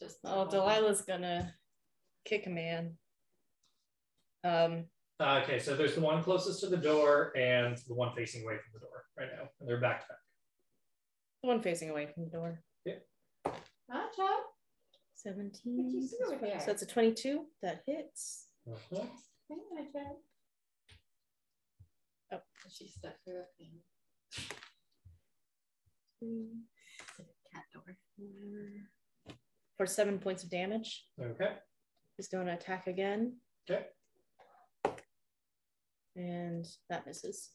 S8: Just
S10: oh, Delilah's gonna kick a man. Um,
S3: uh, Okay, so there's the one closest to the door and the one facing away from the door right now. And they're back to back.
S10: the one facing away from the door.
S8: Matcha.
S10: 17.
S8: do over there?
S10: So that's a 22. That hits.
S3: Uh-huh.
S8: Hey, Matcha.
S10: Oh.
S8: She stuck her thing. Cat door.
S10: For seven points of damage.
S3: Okay.
S10: He's going to attack again.
S3: Okay.
S10: And that misses.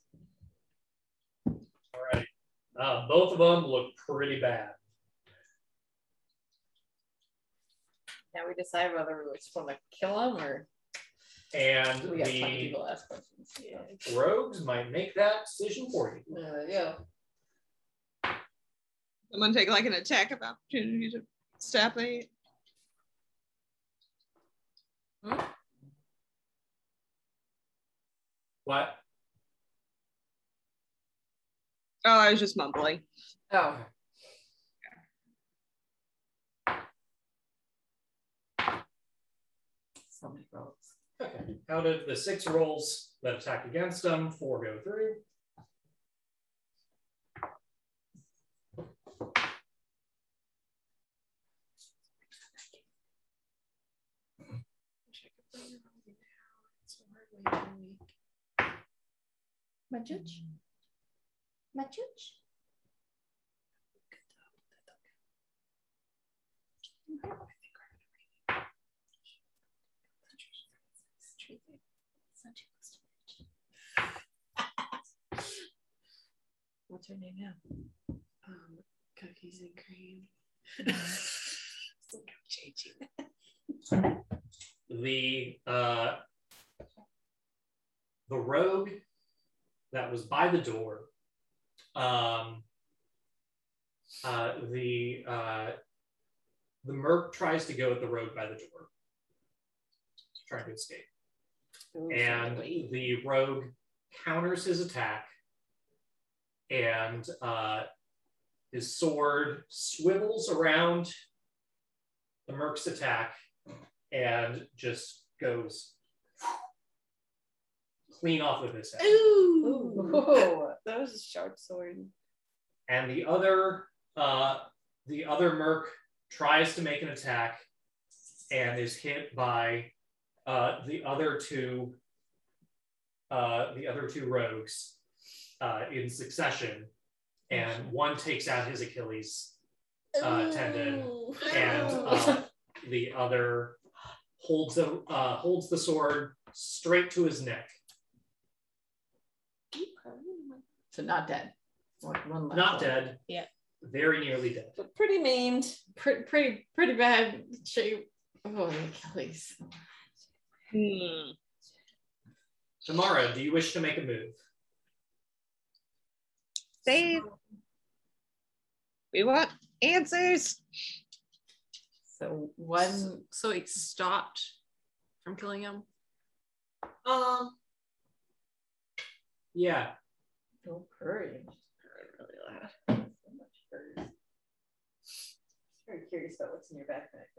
S3: All right. Uh, both of them look pretty bad.
S6: Now we decide whether we just want to kill him or
S3: And
S6: we got plenty of
S3: the
S6: people ask questions. Yeah.
S3: rogues might make that decision for you.
S6: There we go.
S4: Someone take like an attack of opportunity to stab me.
S3: What?
S4: Oh, I was just mumbling.
S6: Oh, so many rolls.
S3: Okay. Out of the six rolls that attack against them, four go through.
S10: My judge? My judge?
S8: What's her name now? Um, cookies and cream.
S3: the uh, the rogue that was by the door. Um, uh, the uh, the merc tries to go at the rogue by the door, trying to escape,
S6: Ooh,
S3: and the rogue counters his attack, and uh, his sword swivels around the merc's attack and just goes clean off of his head.
S6: Ooh.
S2: That was a sharp sword.
S3: And the other uh, the other merc tries to make an attack and is hit by uh, the other two uh, the other two rogues uh, in succession, and one takes out his Achilles uh, tendon,
S20: Ooh.
S3: and uh, the other holds the uh, holds the sword straight to his neck.
S6: So not dead. One, one left
S3: Not
S6: one.
S3: dead.
S10: Yeah.
S3: Very nearly dead.
S8: But pretty maimed, pretty pretty pretty bad shape. Oh, the Achilles.
S4: Hmm.
S3: Tamara, do you wish to make a move?
S4: Save. We want answers.
S6: So one.
S5: So it stopped from killing him.
S3: Um. Yeah.
S6: Don't hurry.
S8: Really loud.
S6: So much hurry. Very curious about what's in your backpack.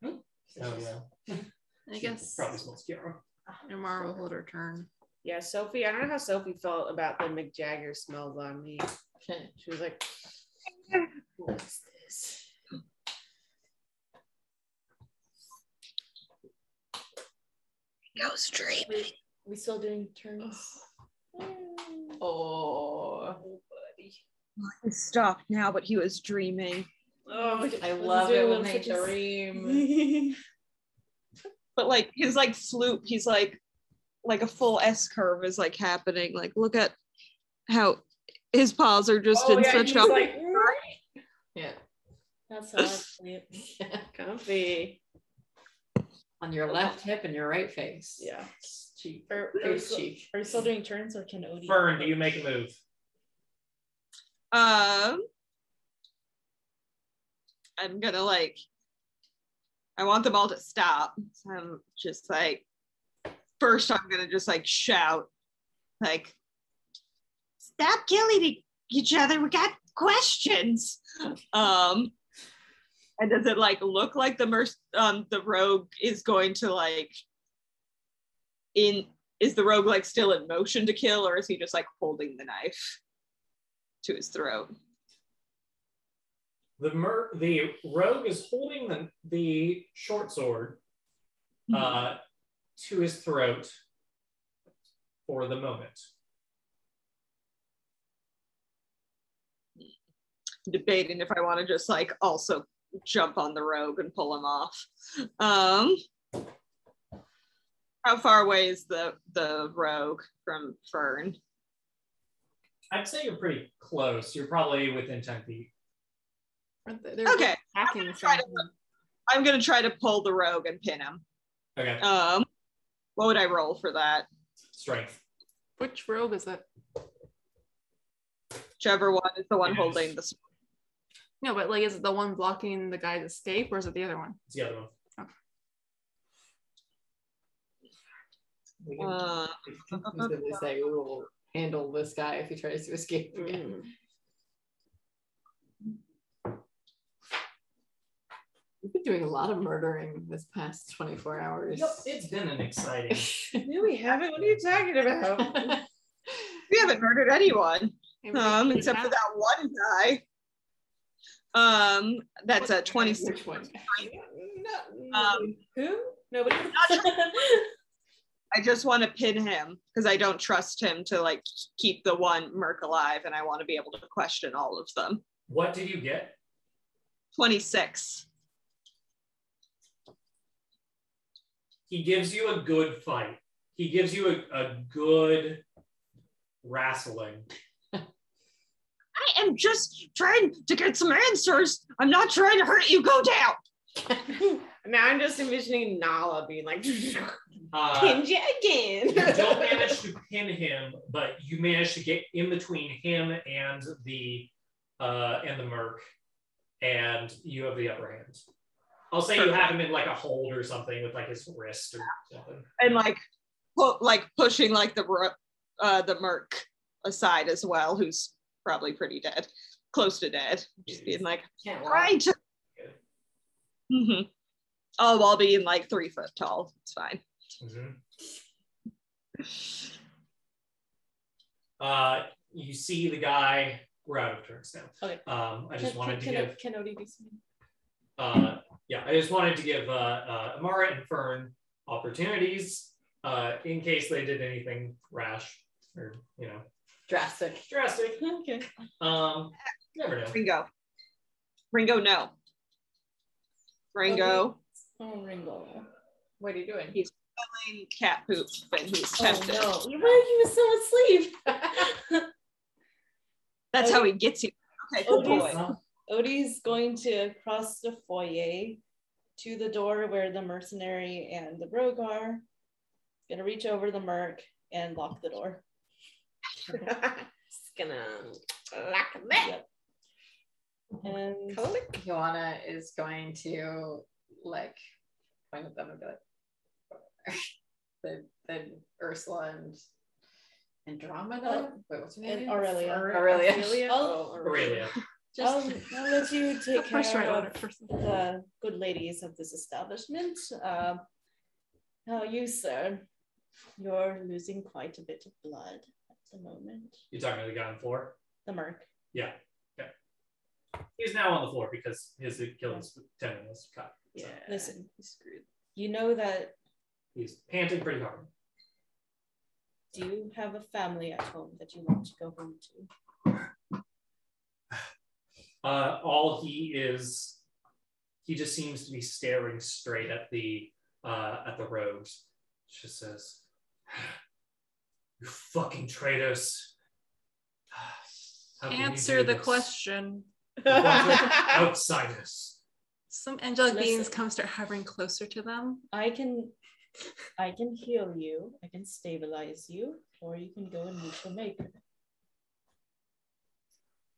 S6: Then. Hmm?
S3: Oh yeah.
S5: I guess
S3: Probably smells Kiara.
S6: ah,
S5: Namara will hold her turn.
S7: Yeah, Sophie, I don't know how Sophie felt about the Mick Jagger smells on me.
S6: Okay.
S7: She was like,
S6: What is this?
S4: Ghost dream.
S10: We still doing turns.
S6: Oh,
S4: Stop now, but he was dreaming.
S7: oh,
S6: I love it when they dream.
S4: but like his like floop, he's like like a full S curve is like happening. Like look at how his paws are just
S7: oh
S4: in
S7: yeah,
S4: such
S7: he's
S4: a
S7: like
S6: Yeah.
S10: That's how I play it.
S7: comfy.
S6: On your left hip and your right face.
S7: Yeah.
S6: Cheek.
S10: Are, are, we
S6: Face
S10: still,
S6: cheek.
S10: are we still doing turns or can Odie?
S3: Fern, do you make a move?
S4: um I'm gonna like I want them all to stop. So I'm just like first I'm gonna just like shout like stop killing e- each other. We got questions. Um and does it like look like the merc- um the rogue is going to like in is the rogue like still in motion to kill or is he just like holding the knife to his throat?
S3: The mer- the rogue is holding the, the short sword
S5: Mm-hmm.
S3: uh, to his throat for the moment.
S4: debating if I want to just like also jump on the rogue and pull him off. Um, how far away is the the rogue from Fern?
S3: I'd say you're pretty close. You're probably within 10 feet.
S5: Aren't they- They're
S4: Okay,
S5: attacking
S4: try to-
S5: someone.
S4: I'm gonna try to pull the rogue and pin him.
S3: Okay,
S4: Um, what would I roll for that?
S3: strength.
S5: Which robe is it?
S4: Whichever one is the one
S3: Yes.
S4: holding the sword.
S5: No, but like, is it the one blocking the guy's escape, or is it the other one?
S3: It's the other one.
S6: We can
S4: Uh,
S6: conclusively say we will handle this guy if he tries to escape again. Hmm. We've been doing a lot of murdering this past 24 hours.
S3: Yep, it's been an exciting.
S7: No, we haven't. What are you talking about?
S4: we haven't murdered anyone
S5: Maybe
S4: um,
S5: they-
S4: except for that one guy. Um, that's a 26.
S6: Which one?
S7: No,
S4: Um,
S7: who?
S10: Nobody.
S4: I just want to pin him because I don't trust him to like keep the one Merc alive, and I want to be able to question all of them.
S3: What did you get?
S4: Twenty six.
S3: He gives you a good fight, he gives you a, a good wrestling.
S4: I am just trying to get some answers. I'm not trying to hurt you. Go down.
S7: Now I'm just envisioning Nala being like,
S3: Uh,
S13: Pinja again.
S3: you don't manage to pin him, but you manage to get in between him and the uh, and the merc, and you have the upper hand. I'll say you have him in like a hold or something with like his wrist or something.
S4: And like, pu- like pushing like the ro- uh, the Merc aside as well, who's probably pretty dead, close to dead. Just being like,
S6: Can't lie.
S4: right. Mm-hmm. Oh, while being like three foot tall. It's fine.
S3: Mhm. Uh, you see the guy. We're out of turns now.
S10: Okay.
S3: Um, I just
S10: Can-
S3: wanted to
S10: can,
S3: give
S10: Can Odie do something?
S3: uh, yeah, I just wanted to give uh, uh, Amara and Fern opportunities. uh, in case they did anything rash or you know
S6: Drastic.
S3: drastic.
S10: Okay.
S3: Um, never know.
S4: Ringo. Ringo, no. Ringo.
S10: Oh, Ringo.
S8: What are you doing?
S4: He's smelling cat poop, but he's tempted.
S10: Oh no! Why are you still asleep?
S4: That's how he gets you.
S13: Oh,
S4: Okay, good Oh, boy.
S10: Odie's, Odie's going to cross the foyer to the door where the mercenary and the rogue are. Gonna reach over the merc and lock the door.
S2: Just gonna lock that.
S10: Yep. And
S6: Joanna is going to like point at them and be like, then, then Ursula and Andromeda. Wait, what's her name?
S10: And Aurelia.
S6: Aur- Aurelia.
S10: I'll,
S8: Oh,
S3: Aurelia.
S10: I'll,
S5: Just
S10: I'll let you take
S5: put pressure
S10: care
S5: on
S10: of
S5: it first.
S10: the good ladies of this establishment. Um, how are you, sir? You're losing quite a bit of blood at the moment.
S3: You talking to the guy on the floor?
S10: The merc.
S3: Yeah. Yeah. He's now on the floor because his Achilles tendon is cut. So
S10: Listen, You know that
S3: he's panting pretty hard.
S10: do you have a family at home that you want to go home to?
S3: Uh, all he is, he just seems to be staring straight at the uh, at the rogues. Just says, "You fucking traitors!" How can you
S5: Answer
S3: do
S5: the
S3: this?
S5: question.
S3: A bunch of outsiders.
S5: Some angelic beings
S10: Listen.
S5: come start hovering closer to them.
S10: I can I can heal you, I can stabilize you, or you can go and meet your maker.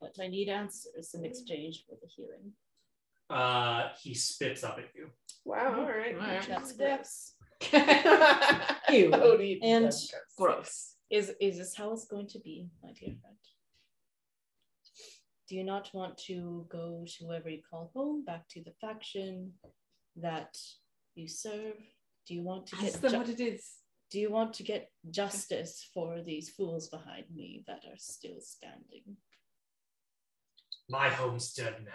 S10: But I need answers in exchange for the healing.
S3: Uh, he spits up at you.
S7: Wow, all right.
S10: That's gross.
S7: Ew.
S10: And
S5: Gross.
S10: is is this how it's going to be, my dear friend? Do you not want to go to wherever you call home, back to the faction that you serve? Do you want to get
S8: Ask them
S10: ju-
S8: what it is.
S10: do you want to get justice for these fools behind me that are still standing?
S3: My home's dead now.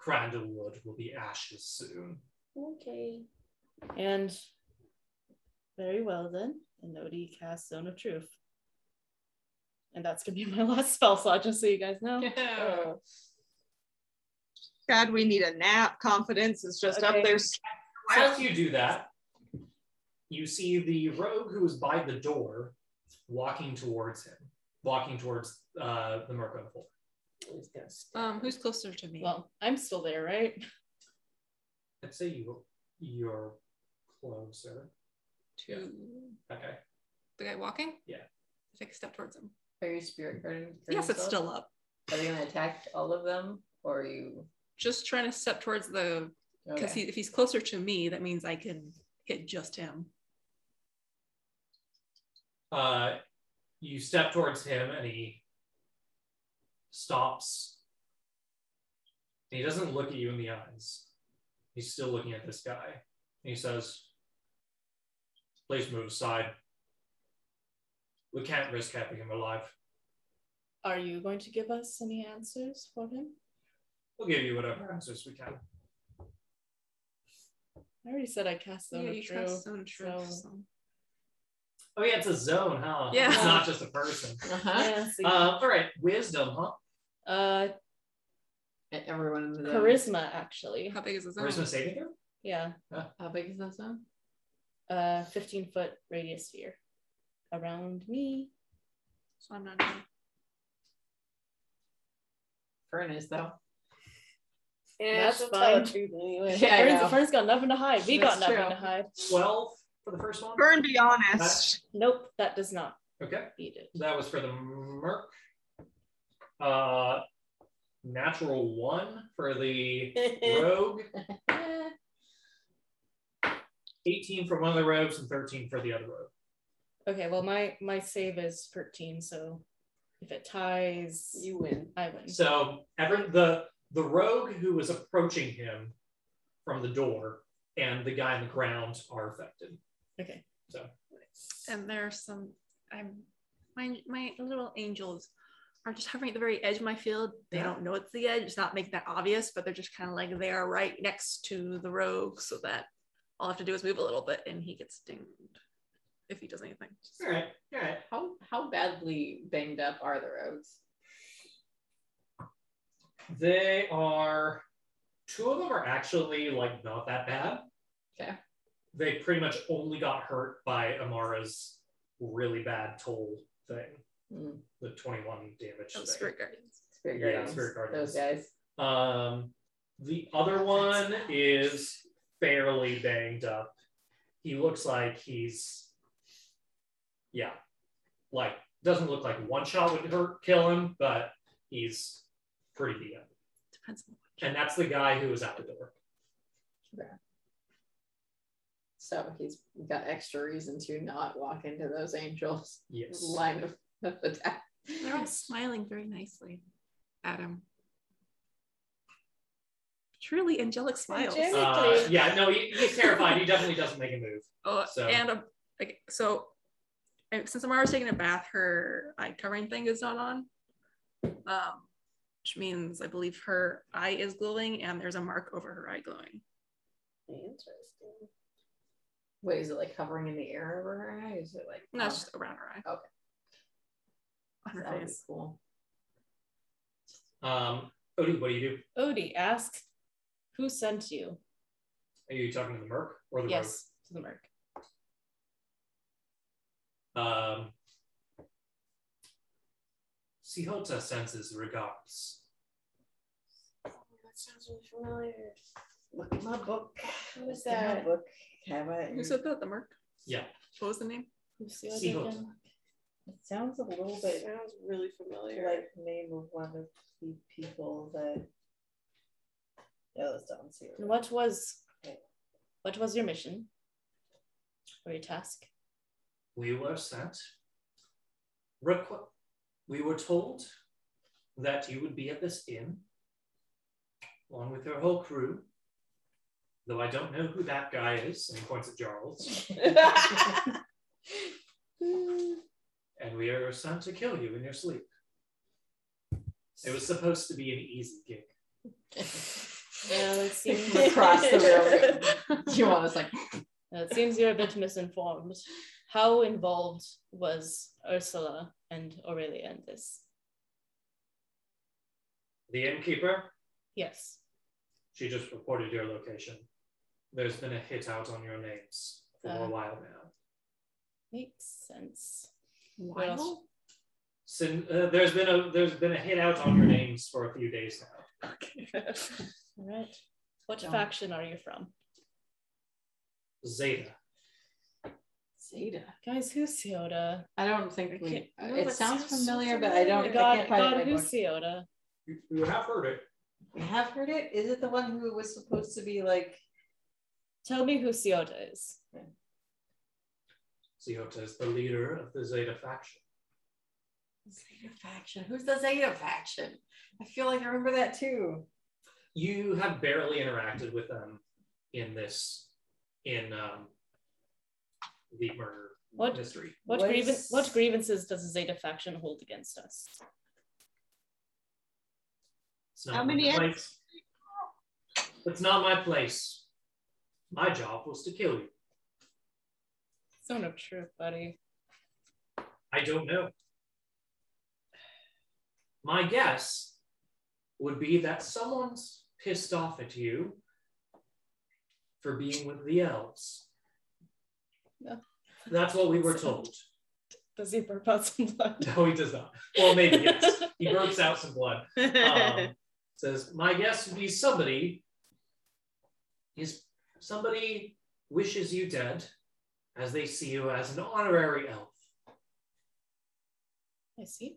S3: Crandallwood will be ashes soon.
S10: Okay. And very well then. And Odie casts Zone of Truth. And that's gonna be my last spell slot, just so you guys know.
S4: God, we need a nap. Confidence is just up
S10: Okay.
S4: there.
S3: As you do that, you see the rogue who is by the door walking towards him, walking towards uh, the Mirko Fold.
S5: Um, who's closer to me?
S10: Well, I'm still there, right?
S3: I'd say you, you're closer.
S5: to
S3: Okay.
S5: the guy walking?
S3: Yeah.
S5: I take a step towards him.
S6: Are you spirit guarding? for
S5: Yes, it's
S6: yourself?
S5: still up.
S6: Are you gonna attack all of them, or are you?
S5: Just trying to step towards the because
S6: Okay.
S5: he, if he's closer to me, that means I can hit just him.
S3: Uh, you step towards him and he stops. He doesn't look at you in the eyes. He's still looking at this guy. And he says, Please move aside. We can't risk having him alive.
S10: Are you going to give us any answers for him?
S3: We'll give you whatever answers we can.
S10: I already said I cast Zone
S5: yeah,
S10: of
S5: you
S10: Truth.
S5: cast zone of truth.
S10: so-
S5: so-
S3: Oh, yeah, it's a zone, huh?
S5: Yeah.
S3: It's not just a person.
S6: Uh-huh.
S10: Yeah, see.
S3: Uh, all right, wisdom, huh?
S10: uh,
S6: And E-, Everyone in the
S10: charisma, actually.
S5: How big is the zone?
S3: Charisma saving throw?
S10: Yeah,
S6: How big is that zone?
S10: uh, 15 foot radius sphere around me.
S5: So I'm not. doing-
S6: Furnace though.
S7: Yeah,
S10: That's
S7: she'll tell
S10: fine.
S7: the truth anyway.
S6: Yeah, I
S10: Fern's,
S6: know.
S10: Fern's got nothing to hide. We got
S6: That's
S10: nothing
S6: true.
S10: to hide.
S3: 12 for the first one?
S4: Burn, be honest.
S10: Nope, that does not
S3: Okay.
S10: beat it.
S3: That was for the Merc. Uh, natural one for the Rogue. 18 for one of the rogues and 13 for the other rogue.
S10: Okay, well my my save is 13, so if it ties,
S7: You win.
S10: I win.
S3: So ever the the rogue who was approaching him from the door and the guy on the ground are affected.
S10: Okay.
S3: So
S5: And there's some. I'm my my little angels are just hovering at the very edge of my field. They don't know it's the edge. It's not making that obvious, but they're just kind of like they are right next to the rogue, so that all I have to do is move a little bit, and he gets dinged. if he does anything. Just-
S3: All right, all right.
S6: How how badly banged up are the roads?
S3: They are two of them are actually like not that bad.
S6: Okay.
S3: They pretty much only got hurt by Amara's really bad toll thing,
S6: Mm,
S3: the 21 damage.
S5: Oh,
S3: thing.
S5: Spirit Guardians.
S6: Spirit
S3: Yeah,
S6: Guardians,
S3: Spirit Guardians.
S6: Those guys.
S3: Um, the other one is fairly banged up. He looks like he's, yeah, like doesn't look like one shot would hurt kill him, but he's pretty beat up.
S5: Depends on
S3: And that's the guy who was out the door.
S6: So he's got extra reason to not walk into those angels
S3: Yes.
S6: line of, of attack.
S5: They're all smiling very nicely at him. Truly angelic smiles.
S7: Angelic.
S3: Uh, yeah, no, he, he's terrified. He definitely doesn't make a move.
S5: Oh,
S3: So-
S5: and a, okay, so uh, since Amara's taking a bath, her eye covering thing is not on, um, which means I believe her eye is glowing and there's a mark over her eye glowing.
S20: Interesting.
S6: Wait, is it like hovering in the air over her eye? Is it like
S5: No,
S6: oh,
S5: it's just around her eye.
S6: Okay.
S5: On her
S6: that would be
S5: face.
S6: cool.
S3: Um, Odie, what do you do?
S10: Odie, ask who sent you?
S3: Are you talking to the Merc or the Rogue?
S10: yes, to the Merc.
S3: Um, Sihota senses regards.
S20: That sounds really familiar.
S6: Look at my book.
S20: Who is
S6: Look at my
S20: that?
S6: book. Have I?
S5: Who said that? The Merc?
S3: Mm. Yeah.
S5: What was the name?
S3: Sihota.
S6: It sounds a little
S7: It
S6: bit
S7: sounds really familiar.
S6: like name of one of the people that. No, that's not see
S10: And what was what was your mission? Or your task?
S3: We were sent. Requ- we were told that you would be at this inn, along with your whole crew. Though I don't know who that guy is, and he points at Jarls. and we are sent to kill you in your sleep. It was supposed to be an easy gig.
S10: Yeah, it seems
S6: Across the room. you want us like
S10: Uh, it seems you're a bit misinformed. How involved was Ursula and Aurelia in this?
S3: The innkeeper,
S10: Yes.
S3: she just reported your location. There's been a hit out on your names for
S10: Uh.
S3: a while now.
S10: Makes sense. What else?
S5: Wild?
S3: Sin, uh, there's been a there's been a hit out on your names for a few days now.
S10: All right. What
S6: Don't.
S10: faction are you from?
S3: Zeta.
S6: Zeta.
S10: Guys, who's Seoda?
S6: I don't think
S10: I
S6: we.
S10: can't- no,
S6: it
S10: that
S6: sounds
S10: sounds so
S6: familiar, but I don't. I
S10: God,
S6: can't find it in
S10: God,
S6: my
S10: who's
S6: book.
S10: Seoda?
S3: You, you have heard it.
S6: I have heard it. Is it the one who was supposed to be like?
S10: Tell me who Seoda is.
S3: Ziota is the leader of the Zeta faction.
S6: Zeta faction. Who's the Zeta faction? I feel like I remember that too.
S3: You have barely interacted with them in this in um, the murder
S10: What
S3: mystery.
S10: what
S6: What
S10: grievan-
S6: is-
S10: what grievances does the Zeta faction hold against us?
S3: It's not
S13: How many
S3: my place. It's not my place. My job was to kill you.
S10: Zone of truth, buddy.
S3: I don't know. My guess would be that someone's pissed off at you for being with the elves.
S10: No.
S3: That's what we were told.
S10: Does he burp out some blood?
S3: No, he does not. Well, maybe yes. He burps out some blood. Um, says, my guess would be somebody is somebody wishes you dead as they see you as an honorary elf.
S10: I see.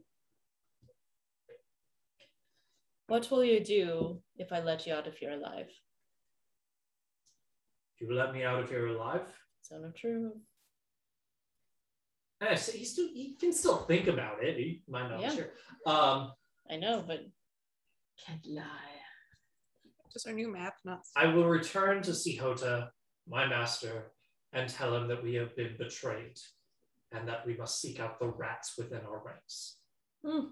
S10: What will you do if I let you out if you're alive?
S3: You will let me out if you're alive.
S10: Zone of truth.
S3: Eh, so he still he can still think about it. He might not
S10: Yeah.
S3: be sure. Um,
S10: I know, but
S6: Can't lie.
S5: Just our new map, not
S3: I will return to Sihota, my master, and tell him that we have been betrayed and that we must seek out the rats within our ranks. Uh,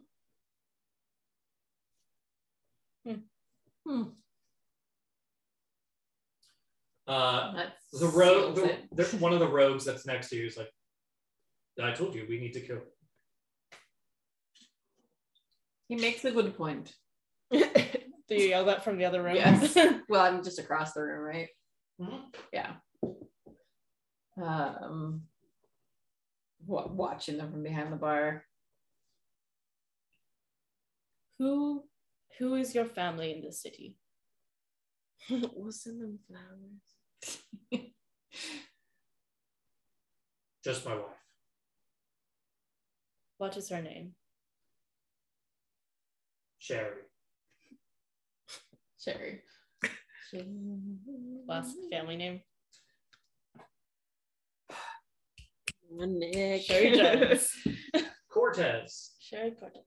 S6: That
S3: the
S6: seals
S3: rogue, the,
S6: it.
S3: Uh, the, one of the rogues that's next to you is like, I told you we need to kill.
S6: He makes a good point.
S10: Do you yell that from the other room?
S6: Yes. well, I'm just across the room, right? Yeah. Um, wa- watching them from behind the bar.
S10: Who who is your family in this city?
S20: we'll send them flowers.
S3: Just my wife.
S10: What is her name?
S3: Sherry.
S6: Sherry.
S10: Last family name?
S20: Nick.
S10: Sherry Jones.
S3: Cortez.
S10: Sherry Cortez.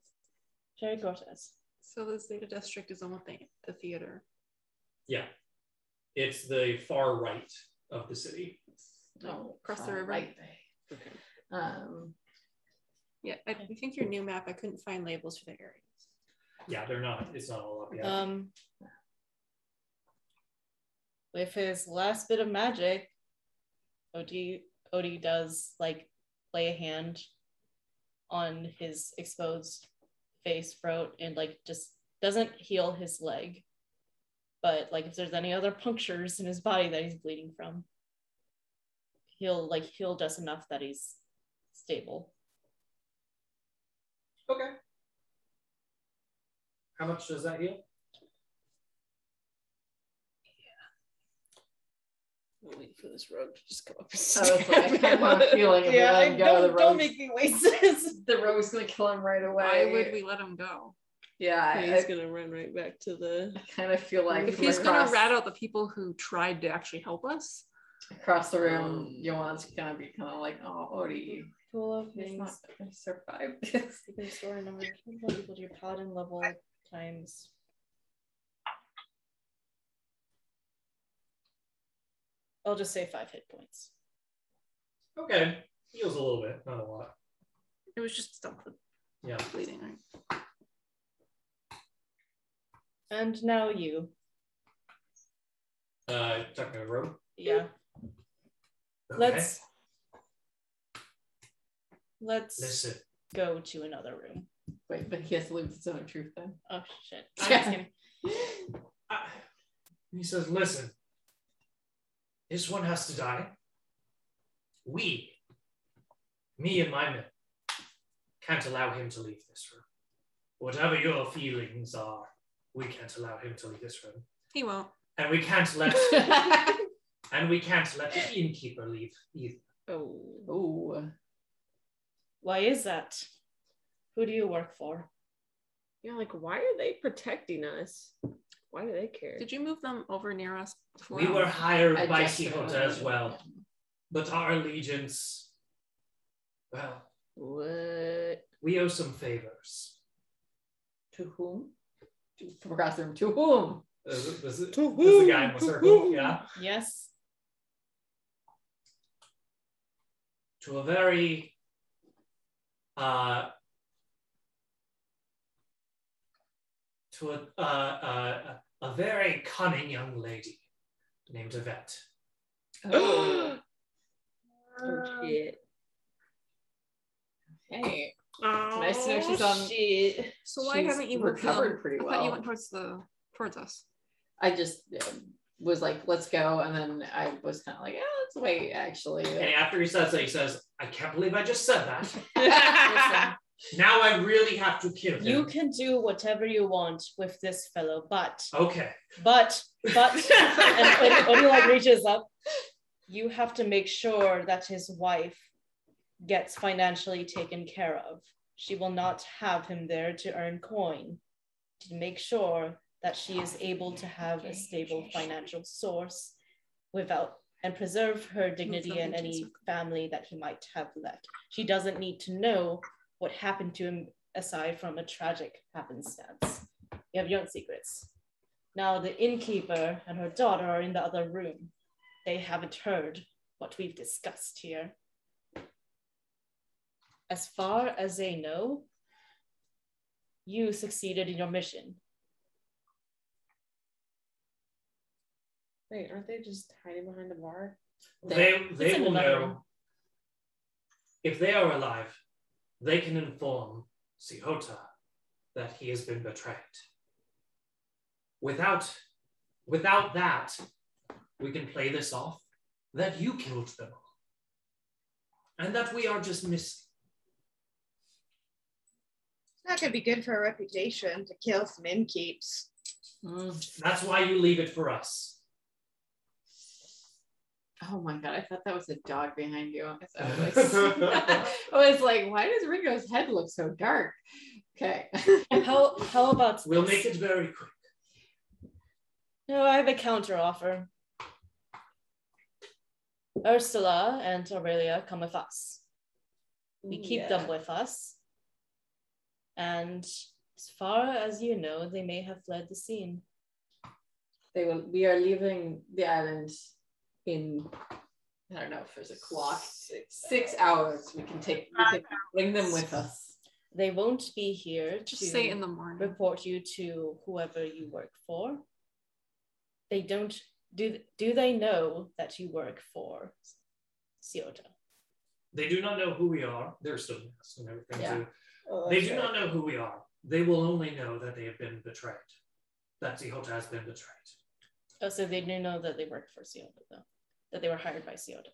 S10: Sherry Cortez.
S5: So the Zeta District is almost the, the theater.
S3: Yeah. It's the far right of the city.
S6: Oh,
S5: Across the river.
S6: Right. Um,
S5: Yeah, I I think your new map, I couldn't find labels for the areas.
S3: Yeah, they're not. It's not all up yet.
S10: Um, with his last bit of magic, Odie Odie does like lay a hand on his exposed face, throat, and like just doesn't heal his leg. But like if there's any other punctures in his body that he's bleeding from, he'll like heal just enough that he's stable.
S3: okay. How much does that heal?
S20: I'm waiting for this road to just come up.
S6: I was like, I have a feeling if we let him go, um, the rogue's,
S20: me wait. sis.
S6: the rogue's gonna kill him right away.
S5: Why would we let him go?
S6: Yeah, I,
S20: He's gonna run right back to the.
S6: kind of feel like
S5: If
S6: from
S5: he's gonna
S6: across-
S5: rat out the people who tried to actually help us,
S6: across the room, Yoan's gonna be kind of like, oh, Odie,
S10: Cool
S6: Oh. he's not gonna survive this.
S10: You can store a number of people equal to your paladin level times. I'll just say five hit points.
S3: Okay. Heals a little bit, not a lot.
S5: it was just something
S3: Yeah.
S5: bleeding. Right?
S10: And now you.
S3: Uh, tuck in the robe.
S10: Yeah.
S3: Okay.
S10: Let's let's
S3: listen.
S10: go to another room.
S6: Wait, but he has to live with his own truth then.
S10: Oh shit. I'm just kidding.
S3: I, Uh, he says, listen, this one has to die. We, me and my men, can't allow him to leave this room. Whatever your feelings are, we can't allow him to leave this room.
S5: He won't.
S3: And we can't let and we can't let the innkeeper leave either.
S6: oh, Ooh.
S10: Why is that? Who do you work for?
S20: You're like, why are they protecting us? Why do they care?
S5: Did you move them over near us before?
S3: We were hired
S6: I
S3: by
S6: just-
S3: Sihota as well, but our allegiance, well,
S20: What?
S3: we owe some favors.
S6: To whom? From across the room. To whom?
S3: Uh, This is, this is,
S20: To
S3: this is
S20: whom?
S3: the guy in the
S20: To
S3: circle,
S20: whom?
S3: yeah?
S10: Yes.
S3: to a very uh, to a, uh, uh, a very cunning young lady named Yvette.
S6: Oh,
S20: Oh, shit.
S6: hey.
S5: Oh,
S6: Nice to know she's on.
S10: Shit.
S5: so why
S6: she's
S5: haven't you moved
S6: recovered
S5: them?
S6: pretty
S5: I thought
S6: well.
S5: you went towards the towards us.
S6: I just um, was like, let's go. And then I was kind of like, yeah, let's wait, actually.
S3: And after he says that, he says, "I can't believe I just said that.
S6: Listen,
S3: now I really have to kill him."
S10: You can do whatever you want with this fellow, but
S3: okay.
S10: but but and when Odie like reaches up, you have to make sure that his wife gets financially taken care of. She will not have him there to earn coin. To make sure that she is able to have a stable financial source without and preserve her dignity and any family that he might have left. She doesn't need to know what happened to him aside from a tragic happenstance. You have your own secrets. Now the innkeeper and her daughter are in the other room. They haven't heard what we've discussed here. As far as they know, you succeeded in your mission.
S7: Wait, aren't they just hiding behind the bar?
S3: They
S10: It's
S3: they
S10: in
S3: will
S10: another
S3: know.
S10: room.
S3: If they are alive, they can inform Sihota that he has been betrayed. Without, without that, we can play this off that you killed them all, and that we are just missing.
S13: It's not gonna be good for our reputation to kill some innkeeps.
S6: Mm.
S3: That's why you leave it for us.
S6: Oh my god, I thought that was a dog behind you. I was like, I was like why does Ringo's head look so dark? Okay.
S10: How how about
S3: We'll
S10: this?
S3: make it very quick.
S10: No, I have a counter offer. Ursula and Aurelia come with us. We
S7: Mm,
S10: keep them with us. And as far as you know, they may have fled the scene.
S6: They will we are leaving the island in I don't know if there's a clock. Six, hours. We can take we can bring them with us.
S10: They won't be here
S5: Just
S10: to
S5: say in the morning.
S10: report you to whoever you work for. They don't do do they know that you work for Ciota?
S3: They do not know who we are. They're still masks and everything
S10: Yeah.
S3: too.
S10: Oh,
S3: they
S10: that's
S3: do
S10: right.
S3: not know who we are. They will only know that they have been betrayed. That Zihota has been betrayed.
S10: Oh, so they do know that they work for Ciota though. That they were hired by Ciota.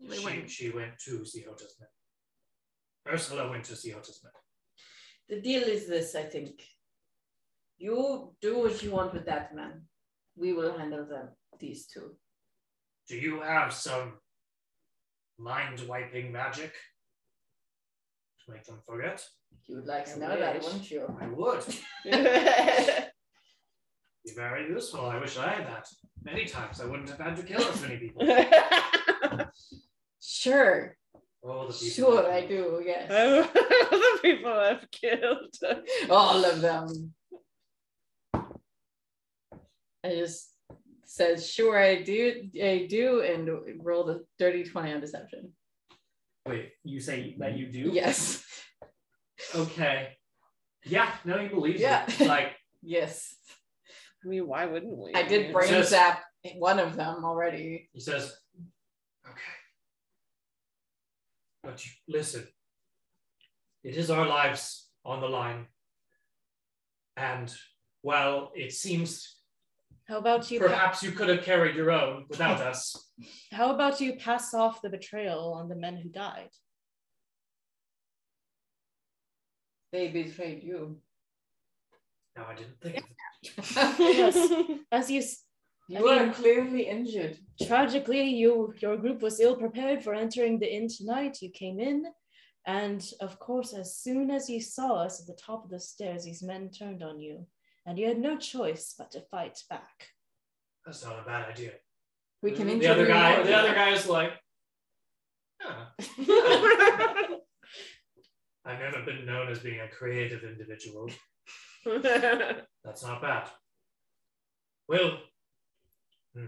S10: They
S3: She,
S10: went-
S3: she went to Zihota's men. Ursula went to Zihota's men.
S21: The deal is this, I think. You do what you want with that man. We will handle them, these two.
S3: Do you have some mind wiping magic to make them forget?
S21: You would like
S3: I
S21: to know that,
S3: wish.
S21: wouldn't you?
S3: I would. Be very useful. I wish I had that. Many times I wouldn't have had to kill as many people.
S6: Sure.
S3: Oh, the people.
S6: Sure, I do, yes.
S2: the people I've killed.
S6: All of them. I just said, sure, I do, I do, and rolled a dirty 20 on deception.
S3: Wait, you say that you do?
S6: Yes.
S3: Okay. Yeah, no, you believe
S6: Yeah.
S3: it. Like,
S6: Yes.
S2: I mean, why wouldn't we?
S6: I did brain
S3: Just-
S6: zap one of them already.
S3: He says, okay. But you, listen, it is our lives on the line. And well, it seems
S10: How about you
S3: perhaps you could have carried your own without us.
S10: How about you pass off the betrayal on the men who died?
S6: They betrayed you.
S3: No, I didn't think.
S10: Yes, as you, s- I
S6: You are
S10: mean-
S6: clearly injured.
S10: tragically, you your group was ill prepared for entering the inn tonight. You came in, and of course, as soon as you saw us at the top of the stairs, these men turned on you, and you had no choice but to fight back.
S3: That's not a bad idea.
S6: We can
S3: The other
S6: interview
S3: guy,
S6: more
S3: the other
S6: people.
S3: guy is like, huh. I've never been known as being a creative individual. That's not bad. Well, hmm.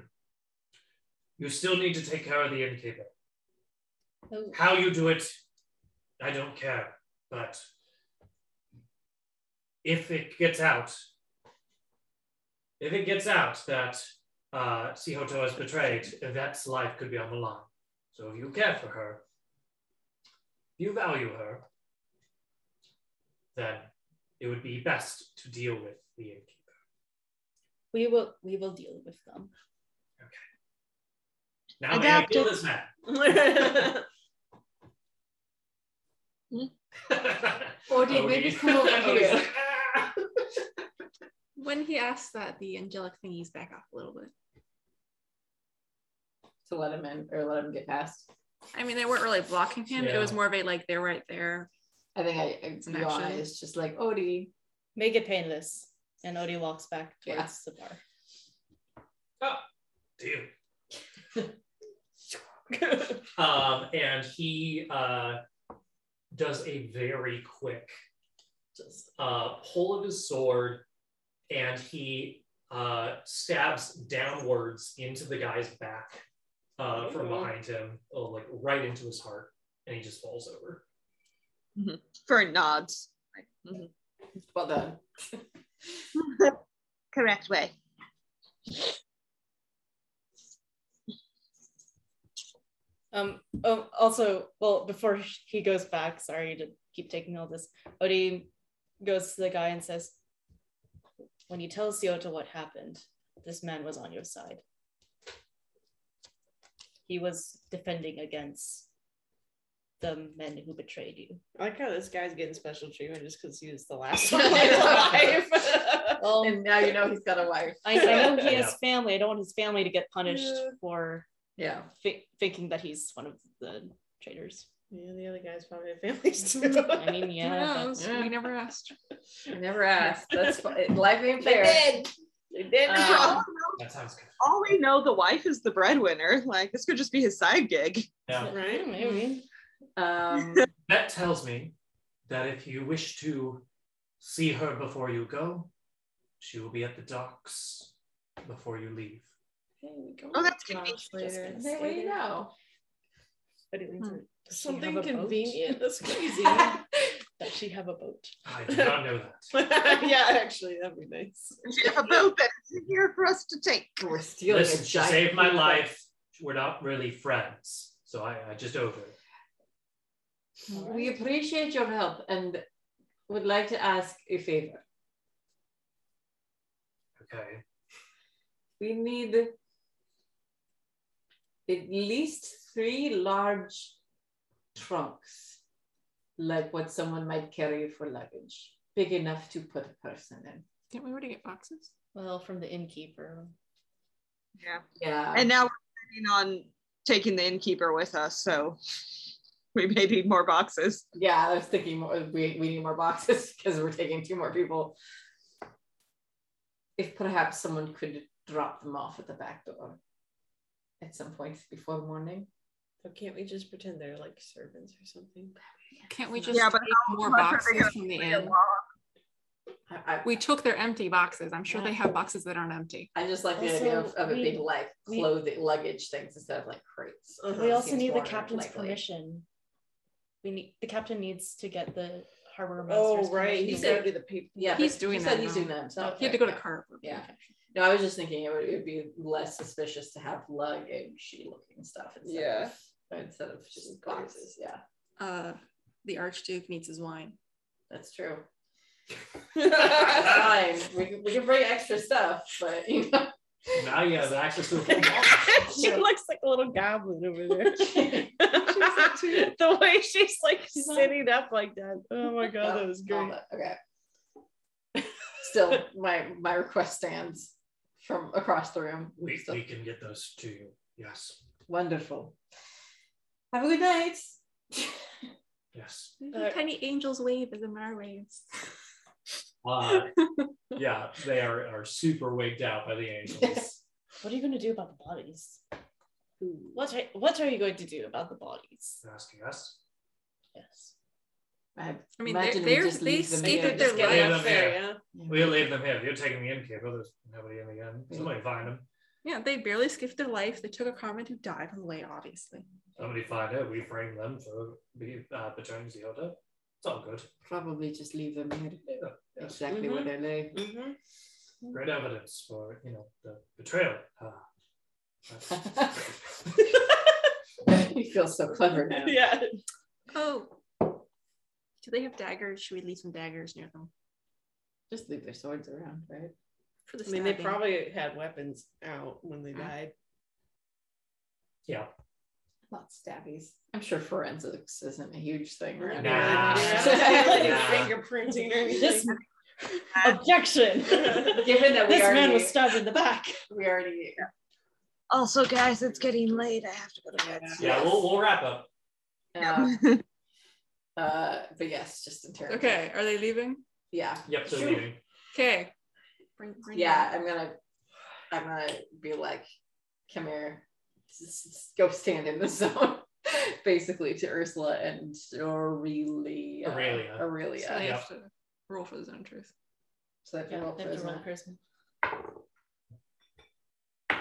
S3: you still need to take care of the innkeeper.
S10: Oh,
S3: How you do it, I don't care. But if it gets out, if it gets out that uh, Sihoto has betrayed, Yvette's life could be on the line. So if you care for her, if you value her, then it would be best to deal with the innkeeper.
S10: we will we will deal with them.
S3: Now may I kill
S13: Adapted.
S3: this man.
S6: Odie,
S3: Odie.
S6: maybe come over
S3: Odie's
S6: here.
S3: like, "Ah."
S5: When he asks that, the angelic thingies back off a little bit.
S6: To let him in or let him get past.
S5: I mean, they weren't really blocking him. It was
S3: Yeah.
S5: more of a like they're right there.
S6: I think I, I
S5: It's an
S6: your
S5: action.
S6: eyes just like "Oh, Odie.
S10: Make it painless. And Odie walks back towards
S6: Yeah.
S10: the bar.
S3: Dude. um, and he uh, does a very quick uh, pull of his sword and he uh, stabs downwards into the guy's back uh, from
S4: Ooh.
S3: behind him, oh, like right into his heart, and he just falls over.
S4: for nods.
S13: Mm-hmm.
S6: Well done.
S13: Correct way.
S10: Um. Oh, also, well, before he goes back, sorry to keep taking all this. Odie goes to the guy and says, "When you tell Siota what happened, this man was on your side. He was defending against the men who betrayed you."
S2: I like how this guy's getting special treatment just because he was the last one alive.
S10: Um,
S6: well, and now you know he's got a wife.
S10: I, I know he has family. I don't want his family to get punished for
S6: yeah
S10: thi- thinking that he's one of the traitors.
S2: Yeah, the other guy's probably have families too.
S10: I mean, yeah,
S5: Who knows?
S10: that's-
S5: We never asked.
S6: I never asked. That's fu- life ain't fair.
S13: They did.
S6: Um,
S3: That sounds good.
S4: All we know, the wife is the breadwinner. Like this could just be his side gig.
S3: Yeah.
S10: right? Maybe.
S6: Um,
S3: That tells me that if you wish to see her before you go, she will be at the docks before you leave.
S5: Hey, we go
S4: Oh,
S5: to
S4: that's
S5: the docks later.
S10: convenient.
S6: hey, what do you know?
S10: But it means
S5: Hmm.
S10: that she
S2: Something
S10: have a boat?
S2: convenient. That's crazy.
S10: That she have a boat.
S3: I did not know that.
S2: yeah, actually, that'd be nice.
S4: She have a boat that isn't here for us to take.
S6: We're stealing
S3: Listen,
S6: a
S3: she
S6: giant.
S3: saved my life. We're not really friends, so I, I just over it.
S6: We appreciate your help and would like to ask a favor.
S3: Okay.
S6: We need at least three large trunks, like what someone might carry for luggage, big enough to put a person in.
S5: Didn't we already get boxes?
S10: Well, from the innkeeper.
S4: Yeah.
S6: Yeah.
S4: And now we're planning on taking the innkeeper with us, so we may need more boxes.
S6: yeah, I was thinking more, we, we need more boxes because we're taking two more people. If perhaps someone could drop them off at the back door at some point before morning.
S2: But can't we just pretend they're like servants or something?
S5: Can't we just
S4: Yeah, but
S5: take more
S4: much are they
S5: boxes from the inn?
S6: I,
S5: We took their empty boxes. I'm sure they have boxes that aren't empty.
S6: I, I just like the
S10: Also,
S6: idea of, of it
S10: we-
S6: being like
S10: we-
S6: clothing, luggage things instead of like crates.
S10: We also
S6: Seems
S10: need the
S6: more
S10: captain's
S6: likely.
S10: permission. We need the captain needs to get the harbor master's
S2: Oh, right.
S10: permission.
S2: He's
S6: said-
S2: got to do the paper.
S6: Yeah,
S5: He's
S6: but
S5: doing
S6: he
S5: that
S6: said He's
S5: now.
S6: doing that himself.
S5: He had to go to
S6: right?
S5: Carver.
S6: Yeah. No, I was just thinking it would, it would be less suspicious to have luggage looking stuff instead
S2: Yeah.
S6: of instead of just boxes. Yeah,
S5: Uh, the Archduke needs his wine.
S6: that's true. Fine, we, can- we can bring extra stuff, but you know.
S3: Now you have access to a full box.
S20: She looks like "Oh, a little goblin over there. the way she's like sitting up like that. Oh my god, that was
S6: Oh,
S20: great.
S6: but- Okay. Still, my my request stands from across the room.
S3: We,
S6: Still-
S3: we can get those to you. Yes.
S6: Wonderful. Have a good night.
S3: Yes.
S5: The tiny angels wave as the mar waves.
S3: Uh, yeah, they are, are super wigged out by the angels.
S10: What are you going to do about the bodies? What are, what are you going to do about the bodies?
S3: They're asking us.
S10: Yes.
S6: I,
S5: I mean,
S6: imagine we
S5: they're, they're,
S6: just
S5: they
S6: leave them in
S5: skated
S6: there.
S5: their
S6: Just get
S3: Leave
S5: life.
S3: them here.
S6: Yeah.
S3: We'll leave them here. You're taking the innkeeper. There's nobody in the inn. Somebody find him.
S5: Yeah, they barely skipped their life. They took a comment who died on the way, obviously.
S3: Somebody find her. We frame them for be- uh, betraying Zelda. It's all good.
S6: Probably just leave them here.
S3: Yeah, yes.
S6: Exactly where
S20: Mm-hmm.
S6: they lay.
S2: Mhm.
S10: Mm-hmm.
S3: Great evidence for you know the betrayal. Ah, that's-
S6: you feel so clever now.
S20: Yeah.
S5: Oh. Do they have daggers? Should we leave some daggers near them?
S6: Just leave their swords around, right?
S5: For the
S2: I mean, they
S5: stabbing.
S2: probably had weapons out when they died.
S3: yeah.
S6: Not stabbies. I'm sure forensics isn't a huge thing, right?
S3: Nah.
S2: Yeah.
S3: Nah.
S2: Fingerprinting or anything.
S10: This objection.
S6: Given that we
S10: this man
S6: already-
S10: was stabbed in the back.
S6: We already
S4: Also, guys, it's getting late. I have to go to bed.
S3: Yeah, we'll, we'll wrap up.
S6: uh, uh but yes, just in terms of-
S5: Okay, are they leaving?
S6: yeah.
S3: Yep, they're
S6: Sure.
S3: leaving.
S5: Okay. Bring, bring
S6: Yeah, I'm gonna I'm gonna be like, come here, s- s- go stand in the zone. Basically to Ursula and Aurelia.
S3: Aurelia.
S5: So
S6: Aurelia.
S5: they
S3: Yeah.
S5: have to roll for the zone of truth.
S6: So that
S10: Yeah,
S6: can roll
S10: they have to roll
S6: charisma.
S10: charisma.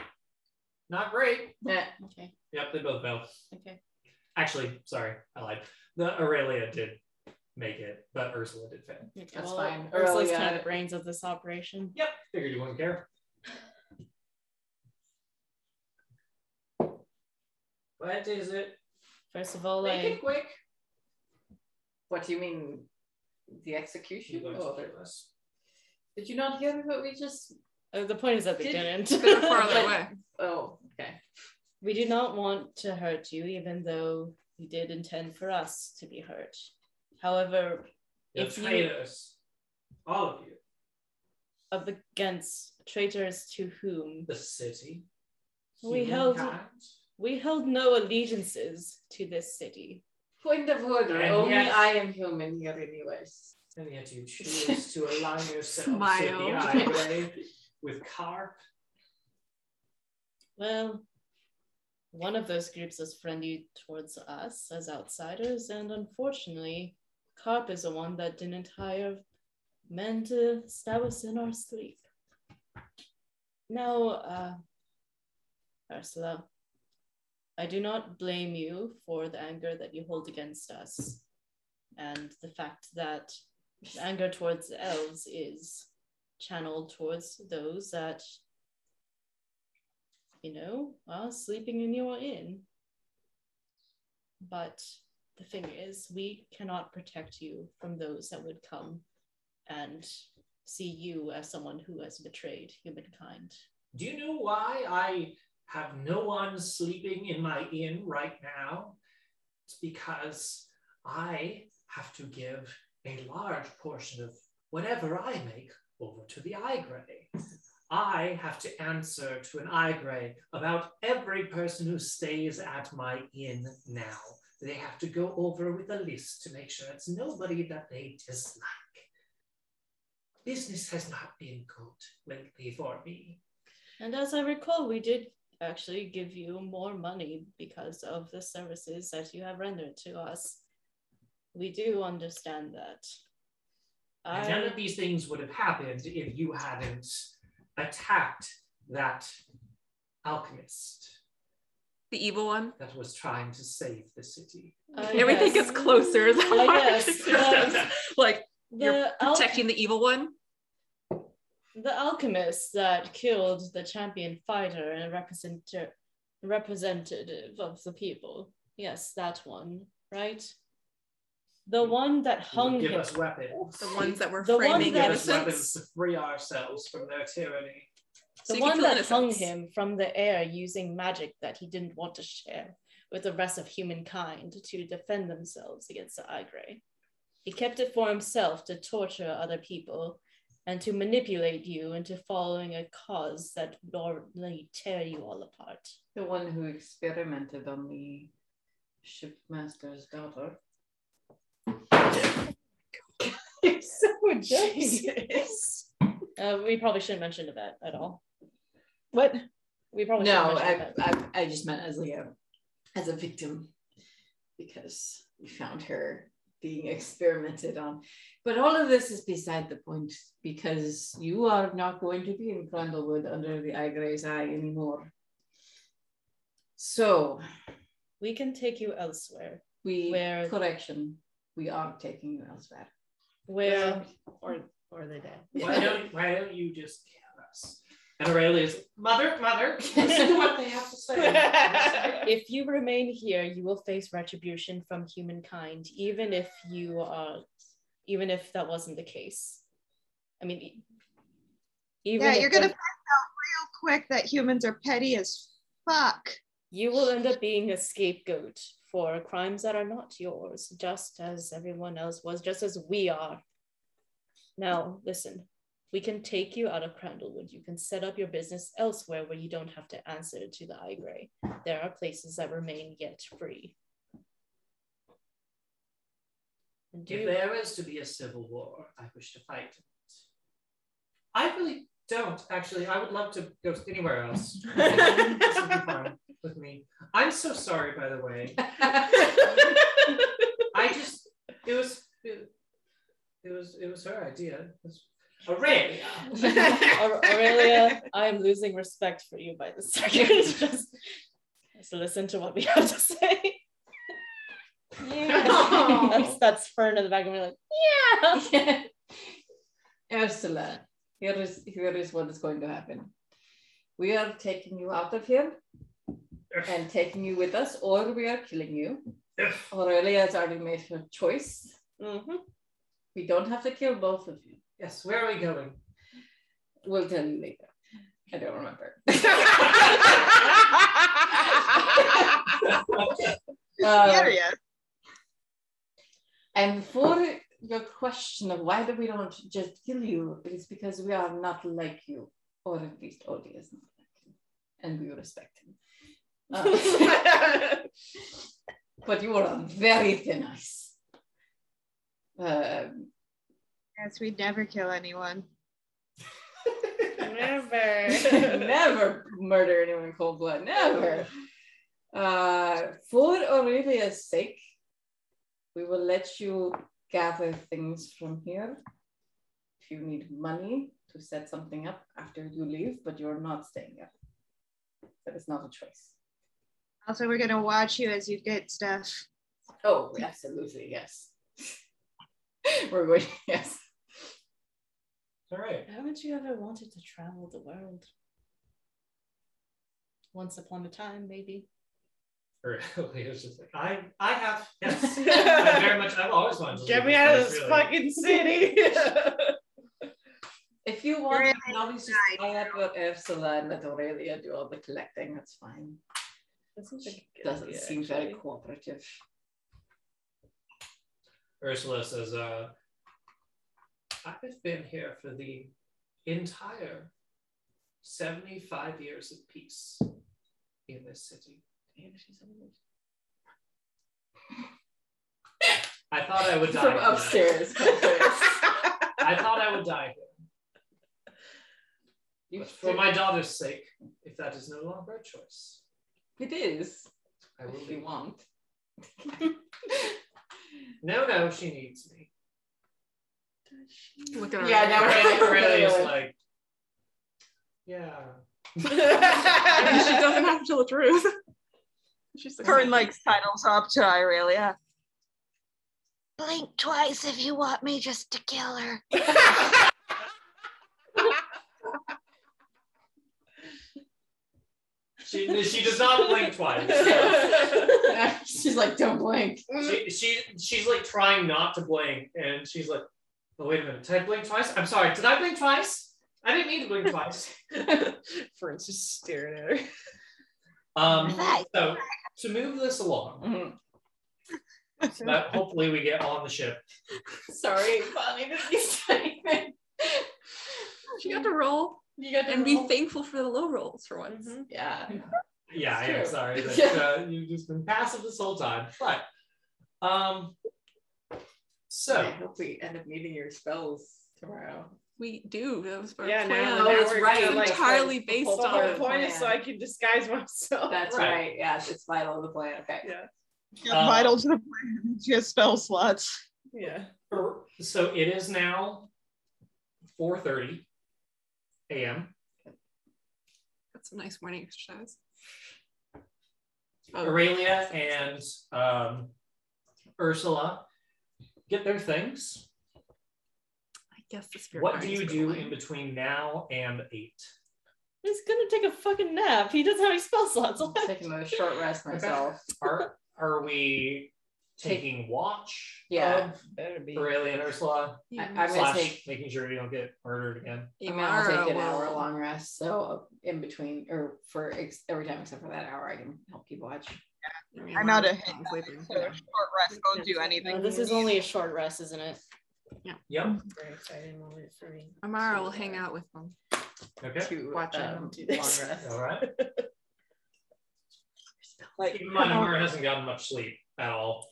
S3: Not great.
S6: Nah,
S10: Okay.
S3: Yep, they both failed.
S10: Okay.
S3: Actually, sorry, I lied. The Aurelia did make it, but Ursula did fail.
S10: okay.
S6: That's fine.
S10: Ursula's
S6: Aurelia-
S10: kind of the brains of this operation.
S3: Yep, figured you wouldn't care. What is it?
S10: First of all,
S6: Make
S10: like
S6: it quick. What do you mean? The execution?
S10: You'd like to
S6: Oh,
S10: do
S6: Did you not hear what we just
S10: uh, the point is that they didn't. But
S6: Oh, okay.
S10: We do not want to hurt you, even though you did intend for us to be hurt. However,
S3: You're
S10: if you
S3: traitors. All of you.
S10: up against traitors to whom
S3: The city.
S10: we held
S3: Humankind.
S10: we held no allegiances to this city.
S6: Point of order.
S10: And
S6: Only
S10: yes.
S6: I am human here, anyways.
S3: And yet you choose to align yourself to the
S6: Smile.
S3: highway with carp.
S10: Well, one of those groups is friendly towards us as outsiders, and unfortunately, Carp is the one that didn't hire men to stab us in our sleep. Now, uh, Ursula, I do not blame you for the anger that you hold against us and the fact that the anger towards the elves is channeled towards those that you know, are sleeping in your inn. But the thing is, we cannot protect you from those that would come and see you as someone who has betrayed humankind.
S3: Do you know why I have no one sleeping in my inn right now? It's because I have to give a large portion of whatever I make over to the Igray. I have to answer to an Igray about every person who stays at my inn now. They have to go over with a list to make sure it's nobody that they dislike. Business has not been good lately for me.
S10: And as I recall, we did actually give you more money because of the services that you have rendered to us. We do understand that. Um,
S3: And none of these things would have happened if you hadn't attacked that alchemist
S22: The evil one.
S3: that was trying to save the city.
S10: Uh,
S22: Everything
S10: yes.
S22: gets closer. The
S10: Uh,
S22: more
S10: yes,
S22: it
S10: uh,
S22: goes. like you're
S10: the elf-
S22: protecting the evil one.
S10: the alchemist that killed the champion fighter and representer- representative of the people. Yes, that one, right? The one that hung
S3: Mm. Give
S10: him.
S3: us weapons.
S22: The ones that were
S10: The ones
S22: framing
S10: that-
S3: Give us weapons
S22: innocence.
S3: to free ourselves from their tyranny.
S22: So
S10: The
S22: you can
S10: one
S22: kill
S10: that hung
S22: innocents.
S10: him from the air using magic that he didn't want to share with the rest of humankind to defend themselves against the Igre. He kept it for himself to torture other people and to manipulate you into following a cause that would already tear you all apart.
S6: The one who experimented on the shipmaster's daughter.
S10: so Jesus. Uh, we probably shouldn't mention that at all.
S4: What?
S10: We probably
S6: no,
S10: shouldn't mention
S6: I,
S10: that.
S6: I, I just meant as like a, as a victim because we found her being experimented on. But all of this is beside the point because you are not going to be in Crandallwood under the Eye Grey's eye anymore. So
S10: we can take you elsewhere.
S6: We
S10: Where-
S6: correction. We are taking you elsewhere.
S10: Where
S13: or or the dead.
S3: Why don't, why don't you just kill us? And Aurelia's, mother, mother, listen to what they have to say.
S10: if you remain here, you will face retribution from humankind, even if you are, even if that wasn't the case. I mean, e- even
S4: yeah,
S10: if
S4: you're gonna
S10: the-
S4: find out real quick that humans are petty as fuck.
S10: you will end up being a scapegoat for crimes that are not yours, just as everyone else was, just as we are. Now, listen, we can take you out of Crandallwood. You can set up your business elsewhere where you don't have to answer to the Igray. There are places that remain yet free. And
S3: If
S10: you-
S3: there is to be a civil war, I wish to fight it. I really don't, actually. I would love to go anywhere else. This would be fine with me. I'm so sorry, by the way. I just, it was, it, it was, it was her idea. It was Aurelia.
S10: Aur- Aurelia, I am losing respect for you by the second. just, just listen to what we have to say. that's that's Fern in the back of me like,
S6: Yeah. Ursula, here is here is what is going to happen. We are taking you out of here and taking you with us, or we are killing you. Aurelia has already made her choice.
S2: Mm-hmm.
S6: We don't have to kill both of you.
S3: Yes, where are we going?
S6: We'll tell you later. I don't remember. Um, Oh.
S4: Hilarious.
S6: And for your question of why do we don't just kill you, it is because we are not like you, or at least Odie is not like you, and we respect him. Uh, but you are on very thin ice. Um,
S13: Yes, we'd never kill anyone.
S7: Never.
S6: never murder anyone in cold blood. Never. Uh, for Aurelia's sake, we will let you gather things from here. If you need money to set something up after you leave, but you're not staying here. That is not a choice.
S13: Also, we're gonna watch you as you get stuff.
S6: Oh, absolutely, yes. We're going, yes.
S3: All right.
S10: Haven't you ever wanted to travel the world? Once upon a time, maybe.
S3: Or it was just like, I, I have, yes, I very much, I've always wanted to
S2: Get
S3: leave
S2: me out of
S3: place,
S2: this
S3: really.
S2: fucking city.
S6: If you want, you can always just tie up with Ursula and let Aurelia do all the collecting. That's fine.
S10: That seems like a good
S6: Doesn't
S10: idea,
S6: seem very
S10: actually.
S6: cooperative.
S3: Ursula says, uh, I've been here for the entire 75 years of peace in this city. I thought I would die.
S6: From
S3: here.
S6: upstairs.
S3: I thought I would die here. But for my daughter's sake, if that is no longer a choice,
S6: It is.
S3: I will
S6: If you
S3: leave.
S6: want.
S3: No, no, she needs me.
S22: Look at her.
S6: Yeah, now
S3: Aurelia,
S6: we're-
S3: Aurelia is like, yeah.
S22: she doesn't have to tell the truth. She's like,
S21: Her and
S13: like titles up to Irelia. Blink twice if you want me just to kill her.
S3: She, she does not blink twice.
S6: she's like, don't blink.
S3: She, she she's like trying not to blink, and she's like, "Oh wait a minute, did I blink twice? I'm sorry, did I blink twice? I didn't need to blink twice."
S2: Friends just staring at her.
S3: Um, so to move this along, so that hopefully we get on the ship.
S6: Sorry, finally didn't you say anything?
S22: she got to roll.
S6: You got to
S22: and be
S6: roll.
S22: thankful for the low rolls for once.
S6: Mm-hmm. Yeah.
S3: Yeah, I am
S22: It's
S3: sorry
S22: true.
S3: that uh, you've just been passive this whole time, but um, so
S6: I hope we end up needing your spells tomorrow.
S22: We do. That was our
S2: Yeah,
S22: plan.
S2: now,
S6: Oh,
S2: now
S22: It's
S2: we're gonna, like,
S22: entirely
S2: like,
S22: based
S2: the whole
S22: on
S2: point is so I can disguise myself.
S6: That's right. Yeah, it's vital to the plan. Okay.
S2: Yeah.
S3: Uh,
S4: vital to the plan. She has spell slots.
S2: Yeah.
S3: so it is now 4:30 a.m.
S22: That's a nice morning exercise.
S3: Oh,
S6: Um,
S3: Aurelia and um, Ursula get their things.
S22: I guess the spirit
S3: What
S22: guide
S3: do
S22: is
S3: you
S22: going
S3: do
S22: on.
S3: in between now and eight?
S10: He's gonna take a fucking nap. He doesn't have any spell slots left.
S6: Taking a short rest myself.
S3: Are are we taking watch?
S6: Yeah.
S3: of Aurelia and Ursula.
S6: I- I'm gonna
S3: slash
S6: take-
S3: making sure you don't get murdered again.
S6: I'm gonna take an
S22: Tomorrow
S6: hour
S22: will-
S6: long rest. So uh, in between, or for ex- every time except for that hour, I can help you watch.
S4: I'm out of
S22: sleeping.
S4: So a short rest won't do anything.
S10: No, this is only a short rest, isn't it?
S3: Yep.
S2: Very exciting moment for me.
S22: Amara will hang out with them.
S3: Okay.
S22: Watching them
S6: um,
S22: do
S6: long
S22: this.
S6: rest.
S3: All right.
S10: Like,
S3: Keep in mind, Amara hasn't gotten much sleep at all.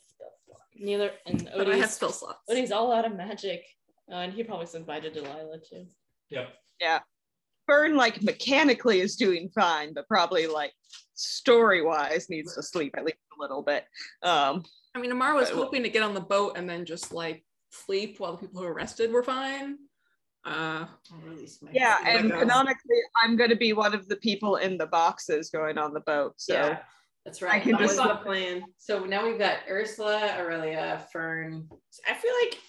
S10: neither. And
S22: But I have
S10: Odie's,
S22: spell slots.
S10: Odie's all out of magic. Uh, and he probably invited Delilah too.
S3: Yep.
S4: Yeah. Fern, like, mechanically is doing fine, but probably, like, story wise needs to sleep at least a little bit. Um,
S22: I mean, Amara was
S4: But what-
S22: hoping to get on the boat and then just like sleep while the people who were arrested were fine. Uh,
S6: I'll release my
S4: yeah,
S22: Like
S4: and
S22: a-
S4: canonically, I'm going to be one of the people in the boxes going on the boat. So,
S6: Yeah, that's right.
S4: can
S6: That
S4: just-
S6: was
S2: That's
S6: the
S2: the plan.
S6: So now we've got Ursula, Aurelia, Fern.
S2: I feel like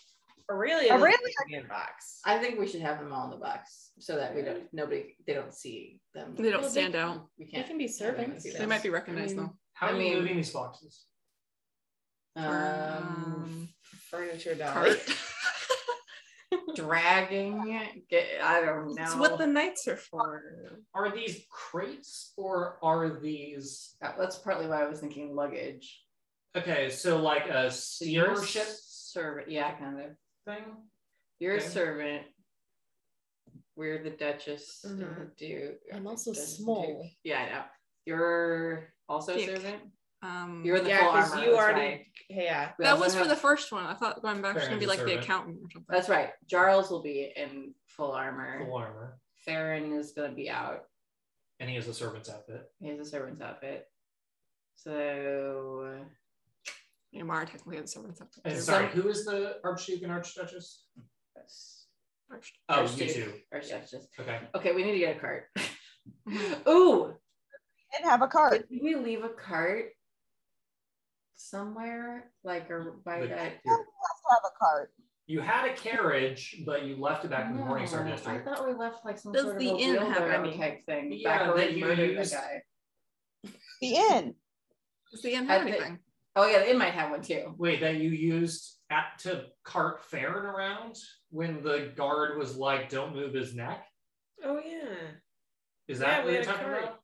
S2: Aurelia. doesn't
S4: Aurelia-
S2: need to be in a box.
S6: I think we should have them all in the box so that we don't nobody they don't see them.
S22: they don't
S10: Well, they-
S22: stand out.
S6: We
S10: They
S6: can't.
S10: can be servants.
S6: They
S22: They might be recognized
S10: I mean-
S22: though.
S3: How
S6: I
S3: are you
S6: mean-
S3: moving these boxes?
S23: Um,
S6: Um,
S23: furniture dog.
S5: cart.
S6: dragging. Get, I don't know.
S5: It's what the knights are for.
S3: Are these crates or are these?
S6: That's partly why I was thinking luggage.
S3: Okay, so like a
S6: Your
S3: steamer ship.
S6: ship servant, yeah, kind of
S3: thing.
S6: You're
S3: Okay.
S6: a servant. We're the Duchess. and the
S5: Mm-hmm.
S10: Mhm.
S6: Duke-
S10: I'm also
S6: Duchess and
S10: small.
S6: Duke. Yeah, I know. You're also a
S5: Thick.
S6: servant.
S5: Um,
S6: You're the
S5: yeah,
S6: full
S5: 'cause
S6: armor.
S5: you
S6: that's
S5: already-
S6: right.
S23: Yeah.
S6: We
S5: that
S6: also
S5: was for
S6: have-
S5: the first one. I thought going back was
S6: Farron
S5: gonna be
S6: is
S5: like the
S3: servant.
S5: accountant or something.
S6: That's right. Jarls will be in full armor.
S3: Full armor.
S6: Farron is going to be out.
S3: And he has a servant's outfit.
S6: He has a servant's outfit. So
S5: You know, Mara technically has someone something.
S3: And Uh, sorry, who is the Archduke and Archduchess? Oh, you
S6: Archduke.
S3: two.
S6: Archduchess.
S3: Okay.
S6: Okay, we need to get a cart. Ooh,
S4: and have a cart.
S6: Did we leave a cart somewhere, like or by
S3: The-
S6: that.
S3: you-
S4: have a cart.
S3: You had a carriage, but you left it back in the Morningstar
S6: No, I
S3: district.
S6: thought we left like some
S24: Does
S6: sort
S24: the
S6: of a
S24: inn have
S6: wheelbarrow
S24: any?
S6: type thing.
S3: Yeah,
S6: back where
S3: that
S6: we
S3: you
S6: murdered
S3: used-
S6: the guy.
S4: The inn.
S5: Does the inn
S6: I
S5: have
S6: think-
S5: anything?
S6: Oh yeah, the inn might have one too.
S3: Wait, that you used at to cart Farron around when the guard was like, "Don't move his neck."
S2: Oh yeah.
S3: Is that
S2: Yeah,
S3: what
S2: we
S3: you're
S2: had a
S3: talking
S2: cart.
S3: about?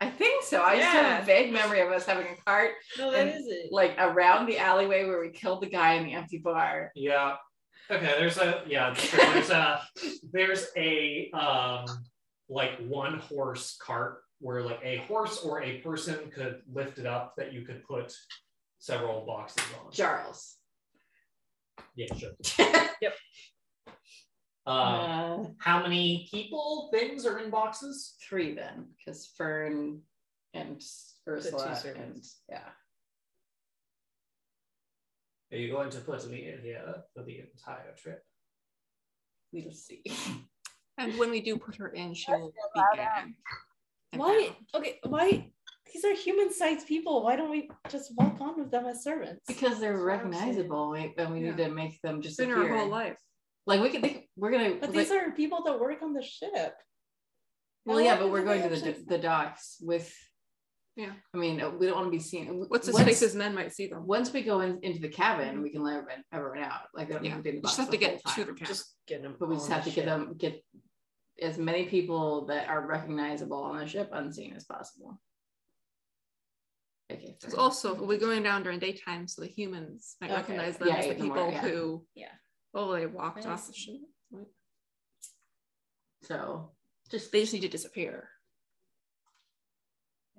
S6: I think so. I just have
S2: Yeah.
S6: a vague memory of us having a cart
S2: No, that
S6: And,
S2: is it.
S6: like around the alleyway where we killed the guy in the empty bar.
S3: Yeah. Okay. There's a yeah. so there's a there's a um like one horse cart where like a horse or a person could lift it up that you could put several boxes on.
S6: Charles.
S3: Yeah. Sure.
S2: Yep.
S3: Um,
S6: Uh,
S3: how many people things are in boxes?
S6: three then, because Fern and Ursula and
S3: servants.
S6: yeah.
S3: Are you going to put me in here for the entire trip?
S6: We'll see.
S5: And when we do put her in, she will be gagged. and
S10: Why?
S5: bound.
S10: Okay, why? These are human-sized people. Why don't we just walk on with them as servants?
S6: Because they're
S10: what I'm saying.
S6: recognizable, right? and we need to make them
S5: She's
S6: just
S5: been her whole life.
S6: Like we could, think, we're gonna.
S10: But
S6: like-
S10: these are people that work on the ship.
S6: well,
S10: Well,
S6: yeah,
S10: what
S6: but
S10: if
S6: we're
S10: they
S6: going to the,
S10: actually-
S6: the docks with.
S5: Yeah.
S6: I mean, uh, we don't want to be seen.
S5: What's his
S6: Once-
S5: face's men might see them.
S6: Once we go in, into the cabin, we can let everyone, everyone out. Like they don't
S5: Mm-hmm. Yeah.
S6: have to be in the
S5: We just
S6: box
S5: have to
S6: the
S5: get
S6: whole
S5: to
S6: time.
S5: the camp.
S2: Just get them.
S6: But we just
S2: on
S6: have
S2: the
S6: to get
S2: ship.
S6: them get as many people that are recognizable on the ship unseen as possible. Okay.
S5: It's also we're going down during daytime, so the humans might
S6: Okay.
S5: recognize them
S6: Yeah,
S5: as the
S6: yeah,
S5: people
S6: the more- yeah.
S5: who.
S24: Yeah.
S5: Oh, they walked
S24: Yeah.
S5: off the ship.
S6: So,
S5: Just they just need to disappear.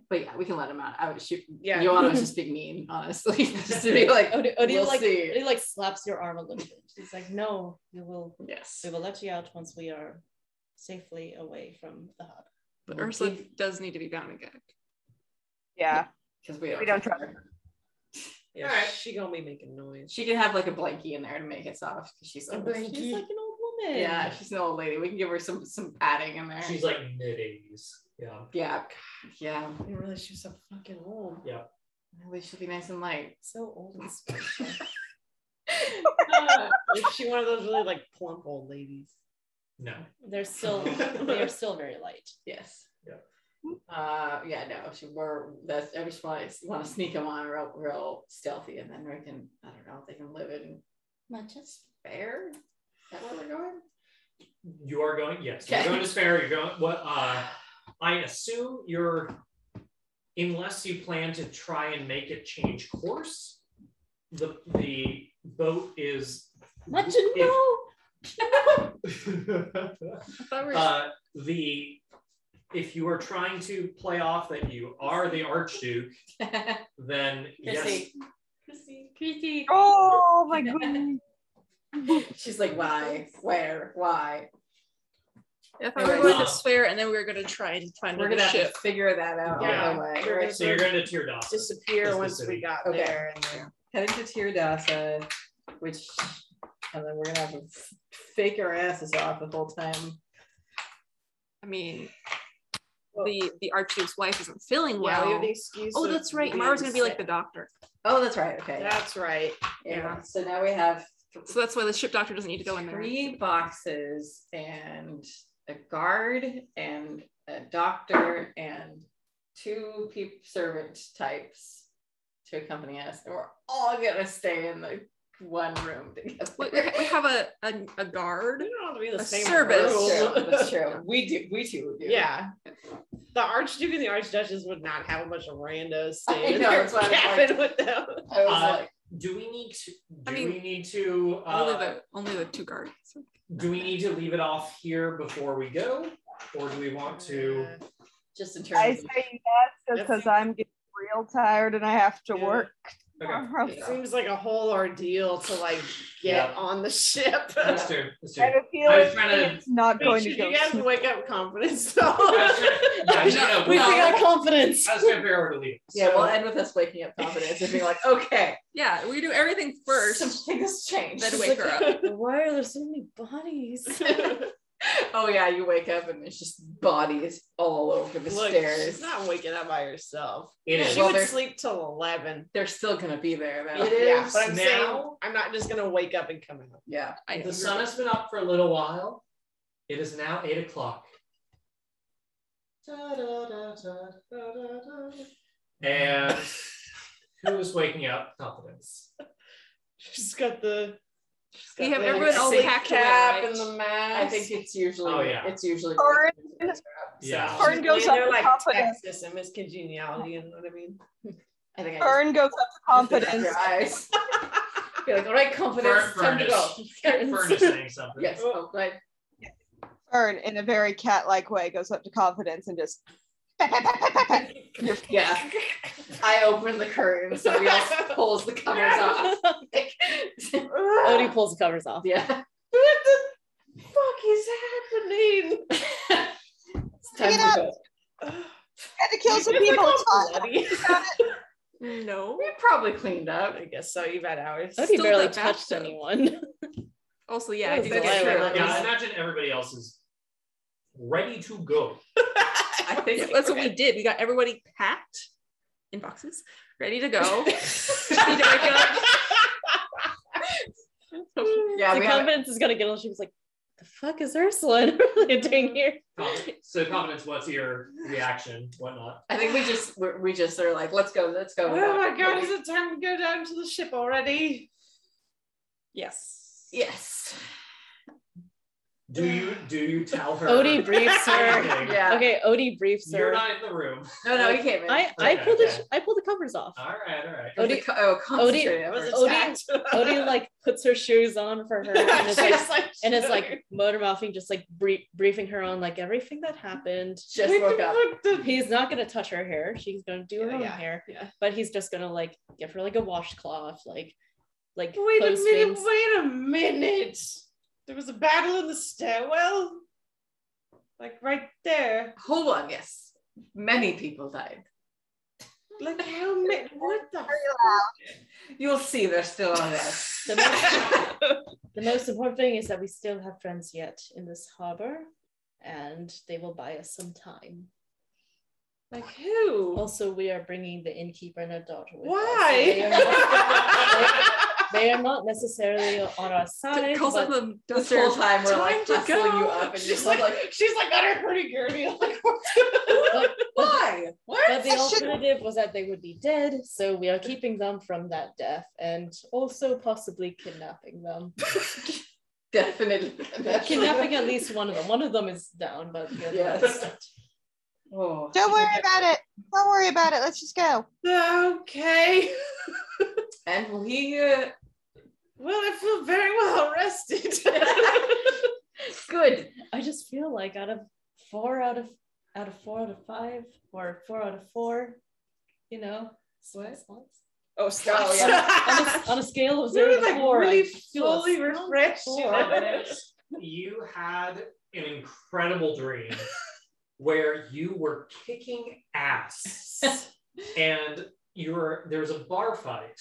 S6: but yeah, we can let them out. I would shoot.
S2: Yeah.
S6: Joanna was just being mean, honestly. just to be like,
S10: Odie, Odie
S6: we'll
S10: like
S6: see.
S10: Odie like slaps your arm a little bit. She's like, "No, we will.
S6: yes.
S10: We will let you out once we are safely away from the hub."
S5: But
S6: Well,
S5: Ursula
S6: keep-
S5: does need to be bound and gagged.
S4: Yeah.
S6: Because we don't,
S4: We don't
S6: trust
S4: trust
S6: her.
S2: Yeah,
S3: Alright.
S2: she gonna be making noise.
S6: She can have like a blankie in there to make it soft. 'cause She's like,
S10: She's like an old
S6: Oh,
S10: woman.
S6: yeah, she's an old lady. We can give her some some padding in there.
S3: She's like mid 80s. Yeah.
S6: yeah, yeah.
S2: I didn't realize she was so fucking old.
S6: At least she'll be nice and light.
S10: so old and spiritual.
S2: Is she one of those really like plump old ladies?
S3: No.
S10: They're still they are still very light.
S6: Yes.
S3: Yeah.
S6: Uh, yeah, no, she we're that's I just want to want to sneak them on real, real stealthy, and then we can I don't know if they can live in
S10: Not just
S6: fair. Is that where we're going?
S3: You are going, yes.
S6: Okay.
S3: You're going to spare. You're going, what, uh, I assume you're, unless you plan to try and make it change course, the, the boat is.
S10: not to know.
S5: I thought we were
S3: uh, the, if you are trying to play off that you are the Archduke, then yes,
S6: Chrissy.
S24: Chrissy.
S6: Creaky.
S4: Oh my goodness.
S6: She's like, why, where, why?
S5: I thought we were
S6: Anyway,
S5: going
S3: uh,
S5: to swear, and then we were going to try and find
S6: We're
S5: another
S6: gonna have to
S5: ship.
S6: figure that out.
S2: Yeah.
S6: on the way.
S2: We're gonna
S3: so you're going to tear down. Is
S2: Disappear
S3: the
S2: once
S3: city.
S2: we got
S6: Okay.
S2: there. And then
S6: heading to Tiradasa, which, and then we're gonna have to fake our asses off the whole time.
S5: I mean, the the archduke's wife isn't feeling
S2: yeah,
S5: well.
S2: we have the excuse.
S5: oh,
S2: of
S5: that's right.
S2: being
S5: Mara's going to be like the
S2: sick.
S5: doctor,
S6: Oh, that's right. Okay.
S2: That's right.
S6: yeah.
S5: yeah.
S6: So now we have th-
S5: so that's why the ship doctor doesn't need to go in there.
S6: three boxes and a guard and a doctor and two peep servant types to accompany us, and we're all gonna stay in the one room together.
S22: We, we we have a, a, a guard.
S2: We don't have to be the
S22: a
S2: same
S22: service.
S2: room.
S6: That's true. We do. We two would do.
S2: Yeah. The Archduke and the Archduchess would not have a bunch of randos
S6: I
S2: staying in
S6: know,
S2: their
S6: that's why I was
S2: cabin
S6: like-
S2: with them.
S6: I was
S3: Uh,
S6: like,
S3: do we need to?
S22: I
S3: Do
S22: mean,
S3: we need to?
S22: only
S3: uh,
S22: the only the two guards.
S3: Do we need to leave it off here before we go, or do we want to?
S6: just in
S4: I
S6: terms of
S4: say yes because I'm getting real tired and I have to work.
S3: Okay.
S4: tomorrow.
S2: It seems like a whole ordeal to like get
S3: Yeah.
S2: on the ship.
S3: Let's do. Let's do.
S4: I have a
S3: I was
S4: feeling
S3: trying to.
S4: it's not
S2: Make
S4: going
S2: sure
S4: to go.
S2: you guys
S4: smooth.
S2: wake up confidence though.
S3: Yeah, no, no,
S2: we
S3: no.
S2: got confidence.
S3: I was trying to figure out where to leave.
S6: yeah, we'll end with us waking up confidence and being like, okay,
S22: Yeah, we do everything first,
S6: things change.
S22: then wake her up.
S10: Why are there so many bodies?
S6: Oh yeah, you wake up and it's just bodies all over the
S2: Look, she's
S6: stairs.
S2: not waking up by herself.
S3: It is.
S2: She
S6: Well,
S2: would
S6: there's-
S2: sleep till eleven.
S6: They're still gonna be there though.
S2: It is. Yeah, but I'm
S3: now-
S2: saying I'm not just gonna wake up and come out.
S6: Yeah.
S22: I
S3: The sun has been up for a little while. It is now eight o'clock. And who is waking up? Confidence.
S2: She's got the. she's
S22: We
S2: got
S22: have
S2: the
S22: everyone all
S2: safe
S22: packed away,
S2: cap
S22: right?
S2: and the mask.
S6: I think it's usually
S3: Oh, yeah.
S6: it's usually
S4: Orange.
S3: Yeah.
S4: Horn goes up
S2: they're
S4: to
S2: like
S4: confidence.
S2: Texas and Miss Congeniality, you know what I mean?
S6: I think I
S4: Fern goes up to
S6: just
S4: confidence.
S6: your eyes. You're like, all right, confidence,
S3: Fur-
S6: time to go.
S3: Fern is saying something.
S6: Yes, oh, right.
S4: Fern, in a very cat-like way, goes up to confidence and just.
S6: Yeah. I open the curtain, somebody else pulls the covers off.
S10: Odie pulls the covers off.
S6: Yeah.
S2: What the fuck is happening?
S6: It's time
S4: Get
S6: to
S4: up.
S6: go.
S4: had to kill some
S2: It's
S4: people.
S2: all
S4: It's fine.
S2: bloody.
S22: No.
S6: We probably cleaned up.
S2: I guess so. You've had hours.
S10: Odie
S22: Still
S10: barely
S22: the
S10: touched
S22: bathtub.
S10: anyone.
S22: Also, yeah, I
S10: Yeah,
S22: did
S10: that's
S22: get
S10: true.
S22: shirtless.
S3: Yeah, I imagine everybody else is ready to go.
S6: I
S22: Yeah,
S6: think
S22: that's what we did. We got everybody packed in boxes, ready to go. Ready to wake up.
S6: yeah,
S10: the
S6: we have
S10: confidence is gonna get on. She was like, "The fuck is Ursula doing here?"
S3: Confidence. So confidence, what's your reaction? Whatnot?
S6: I think we just we're, we just are like, let's go, let's go.
S2: Oh my god, is it time to go down to the ship already?
S22: Yes.
S6: Yes.
S3: Do you do you tell her?
S10: Odie briefs her.
S3: anything?
S6: Yeah.
S10: Okay, Odie briefs
S3: You're
S10: her.
S3: not in the room.
S6: No, no, he came in.
S10: I I
S3: Okay,
S10: pulled the
S3: okay.
S10: I pulled the covers off.
S3: All right, all right.
S6: It was
S10: Odie-
S6: a co- oh, concentrated
S2: I was
S6: effort.
S10: Odie-
S2: attacked.
S10: Odie like puts her shoes on for her and is like
S2: She's like,
S10: and is like motor mouthing, just like brief, briefing her on like everything that happened.
S6: just woke up.
S10: He's not gonna touch her hair. She's gonna do her
S2: Yeah,
S10: own
S2: yeah,
S10: hair,
S2: yeah.
S10: but he's just gonna like give her like a washcloth, like like
S2: Wait a
S10: close
S2: minute,
S10: things.
S2: wait a minute. There was a battle in the stairwell? Like right there.
S6: Hold on, yes. Many people died.
S2: Like how many what the
S6: You'll see they're still on there.
S10: The most, the most important thing is that we still have friends yet in this harbor, and they will buy us some time.
S2: like who?
S10: Also, we are bringing the innkeeper and her daughter with us. so
S2: Why?
S10: They are, they are not necessarily on our side.
S22: Calls up
S10: but
S22: the
S6: This
S22: downstairs.
S6: whole time we're
S22: Time
S6: like
S22: to
S6: hustling
S22: go.
S6: you up and you're
S2: she's
S6: just
S2: like,
S6: like,
S2: she's like got her pretty gurdy. Like,
S6: why? What?
S10: But the alternative was that they would be dead, so we are keeping them from that death and also possibly kidnapping them.
S6: Definitely.
S10: Uh, kidnapping at least one of them. One of them is down, but the other one is
S6: Yes.
S10: not.
S6: Oh.
S4: Don't worry about it. Don't worry about it. Let's just go.
S2: okay.
S6: And will he uh,
S2: Well, I feel very well rested.
S6: good.
S10: I just feel like out of four out of out of four out of five or four out of four, you know. What?
S2: oh, stop.
S6: Oh,
S10: On, a, on a scale of
S2: We were
S10: zero
S2: like
S10: to four, I
S2: really
S10: feel a
S2: fully
S10: strong
S2: refreshed. you
S10: four.
S2: know?
S3: you had an incredible dream where you were kicking ass and you were there was a bar fight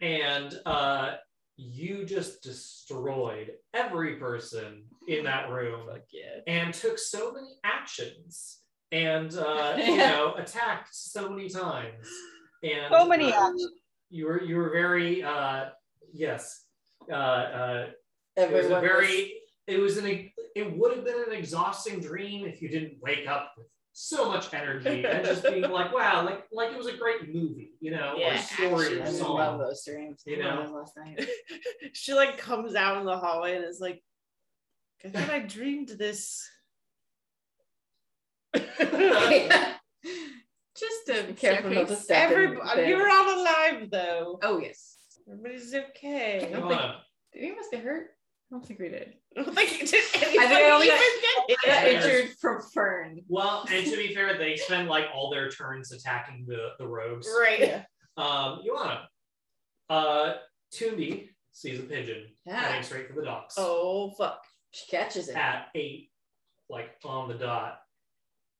S3: and uh you just destroyed every person in that room
S2: Fuck yeah.
S3: and took so many actions and uh you know attacked so many times and
S4: So many
S3: uh, you were you were very uh yes uh uh it was a
S6: Everyone
S3: very it was an it would have been an exhausting dream if you didn't wake up with so much energy and just being like, wow, like like it was a great movie, you know, or
S6: Yeah,
S3: story
S6: actually,
S3: or
S6: I
S3: song.
S6: love those streams.
S3: You
S6: I
S3: know,
S6: love those last night.
S2: she like comes out in the hallway and is like, I thought I dreamed this.
S8: Just to
S6: Careful not to step in
S2: Everybody,
S6: there.
S2: you're all alive though.
S8: Oh yes.
S2: Everybody's okay.
S8: I don't think,
S3: uh,
S8: did any of us get hurt? I don't think we did.
S2: I don't think you did anything.
S8: I think I only got,
S2: even
S8: I got
S3: get hit.
S8: injured from Fern.
S3: Well, and to be fair, they spend like all their turns attacking the the rogues.
S2: Right.
S3: Um, Joanna, uh, Toombi sees a pigeon
S6: Yeah.
S3: heading straight for the docks
S2: Oh fuck.
S6: She catches it.
S3: at eight, like on the dot.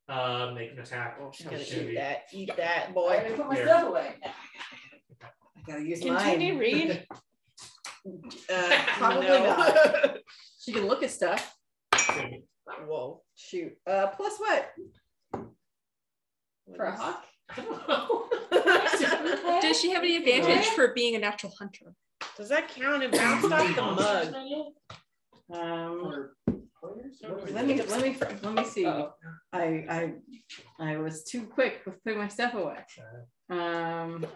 S3: Uh, make an attack. Oh,
S7: She's gonna eat that. Eat that, boy.
S6: I put
S3: my Here. stuff
S6: away. I gotta use
S7: Continue,
S6: mine.
S7: read.
S6: Uh, probably
S7: No.
S6: not. She can look at stuff.
S7: Whoa.
S6: Shoot. Uh, plus what?
S7: What
S6: For a
S7: is-
S6: hawk?
S22: Does she have any advantage for being a natural hunter?
S2: Does that count? It bounced off the mug.
S6: Um, let me let me let me see.
S8: Oh.
S6: I I I was too quick with putting my stuff away. Um.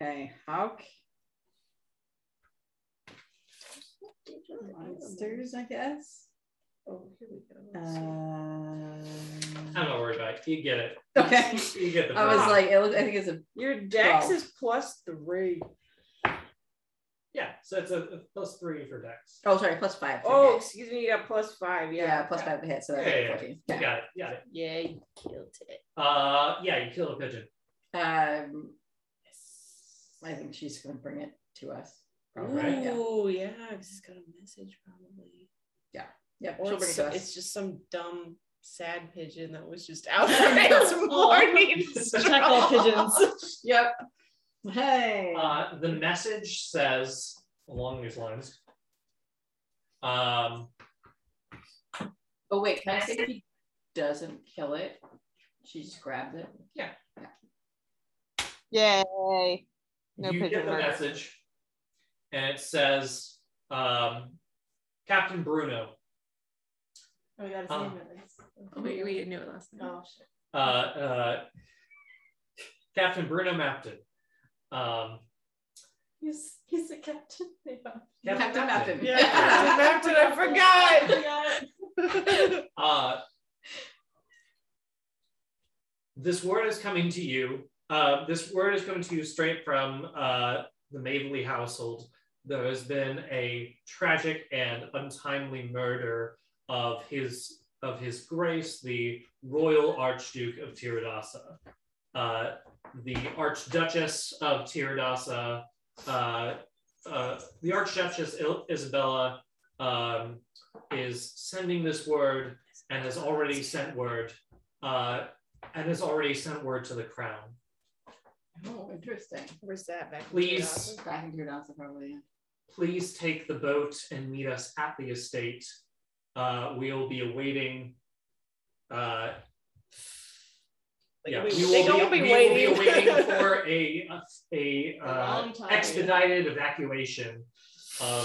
S6: Okay. How? c- Monsters, I guess.
S8: Oh, here we go.
S6: Uh,
S3: I'm not worried about it. You get it.
S6: Okay.
S3: You get the.
S6: I was
S3: point.
S6: like, it look, I think it's a
S2: Your dex
S6: Twelve.
S2: is plus three.
S3: yeah. So it's a, a plus three for Dex.
S6: oh sorry plus five. for
S2: Oh,
S6: dex.
S2: excuse me, you got plus five. Yeah,
S6: yeah, plus five to hit, so that's
S3: Yeah, yeah, yeah.
S6: fourteen.
S3: You got it. You got it.
S10: Yeah, you killed it.
S3: Uh, yeah, you killed a pigeon.
S6: Um, I think she's gonna bring it to us.
S3: All
S6: Probably.
S3: right.
S6: Yeah.
S2: Oh yeah, I just got a message probably.
S6: Yeah.
S2: Or
S6: She'll bring it
S2: it's,
S6: to us.
S2: it's just some dumb sad pigeon that was just out there this morning.
S10: Check all pigeons.
S6: yep. Um, Hey.
S3: Uh, the message says along these lines. Um,
S6: oh wait, can I say he doesn't kill it? She just grabs it.
S3: Yeah.
S4: Yay. No
S3: you
S4: pigeon
S3: get the
S4: murder.
S3: message, and it says, um, "Captain Bruno,
S5: Oh, we got his
S3: Oh.
S5: name at least. We, we knew it last night. Oh, shit.
S3: uh, uh, Captain Bruno Mapton, um,
S5: He's, he's the captain.
S3: Captain
S6: Captain
S3: Mapton.
S6: Mapton.
S2: yeah, Captain Mapton, I forgot.
S3: uh, this word is coming to you. Uh, this word is coming to you straight from uh, the Maveley household. There has been a tragic and untimely murder of his of his grace, the Royal Archduke of Tiradasa. Uh, the Archduchess of Tiradasa, uh, uh, the Archduchess Il- Isabella um, is sending this word and has already sent word uh, and has already sent word to the crown.
S6: Oh, interesting.
S2: Where's that back? in
S3: Please.
S2: 2000?
S6: Back into your dancer probably. yeah.
S3: Please take the boat and meet us at the estate. Uh, we'll be awaiting. Uh,
S2: Like,
S3: yeah,
S2: we-
S3: we
S2: they
S3: will
S2: gonna
S3: be,
S2: be
S3: we will be
S2: waiting. Oh,
S3: waiting for a a, uh,
S10: long time.
S3: expedited evacuation of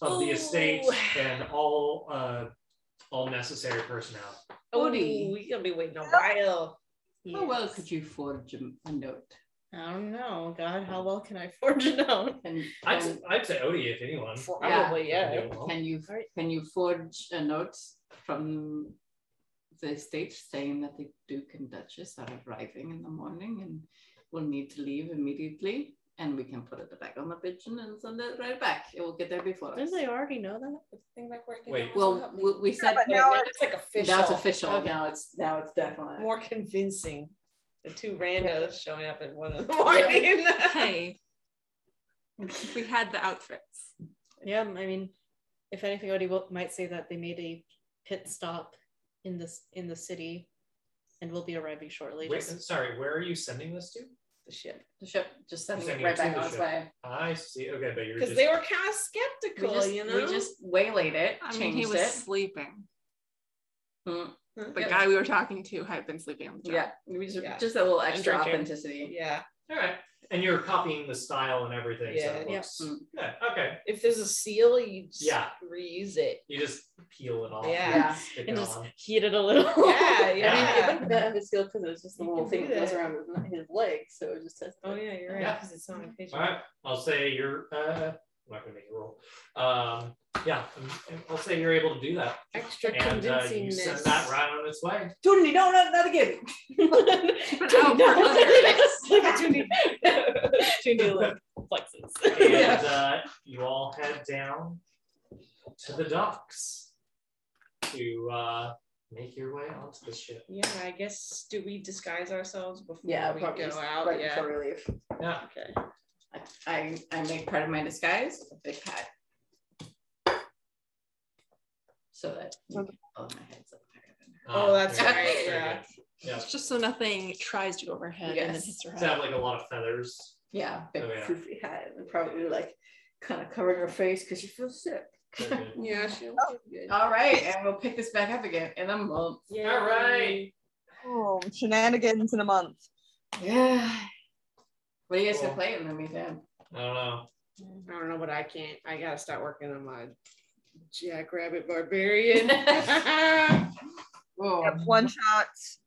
S3: of the estate
S2: Ooh.
S3: and all uh, all necessary personnel.
S2: Oh,
S6: Odie.
S2: we gonna be waiting a while.
S6: How Oh, well could you forge a- a note?
S10: I don't know. God, how well can I forge a note?
S6: Can,
S3: I'd,
S6: can,
S3: I'd say Odie if anyone.
S2: Probably, Um, yeah.
S3: Doing well.
S6: can you can you forge a note from the estate saying that the Duke and Duchess are arriving in the morning and will need to leave immediately? And we can put it back on the pigeon and send it right back. It will get there before us.
S10: Does I already know that?
S5: Thing like working
S3: Wait.
S5: on
S6: Well,
S5: something.
S6: we, we said
S2: but now it's like official.
S6: now it's official. Now it's now it's definitely.
S2: More convincing. The two randos showing up at one in the morning.
S22: Hey, we had the outfits.
S10: Yeah, I mean, if anything, Odie will, might say that they made a pit stop in this in the city, and will be arriving shortly.
S3: Wait,
S10: Just-
S3: sorry, where are you sending this to?
S2: the ship.
S6: The ship just sending
S3: Sending
S6: it
S3: it
S6: right back
S3: to the
S6: on its
S3: ship.
S6: way.
S3: I see. Okay, but you're
S2: Because
S3: just
S2: they were kind of
S6: We
S2: skeptical,
S6: just,
S2: you know.
S6: we just waylaid it,
S22: I
S6: changed
S22: mean, he was
S6: it.
S22: sleeping.
S6: Mm,
S22: Hmm. The
S2: Yeah.
S22: guy we were talking to had been sleeping on the job.
S6: yeah, we just,
S2: Yeah.
S6: just a little
S22: And
S6: extra
S22: drinking.
S6: authenticity.
S2: Yeah.
S3: all right. And you're copying the style and everything. so
S20: Yeah.
S3: it
S20: Yeah.
S3: looks good. Okay.
S20: If there's a seal, you just
S3: Yeah.
S20: reuse it.
S3: You just peel it off.
S20: Yeah.
S3: And stick
S20: And
S3: it
S20: just-
S3: on.
S10: Heat it a little.
S3: Yeah,
S8: I mean,
S3: yeah.
S8: it wouldn't have his heel because it was just the little
S3: can
S8: thing
S3: do
S8: that goes
S3: that.
S8: around his- his leg. So it just says. Oh yeah, you're
S3: right, Yeah. 'cause
S8: it's on my page.
S3: All right. I'll say you're. Uh, I'm not gonna make a roll. Um, yeah. I'm- I'll say you're able to do that.
S7: Extra
S3: and uh, you send
S7: convincingness.
S3: that right on its way.
S21: Tootie, no, no, not again.
S22: oh,
S3: And uh, you all head down to the docks to uh, make your way onto the ship.
S2: Yeah, I guess. Do we disguise ourselves before
S6: Yeah,
S2: we
S6: probably
S2: go
S6: just
S2: out?
S6: right
S2: yeah.
S6: before we leave.
S3: Yeah.
S6: Okay. I, I make part of my disguise a big hat. So that you can- oh, my head's up higher than her.
S20: Oh,
S3: Ah, very good,
S22: right,
S3: very
S22: yeah.
S3: good. Yeah.
S22: It's just so nothing tries to go over her head and then
S6: Yes.
S22: hits her
S3: Does it have
S22: head.
S3: like a lot of feathers?
S6: Yeah, big
S3: Oh, yeah.
S6: poofy hat and probably like kind of covering her face because she feels sick.
S8: Yeah, she
S6: Oh. All right, and we'll pick this back up again in a month.
S4: All right. Oh, shenanigans in a month.
S6: Yeah. What are you guys
S7: Cool.
S6: gonna play in the meantime?
S3: I don't know.
S7: I don't know, but I can't. I gotta start working on my Jackrabbit Barbarian.
S6: Whoa.
S4: One shots.